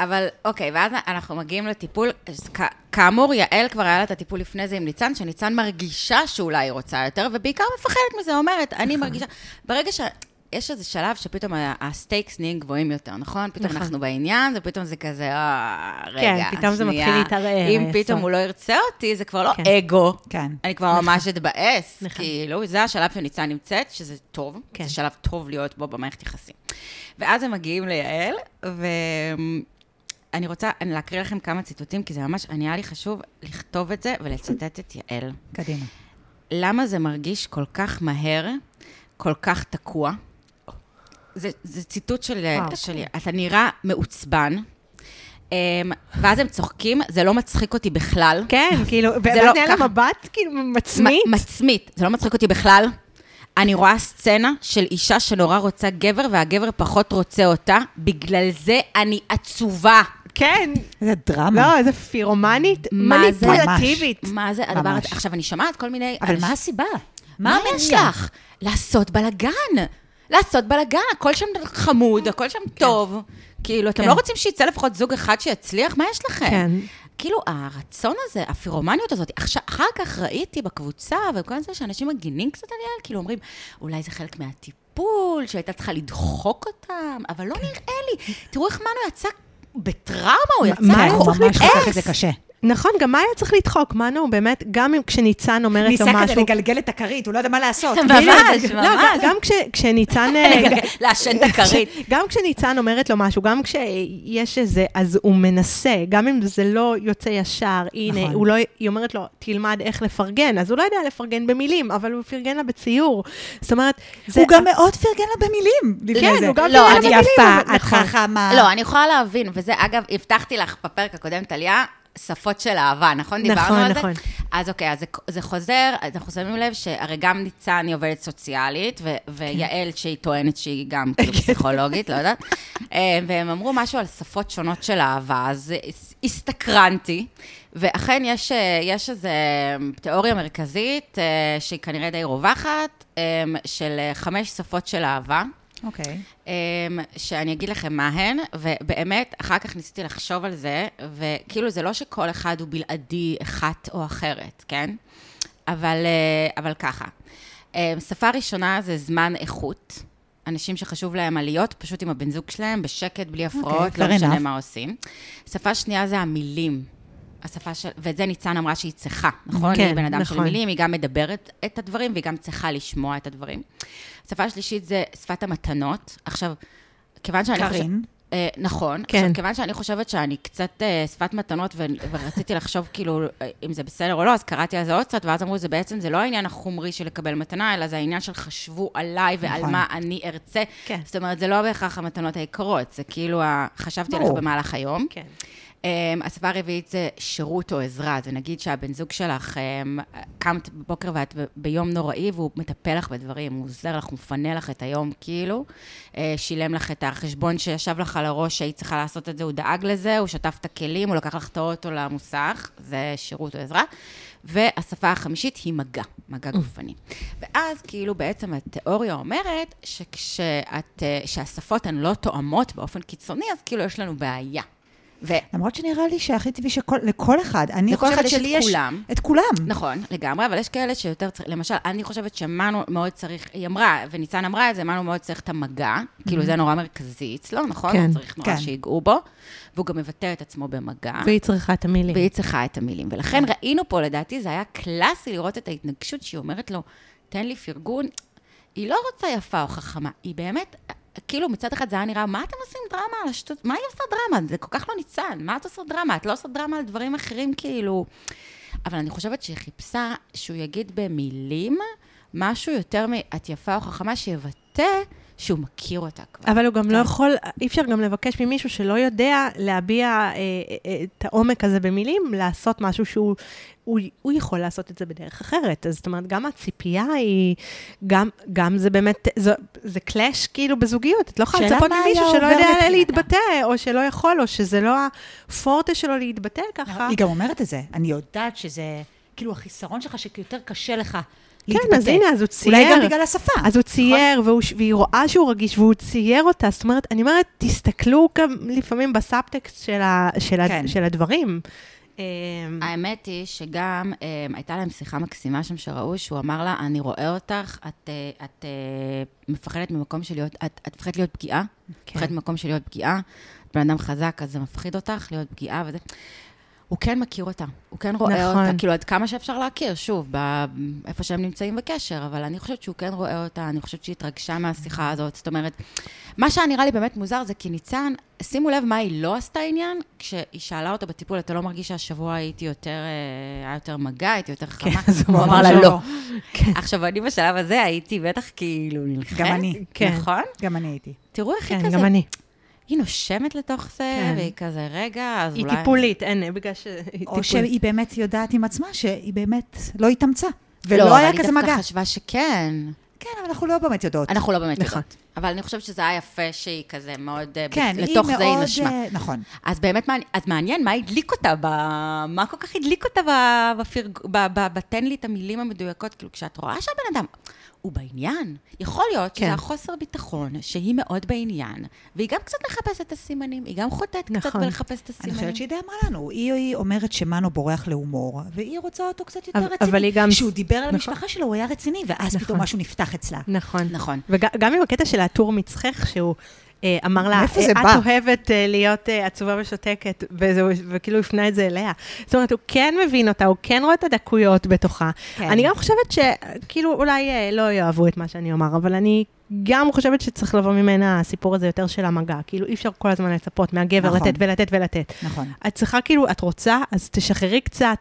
Speaker 1: אבל אוקיי, ואז אנחנו מגיעים לטיפול, אז כ- כאמור, יעל כבר היה לה את הטיפול לפני זה עם ניצן, שניצן מרגישה שאולי היא רוצה יותר, ובעיקר מפחדת מזה, אומרת,
Speaker 2: נכון.
Speaker 1: אני מרגישה... ברגע ש... יש איזה שלב שפתאום ה- הסטייקס נהיים גבוהים יותר, נכון? פתאום
Speaker 2: נכון.
Speaker 1: אנחנו בעניין, ופתאום זה כזה, אה, רגע,
Speaker 2: כן,
Speaker 1: שנייה.
Speaker 2: פתאום זה מתחיל להתערער,
Speaker 1: אם
Speaker 2: היסוד.
Speaker 1: פתאום הוא לא ירצה אותי, זה כבר לא
Speaker 2: כן.
Speaker 1: אגו.
Speaker 3: כן.
Speaker 1: אני כבר ממש אתבאס.
Speaker 2: נכון.
Speaker 1: כאילו, זה השלב שניצן נמצאת, שזה טוב.
Speaker 2: כן.
Speaker 1: זה שלב טוב להיות בו במערכת יחסים. ואז הם מגיעים ליעל, ואני רוצה אני להקריא לכם כמה ציטוטים, כי זה ממש, אני היה לי חשוב לכתוב את זה ולצטט את יעל.
Speaker 3: קדימה.
Speaker 1: למה זה מרגיש כל כך מהר, כל כך תקוע? זה, זה ציטוט של,
Speaker 2: וואו.
Speaker 1: שלי. אתה נראה מעוצבן, אמ, ואז הם צוחקים, זה לא מצחיק אותי בכלל.
Speaker 2: כן, כאילו,
Speaker 1: לא
Speaker 2: באמת היה לה
Speaker 1: ככה.
Speaker 2: מבט, כאילו, מצמית.
Speaker 1: מ- מצמית. זה לא מצחיק אותי בכלל. אני רואה סצנה של אישה שנורא רוצה גבר, והגבר פחות רוצה אותה, בגלל זה אני עצובה.
Speaker 2: כן.
Speaker 3: איזה דרמה.
Speaker 2: לא, איזה פירומנית
Speaker 1: מה זה?
Speaker 2: מניפולטיבית.
Speaker 1: מה זה הדבר
Speaker 3: ממש.
Speaker 1: הזה? עכשיו, אני שומעת כל מיני...
Speaker 3: אבל
Speaker 1: אנש-
Speaker 3: מה הסיבה?
Speaker 1: מה
Speaker 3: המניע?
Speaker 1: יש לך? לעשות בלאגן. לעשות בלאגן, הכל שם חמוד, הכל שם טוב. כאילו, אתם
Speaker 3: כן.
Speaker 1: לא רוצים שיצא לפחות זוג אחד שיצליח? מה יש לכם?
Speaker 2: כן.
Speaker 1: כאילו, הרצון הזה, הפירומניות הזאת, עכשיו, אחר כך ראיתי בקבוצה וכל זה שאנשים מגינים קצת על יעל, כאילו אומרים, אולי זה חלק מהטיפול, שהייתה צריכה לדחוק אותם, אבל
Speaker 3: כן.
Speaker 1: לא נראה לי. תראו איך מנו יצא בטראומה, הוא יצא
Speaker 2: מה
Speaker 3: מה,
Speaker 2: הוא
Speaker 3: הוא
Speaker 2: צריך
Speaker 3: ממש חושב
Speaker 2: להתאס?
Speaker 3: שזה קשה.
Speaker 2: נכון, גם מה היה צריך לדחוק? מה נו, באמת, גם אם כשניצן אומרת לו
Speaker 3: ניסה כזה
Speaker 2: משהו...
Speaker 3: לגלגל את הכרית, הוא לא יודע מה לעשות.
Speaker 1: ממש,
Speaker 2: לא, גם- גם כש- כשניצן... אה,
Speaker 1: לעשן את הכרית.
Speaker 2: גם כשניצן אומרת לו משהו, גם כשיש איזה, אז הוא מנסה, גם אם זה לא יוצא ישר, הנה,
Speaker 3: נכון.
Speaker 2: הוא לא, היא אומרת לו, תלמד איך לפרגן, אז הוא לא יודע לפרגן במילים, אבל הוא פרגן לה בציור. זאת אומרת, זה...
Speaker 3: הוא גם מאוד פרגן לה במילים. לפני
Speaker 2: כן,
Speaker 3: זה.
Speaker 2: הוא גם
Speaker 1: לא,
Speaker 2: פרגן
Speaker 1: את
Speaker 2: לה במילים.
Speaker 3: יפה, את
Speaker 2: נכון.
Speaker 3: חכמה.
Speaker 1: לא, אני יכולה להבין, וזה, אגב, הבטחתי לך בפרק הקודם, טליה, שפות של אהבה, נכון? דיברנו
Speaker 2: נכון,
Speaker 1: על זה?
Speaker 2: נכון.
Speaker 1: אז אוקיי, אז זה, זה חוזר, אז אנחנו שמים לב שהרי גם ניצן היא עובדת סוציאלית, ו- ויעל, שהיא טוענת שהיא גם כאילו פסיכולוגית, לא יודעת, אה, והם אמרו משהו על שפות שונות של אהבה, אז הס- הסתקרנתי, ואכן יש, אה, יש איזו תיאוריה מרכזית, אה, שהיא כנראה די רווחת, אה, של אה, חמש שפות של אהבה.
Speaker 3: אוקיי.
Speaker 1: אמ, שאני אגיד לכם מה הן, ובאמת, אחר כך ניסיתי לחשוב על זה, וכאילו, זה לא שכל אחד הוא בלעדי אחת או אחרת, כן? אבל, אה, אבל ככה. אמ, שפה ראשונה זה זמן איכות. אנשים שחשוב להם עליות, פשוט עם הבן זוג שלהם, בשקט, בלי הפרעות,
Speaker 3: אוקיי, fair
Speaker 1: לא משנה
Speaker 3: enough.
Speaker 1: מה עושים. שפה שנייה זה המילים. השפה של... ואת זה ניצן אמרה שהיא צריכה, נכון?
Speaker 2: כן,
Speaker 1: היא בן אדם של
Speaker 2: נכון.
Speaker 1: מילים. מילים, היא גם מדברת את הדברים, והיא גם צריכה לשמוע את הדברים. שפה שלישית זה שפת המתנות. עכשיו, כיוון שאני חושבת...
Speaker 3: קארין.
Speaker 1: אה, נכון.
Speaker 2: כן.
Speaker 1: עכשיו, כיוון שאני חושבת שאני קצת אה, שפת מתנות, ו- ורציתי לחשוב כאילו אה, אם זה בסדר או לא, אז קראתי על זה עוד קצת, ואז אמרו, זה בעצם, זה לא העניין החומרי של לקבל מתנה, אלא זה העניין של חשבו עליי ועל
Speaker 3: נכון.
Speaker 1: מה אני ארצה.
Speaker 2: כן.
Speaker 1: זאת אומרת, זה לא בהכרח המתנות היקרות, זה כאילו, ה- חשבתי עליך
Speaker 3: ברור.
Speaker 1: במהלך היום.
Speaker 2: כן.
Speaker 1: אמ, השפה הרביעית זה שירות או עזרה. זה נגיד שהבן זוג שלך, אמ, קמת בבוקר ואת ב- ביום נוראי, והוא מטפל לך בדברים, הוא עוזר לך, הוא מפנה לך את היום, כאילו. אה, שילם לך את החשבון שישב לך על הראש, שהיית צריכה לעשות את זה, הוא דאג לזה, הוא שטף את הכלים, הוא לקח לך את האוטו למוסך, זה שירות או עזרה. והשפה החמישית היא מגע, מגע גופני. ואז כאילו בעצם התיאוריה אומרת שכשאת, אה, שהשפות הן לא תואמות באופן קיצוני, אז כאילו יש לנו בעיה. ו-
Speaker 3: למרות שנראה לי שהכי טבעי שלכל אחד, אני,
Speaker 1: לכל
Speaker 3: כל אחד
Speaker 1: אחד יש את
Speaker 3: שלי יש...
Speaker 1: כולם.
Speaker 3: את כולם.
Speaker 1: נכון, לגמרי, אבל יש כאלה שיותר צריך, למשל, אני חושבת שמנו מאוד צריך, היא אמרה, וניצן אמרה את זה, מנו מאוד צריך את המגע, כאילו זה נורא מרכזי אצלו, נכון?
Speaker 2: Mm-hmm. כן,
Speaker 1: הוא צריך נורא
Speaker 3: כן.
Speaker 1: שיגעו בו, והוא גם מבטא את עצמו במגע.
Speaker 2: והיא צריכה את המילים.
Speaker 1: והיא צריכה את המילים. ולכן ראינו פה, לדעתי, זה היה קלאסי לראות את ההתנגשות שהיא אומרת לו, תן לי פרגון. היא לא רוצה יפה או חכמה, היא באמת, כאילו מצד אחד זה היה נראה, מה אתם עושים דרמה על השטות? מה היא עושה דרמה? זה כל כך לא ניצן, מה את עושה דרמה? את לא עושה דרמה על דברים אחרים, כאילו... אבל אני חושבת שהיא חיפשה שהוא יגיד במילים משהו יותר מ"את יפה או חכמה", שיבטא שהוא מכיר אותה כבר.
Speaker 2: אבל הוא גם
Speaker 3: כן.
Speaker 2: לא יכול, אי אפשר גם לבקש ממישהו שלא יודע להביע אה, אה, את העומק הזה במילים, לעשות משהו שהוא, הוא, הוא יכול לעשות את זה בדרך אחרת. אז זאת אומרת, גם הציפייה היא, גם, גם זה באמת, זה, זה קלאש כאילו בזוגיות. את לא יכולה
Speaker 3: שאלה
Speaker 2: לצפות
Speaker 3: מה היה
Speaker 2: ממישהו שלא
Speaker 3: עובר
Speaker 2: יודע
Speaker 3: מבחינתה.
Speaker 2: להתבטא, או שלא יכול, או שזה לא הפורטה שלו להתבטא ככה.
Speaker 3: נכון. היא גם אומרת את זה. אני יודעת שזה, כאילו, החיסרון שלך שיותר קשה לך להתבטא.
Speaker 2: כן, אז הנה, אז הוא צייר.
Speaker 3: אולי גם בגלל השפה.
Speaker 2: אז הוא צייר, והוא, ש- והיא רואה שהוא רגיש, והוא צייר אותה. זאת אומרת, אני אומרת, תסתכלו גם לפעמים בסאבטקסט של, ה, של, ה,
Speaker 3: כן.
Speaker 2: של הדברים. אמ,
Speaker 1: האמת היא שגם um, הייתה להם שיחה מקסימה שם שראו, שהוא אמר לה, אני רואה אותך, את, אה, את uh, מפחדת ממקום של להיות, את, את מפחדת להיות פגיעה, כן. מפחדת ממקום של להיות פגיעה, את בן אדם חזק, אז זה מפחיד אותך להיות פגיעה וזה. הוא כן מכיר אותה, הוא כן רואה
Speaker 2: נכון.
Speaker 1: אותה, כאילו עד כמה שאפשר להכיר, שוב, ב... איפה שהם נמצאים בקשר, אבל אני חושבת שהוא כן רואה אותה, אני חושבת שהיא התרגשה מהשיחה
Speaker 2: Mm-hmm.
Speaker 1: הזאת, זאת אומרת, מה שהיה נראה לי באמת מוזר זה כי ניצן, שימו לב מה היא לא עשתה עניין, כשהיא שאלה אותו בטיפול, אתה לא מרגיש שהשבוע הייתי יותר, אה, היה יותר מגע, הייתי יותר חמה?
Speaker 2: כן, אז הוא
Speaker 1: הוא
Speaker 2: אמר כן.
Speaker 1: אמר לה
Speaker 2: שלא.
Speaker 1: לא. עכשיו, אני בשלב הזה הייתי בטח כאילו נלחמת.
Speaker 3: גם אני.
Speaker 2: כן.
Speaker 1: נכון?
Speaker 3: גם אני הייתי.
Speaker 1: תראו איך היא
Speaker 2: כן,
Speaker 1: כזה,
Speaker 2: גם אני.
Speaker 1: היא נושמת לתוך זה,
Speaker 2: כן.
Speaker 1: והיא כזה, רגע, אז
Speaker 2: היא
Speaker 1: אולי... לא,
Speaker 2: טיפולית, אין, בגלל שהיא
Speaker 3: או
Speaker 2: טיפולית.
Speaker 3: שהיא באמת יודעת עם עצמה שהיא באמת לא התאמצה.
Speaker 1: לא,
Speaker 3: ולא
Speaker 1: אבל
Speaker 3: היה
Speaker 1: היא
Speaker 3: כזה
Speaker 1: דווקא
Speaker 3: מגע.
Speaker 1: חשבה שכן.
Speaker 3: כן, אבל אנחנו לא באמת יודעות.
Speaker 1: אנחנו לא באמת
Speaker 2: נכון.
Speaker 1: יודעות. אבל אני חושבת שזה היה יפה שהיא כזה מאוד... אה,
Speaker 3: כן,
Speaker 1: ב-
Speaker 3: היא
Speaker 1: לתוך זה היא
Speaker 3: מאוד,
Speaker 1: נשמה.
Speaker 3: אה, נכון.
Speaker 1: אז באמת, מעניין- אז מעניין, מה הדליק אותה ב... מה כל כך הדליק אותה ב- בפרג... ב... ב... בתן לי את המילים המדויקות, כאילו, כשאת רואה שהבן אדם... הוא בעניין. יכול להיות שזה
Speaker 2: כן.
Speaker 1: החוסר ביטחון, שהיא מאוד בעניין, והיא גם קצת מחפשת את הסימנים, היא גם חוטאת קצת
Speaker 2: נכון.
Speaker 1: בלחפש את
Speaker 3: אני
Speaker 1: הסימנים.
Speaker 3: חושבת שהיא די אמרה לנו, היא, היא אומרת שמנו בורח להומור, והיא רוצה אותו קצת יותר
Speaker 2: אבל-
Speaker 3: רציני.
Speaker 2: אבל היא גם-
Speaker 3: כשהוא דיבר על
Speaker 2: נכון.
Speaker 3: המשפחה שלו, הוא היה רציני, ואז פתאום משהו נפתח אצלה.
Speaker 2: נכון.
Speaker 1: נכון.
Speaker 2: וגם עם הקטע של הטור מצחך, שהוא אה, אמר לה,
Speaker 3: מאיפה זה
Speaker 2: "אה,
Speaker 3: בא?"
Speaker 2: את אוהבת אה, להיות אה, עצובה ושותקת, וזה- וכאילו הפנה את זה אליה. זאת אומרת, הוא כן מבין אותה, הוא כן רואה את הדקויות בתוכה.
Speaker 3: כן.
Speaker 2: אני גם חושבת שכאילו אולי אה, לא יאהבו את מה שאני אומר, אבל אני גם חושבת שצריך לבוא ממנה הסיפור הזה יותר של המגע. כאילו אי אפשר כל הזמן לצפות מהגבר
Speaker 3: נכון.
Speaker 2: לתת ולתת ולתת.
Speaker 3: נכון.
Speaker 2: את צריכה, כאילו, את רוצה, אז תשחררי קצת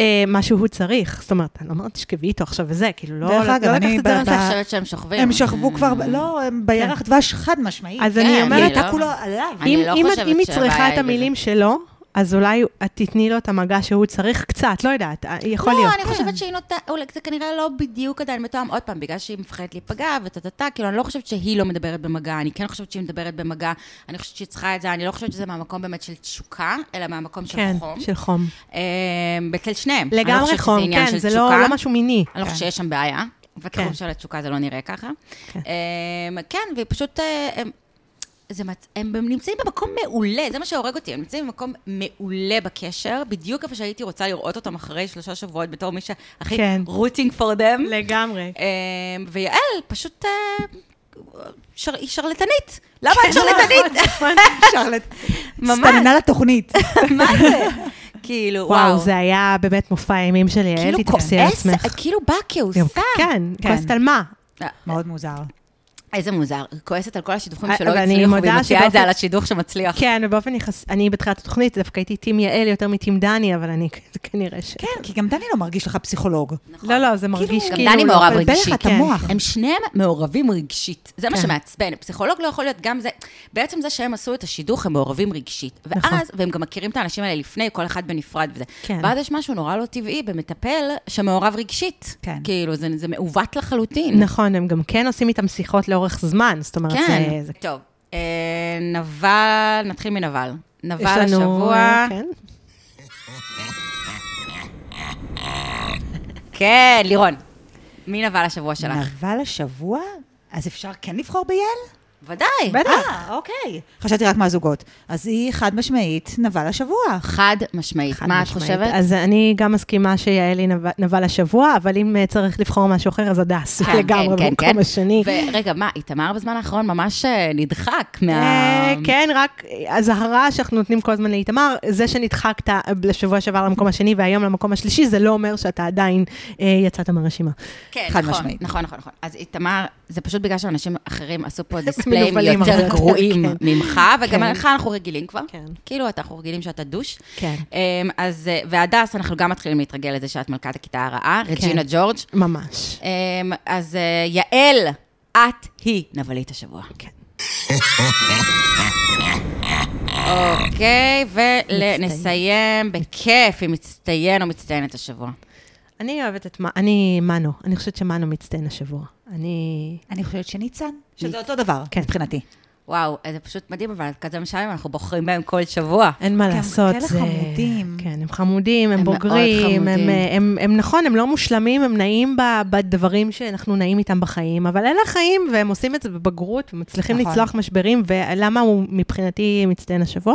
Speaker 2: אה, מה שהוא צריך. זאת אומרת, אני לא אומרת, תשכבי איתו עכשיו וזה, כאילו, לא,
Speaker 3: דרך
Speaker 2: לא,
Speaker 3: אגב,
Speaker 2: לא לקחת
Speaker 3: אני
Speaker 2: את זה
Speaker 3: ב-
Speaker 2: לזה.
Speaker 3: ב-
Speaker 1: אני חושבת שהם שוכבים.
Speaker 3: הם שכבו
Speaker 1: אה,
Speaker 3: כבר, ב- לא, הם בירח דבש חד משמעית.
Speaker 2: כן. אז
Speaker 1: כן,
Speaker 2: אני
Speaker 1: אני
Speaker 2: אומרת,
Speaker 1: לא-
Speaker 3: אתה כולו עליו.
Speaker 1: אני
Speaker 2: אם,
Speaker 1: לא
Speaker 2: אם,
Speaker 1: חושבת
Speaker 2: אם היא
Speaker 1: שהבעיה
Speaker 2: צריכה את
Speaker 1: היא
Speaker 2: המילים שלו, אז אולי את תתני לו את המגע שהוא צריך קצת, לא יודעת, אה, יכול
Speaker 1: לא,
Speaker 2: להיות.
Speaker 1: אני חושבת שהיא נותנת, אולי זה כנראה לא בדיוק עדיין מתואם, עוד פעם, בגלל שהיא מפחדת להיפגע וטה-טה-טה, כאילו, אני לא חושבת שהיא לא מדברת במגע, אני כן חושבת שהיא מדברת במגע, אני חושבת שהיא צריכה את זה, אני לא חושבת שזה מהמקום באמת של תשוקה, אלא מהמקום של
Speaker 2: כן,
Speaker 1: חום.
Speaker 2: של חום.
Speaker 1: אה, אצל שניהם. אני לא
Speaker 2: לגמרי
Speaker 1: חושבת שזה
Speaker 2: חום,
Speaker 1: עניין
Speaker 2: כן,
Speaker 1: של
Speaker 2: זה לא,
Speaker 1: תשוקה.
Speaker 2: לא משהו מיני.
Speaker 1: אני לא חושבת שיש שם בעיה. בתחום
Speaker 2: כן.
Speaker 1: של התשוקה זה לא נראה ככה.
Speaker 2: כן.
Speaker 1: אמ, כן, ופשוט... אה, הם- זה, מצ- הם נמצאים במקום מעולה, זה מה שהורג אותי, הם נמצאים במקום מעולה בקשר, בדיוק איפה שהייתי רוצה לראות אותם אחרי שלושה שבועות, בתור מי שהכי
Speaker 2: כן.
Speaker 1: רוטינג פור דם.
Speaker 2: לגמרי.
Speaker 1: אמ, ויעל פשוט... אה, שר- היא שרלטנית, למה
Speaker 2: כן,
Speaker 1: את
Speaker 2: נכון,
Speaker 1: שרלטנית?
Speaker 3: שרלט.
Speaker 1: ממש.
Speaker 3: הסתננה לתוכנית.
Speaker 1: מה זה? כאילו, וואו.
Speaker 2: וואו, זה היה באמת מופע האימים של יעל,
Speaker 1: כאילו
Speaker 2: תתפסי על
Speaker 1: כועס,
Speaker 2: עצמך.
Speaker 1: כאילו באה כעוסה.
Speaker 2: כן, כועסת על מה?
Speaker 3: מאוד מוזר.
Speaker 1: איזה מוזר, היא כועסת על כל השידוכים שלא
Speaker 2: אבל אני
Speaker 1: הצליחו, והיא
Speaker 2: מודה
Speaker 1: מוציאה את זה
Speaker 2: שבאופן-
Speaker 1: על השידוך שמצליח.
Speaker 2: כן, ובאופן יחס... אני בתחילת התוכנית דווקא הייתי טים יעל יותר מטים דני, אבל אני כנראה ש...
Speaker 3: כן, כי גם דני לא מרגיש לך פסיכולוג.
Speaker 2: לא, לא, זה מרגיש
Speaker 1: גם
Speaker 2: כאילו... כן.
Speaker 1: דני מעורב
Speaker 2: לבלבל
Speaker 1: רגשית.
Speaker 2: לך את המוח.
Speaker 1: הם שניהם מעורבים רגשית, זה מה
Speaker 2: כן.
Speaker 1: שמעצבן. פסיכולוג לא יכול להיות גם זה, בעצם זה שהם עשו את השידוך, הם מעורבים רגשית.
Speaker 2: נכון.
Speaker 1: ואז, והם גם מכירים את האנשים האלה לפני, כל אחד בנפרד וזה.
Speaker 2: כן.
Speaker 1: ואז יש משהו נורא לא טבעי במטפל שמעורב רגשית.
Speaker 3: כן.
Speaker 1: כאילו, זה זה מעוות לחלוטין.
Speaker 2: נכון, הם גם כן עושים איתם שיחות לאורך זמן, זאת אומרת,
Speaker 1: כן.
Speaker 2: זה- זה...
Speaker 1: טוב, אה, נבל, נתחיל מנבל. נבל
Speaker 2: יש לנו,
Speaker 1: השבוע.
Speaker 2: אה, כן.
Speaker 1: כן, לירון. מי נבל השבוע שלך?
Speaker 3: נבל השבוע? אז אפשר כן לבחור ביעל?
Speaker 1: ודאי.
Speaker 2: בטח.
Speaker 3: אה, אוקיי. חשבתי רק מהזוגות. אז היא חד משמעית נבל השבוע.
Speaker 1: חד משמעית. מה את
Speaker 2: משמעית.
Speaker 1: חושבת?
Speaker 2: אז אני גם מסכימה שיעל היא נבל- נבל השבוע, אבל אם אה, צריך לבחור משהו אחר, אז הדס
Speaker 1: כן,
Speaker 2: לגמרי
Speaker 1: כן, כן,
Speaker 2: במקום
Speaker 1: כן.
Speaker 2: השני.
Speaker 1: ורגע, מה, איתמר בזמן האחרון ממש אה, נדחק מה...
Speaker 2: אה, כן, רק אזהרה שאנחנו נותנים כל הזמן לאיתמר, זה שנדחקת אה, לשבוע שעבר למקום השני והיום למקום השלישי, זה לא אומר שאתה עדיין אה, יצאת מהרשימה.
Speaker 1: כן,
Speaker 3: חד
Speaker 1: נכון,
Speaker 3: משמעית.
Speaker 1: נכון, נכון, נכון. אז איתמר, זה פשוט בגלל שאנשים אחרים עשו פה דיספליים
Speaker 2: מנוולים הרבה
Speaker 1: יותר
Speaker 2: יותר,
Speaker 1: גרועים
Speaker 2: כן.
Speaker 1: ממך, וגם
Speaker 2: כן.
Speaker 1: עליך אנחנו רגילים כבר.
Speaker 2: כן.
Speaker 1: כאילו, אתה- אנחנו רגילים שאתה דוש.
Speaker 2: כן.
Speaker 1: אמ, אז, אה, והדס, אנחנו גם מתחילים להתרגל לזה שאת מלכת הכיתה הרעה,
Speaker 2: כן.
Speaker 1: רג'ינה ג'ורג'.
Speaker 2: ממש.
Speaker 1: אמ, אז אה, יעל, את היא נבלית השבוע.
Speaker 2: כן.
Speaker 1: אוקיי, ונסיים בכיף עם מצטיין או מצטיינת השבוע.
Speaker 2: אני אוהבת את... מ- אני מנו, אני חושבת שמנו מצטיין השבוע. אני...
Speaker 3: אני חושבת שניצן, שזה אותו דבר,
Speaker 2: כן.
Speaker 3: מבחינתי.
Speaker 1: וואו, זה פשוט מדהים, אבל כזה משעמם, אנחנו בוחרים בהם כל שבוע.
Speaker 2: אין מה
Speaker 3: גם
Speaker 2: לעשות.
Speaker 3: כאלה
Speaker 2: זה-
Speaker 3: חמודים.
Speaker 2: כן, הם חמודים, הם,
Speaker 1: הם מאוד
Speaker 2: בוגרים, הם,
Speaker 1: חמודים.
Speaker 2: הם, הם, הם נכון, הם לא מושלמים, הם נעים ב- בדברים שאנחנו נעים איתם בחיים, אבל אלה החיים, והם עושים את זה בבגרות, ומצליחים
Speaker 3: נכון.
Speaker 2: לצלוח משברים, ולמה הוא מבחינתי מצטיין השבוע?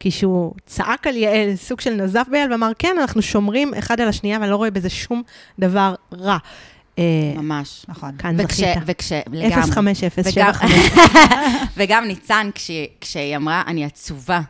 Speaker 2: כי שהוא צעק על יעל, סוג של נזף ביעל, ואמר, כן, אנחנו שומרים אחד על השנייה, ואני לא רואה בזה שום דבר רע. אה,
Speaker 1: ממש.
Speaker 3: נכון.
Speaker 2: כאן
Speaker 1: וכש...
Speaker 2: זכית.
Speaker 1: וכש... לגמרי.
Speaker 2: 0507.
Speaker 1: וגם ניצן, כש... כשהיא אמרה, אני עצובה,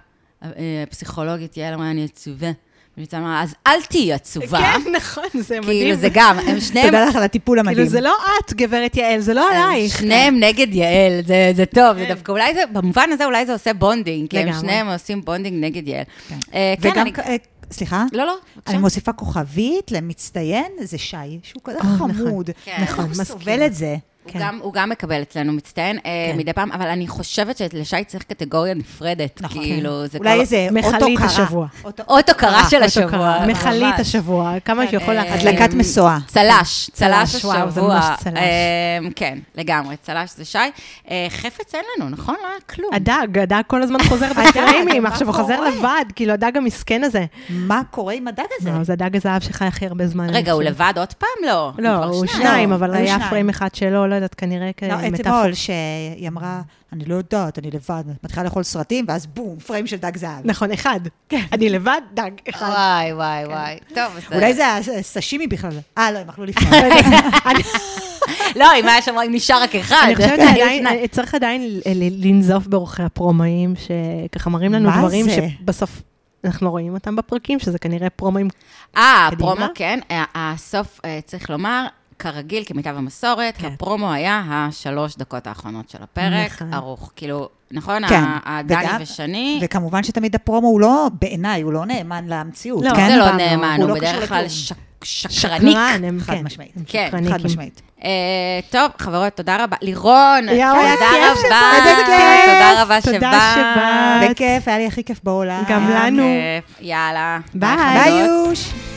Speaker 1: אה, הפסיכולוגית יעל אמרה, אני עצובה. וניצן אמרה, אז אל תהיי עצובה.
Speaker 2: כן, נכון, זה מדהים.
Speaker 1: כאילו, זה גם, הם שניהם...
Speaker 3: תודה לך על הטיפול
Speaker 2: כאילו,
Speaker 3: המדהים.
Speaker 2: זה לא את, גברת יעל, זה לא
Speaker 1: הם
Speaker 2: עלייך. כן.
Speaker 1: שניהם נגד יעל, זה, זה טוב, זה דווקא אולי זה, במובן הזה אולי זה עושה בונדינג, כי הם
Speaker 2: לגמרי. וגם-
Speaker 1: שניהם עושים בונדינג נגד יעל.
Speaker 3: כן.
Speaker 1: אה, כן,
Speaker 3: וגם,
Speaker 1: אני...
Speaker 3: אה, סליחה?
Speaker 1: לא, לא, בבקשה.
Speaker 3: אני מוסיפה כוכבית למצטיין, זה שי, שהוא כזה
Speaker 2: אה, נכון.
Speaker 3: חמוד.
Speaker 1: כן.
Speaker 3: נכון,
Speaker 2: נכון,
Speaker 3: הוא
Speaker 2: מסכים.
Speaker 3: סובל את זה.
Speaker 1: הוא
Speaker 2: כן.
Speaker 1: גם- הוא גם מקבל אצלנו מצטיין אה,
Speaker 2: כן.
Speaker 1: מדי פעם, אבל אני חושבת שלשי צריך קטגוריה נפרדת.
Speaker 3: נכון.
Speaker 1: כאילו, זה
Speaker 3: אולי
Speaker 1: כבר-
Speaker 3: איזה אוטו
Speaker 2: מכלית
Speaker 3: קרה.
Speaker 2: השבוע.
Speaker 1: אות הוקרה של
Speaker 2: אוטו
Speaker 1: השבוע.
Speaker 2: קרה, אה, מכלית
Speaker 1: ממש.
Speaker 2: השבוע, כמה שיכול
Speaker 1: אה,
Speaker 2: להחליט.
Speaker 3: הדלקת
Speaker 1: אה,
Speaker 3: משואה.
Speaker 1: צל"ש, צל"ש
Speaker 2: צל"ש,
Speaker 1: השבוע.
Speaker 2: וואו, זה ממש צל"ש.
Speaker 1: אה, כן, לגמרי, צל"ש זה שי. אה, חפץ אין לנו, נכון? לא היה כלום.
Speaker 2: הדג, הדג כל הזמן חוזר בפריימים, עכשיו הוא חוזר לבד, כאילו הדג המסכן הזה.
Speaker 3: מה קורה עם הדג הזה?
Speaker 2: וואו, זה הדג הזהב שחי הכי הרבה זמן. אני
Speaker 1: רגע, הוא
Speaker 2: חושבת.
Speaker 1: לבד עוד פעם? לא.
Speaker 2: לא,
Speaker 1: כבר
Speaker 2: הוא שניים, אבל
Speaker 3: היו
Speaker 2: היה
Speaker 3: שניים.
Speaker 2: פריים אחד שלו, לא יודעת, כנראה
Speaker 3: לא,
Speaker 1: אה,
Speaker 2: כמטאפור.
Speaker 3: אתמול, שהיא אמרה, אני לא יודעת, אני לבד, את מתחילה לאכול סרטים, ואז בום, פריים של דג זהב.
Speaker 2: נכון, אחד. אני לבד, דג אחד. כן.
Speaker 1: וואי, וואי, וואי. טוב, בסדר.
Speaker 3: אולי זה הסשימי בכלל. אה, לא, הם אכלו לפני.
Speaker 2: כן. אני-
Speaker 1: לא, אם היה שם, אם נשאר רק אחד.
Speaker 2: אני חושבת
Speaker 1: היו
Speaker 2: שעדיין,
Speaker 1: כן, שניים.
Speaker 2: צריך עדיין ל- ל- לנזוף באורחי הפרומאים, שככה מראים לנו
Speaker 3: מה
Speaker 2: דברים
Speaker 3: זה?
Speaker 2: שבסוף אנחנו לא רואים אותם בפרקים, שזה כנראה פרומאים.
Speaker 1: אה,
Speaker 2: קדימה.
Speaker 1: הפרומו, כן. אה, הסוף, אה, צריך לומר, כרגיל, כמיטב המסורת,
Speaker 2: כן.
Speaker 1: הפרומו היה השלוש דקות האחרונות של הפרק,
Speaker 2: נכון.
Speaker 1: ארוך. כאילו, נכון?
Speaker 3: כן.
Speaker 1: ה- הדני
Speaker 3: וגם-
Speaker 1: ושני.
Speaker 3: וכמובן שתמיד הפרומו הוא לא, בעיניי, הוא לא נאמן למציאות.
Speaker 2: לא,
Speaker 3: כן?
Speaker 1: זה לא
Speaker 2: פעם לא.
Speaker 1: נאמן,
Speaker 3: הוא
Speaker 1: הוא
Speaker 3: לא קשור
Speaker 1: בדרך כלל
Speaker 3: לכלום.
Speaker 1: שק- שקרניק.
Speaker 2: הם
Speaker 3: חד
Speaker 2: כן,
Speaker 3: משמעית.
Speaker 2: הם
Speaker 1: כן,
Speaker 2: שקרניקים.
Speaker 3: חד משמעית.
Speaker 1: אה, טוב, חברות, תודה רבה. לירון,
Speaker 2: יאו, היה
Speaker 1: תודה
Speaker 2: כיף
Speaker 1: רבה.
Speaker 2: שבאת. איזה כיף.
Speaker 1: תודה רבה שבאת.
Speaker 2: תודה שבאת.
Speaker 3: בכיף, היה לי הכי כיף בעולם.
Speaker 2: גם לנו.
Speaker 1: כיף. יאללה.
Speaker 2: ביי.
Speaker 1: ביי.
Speaker 3: ביי
Speaker 1: חמודות.
Speaker 3: יוש.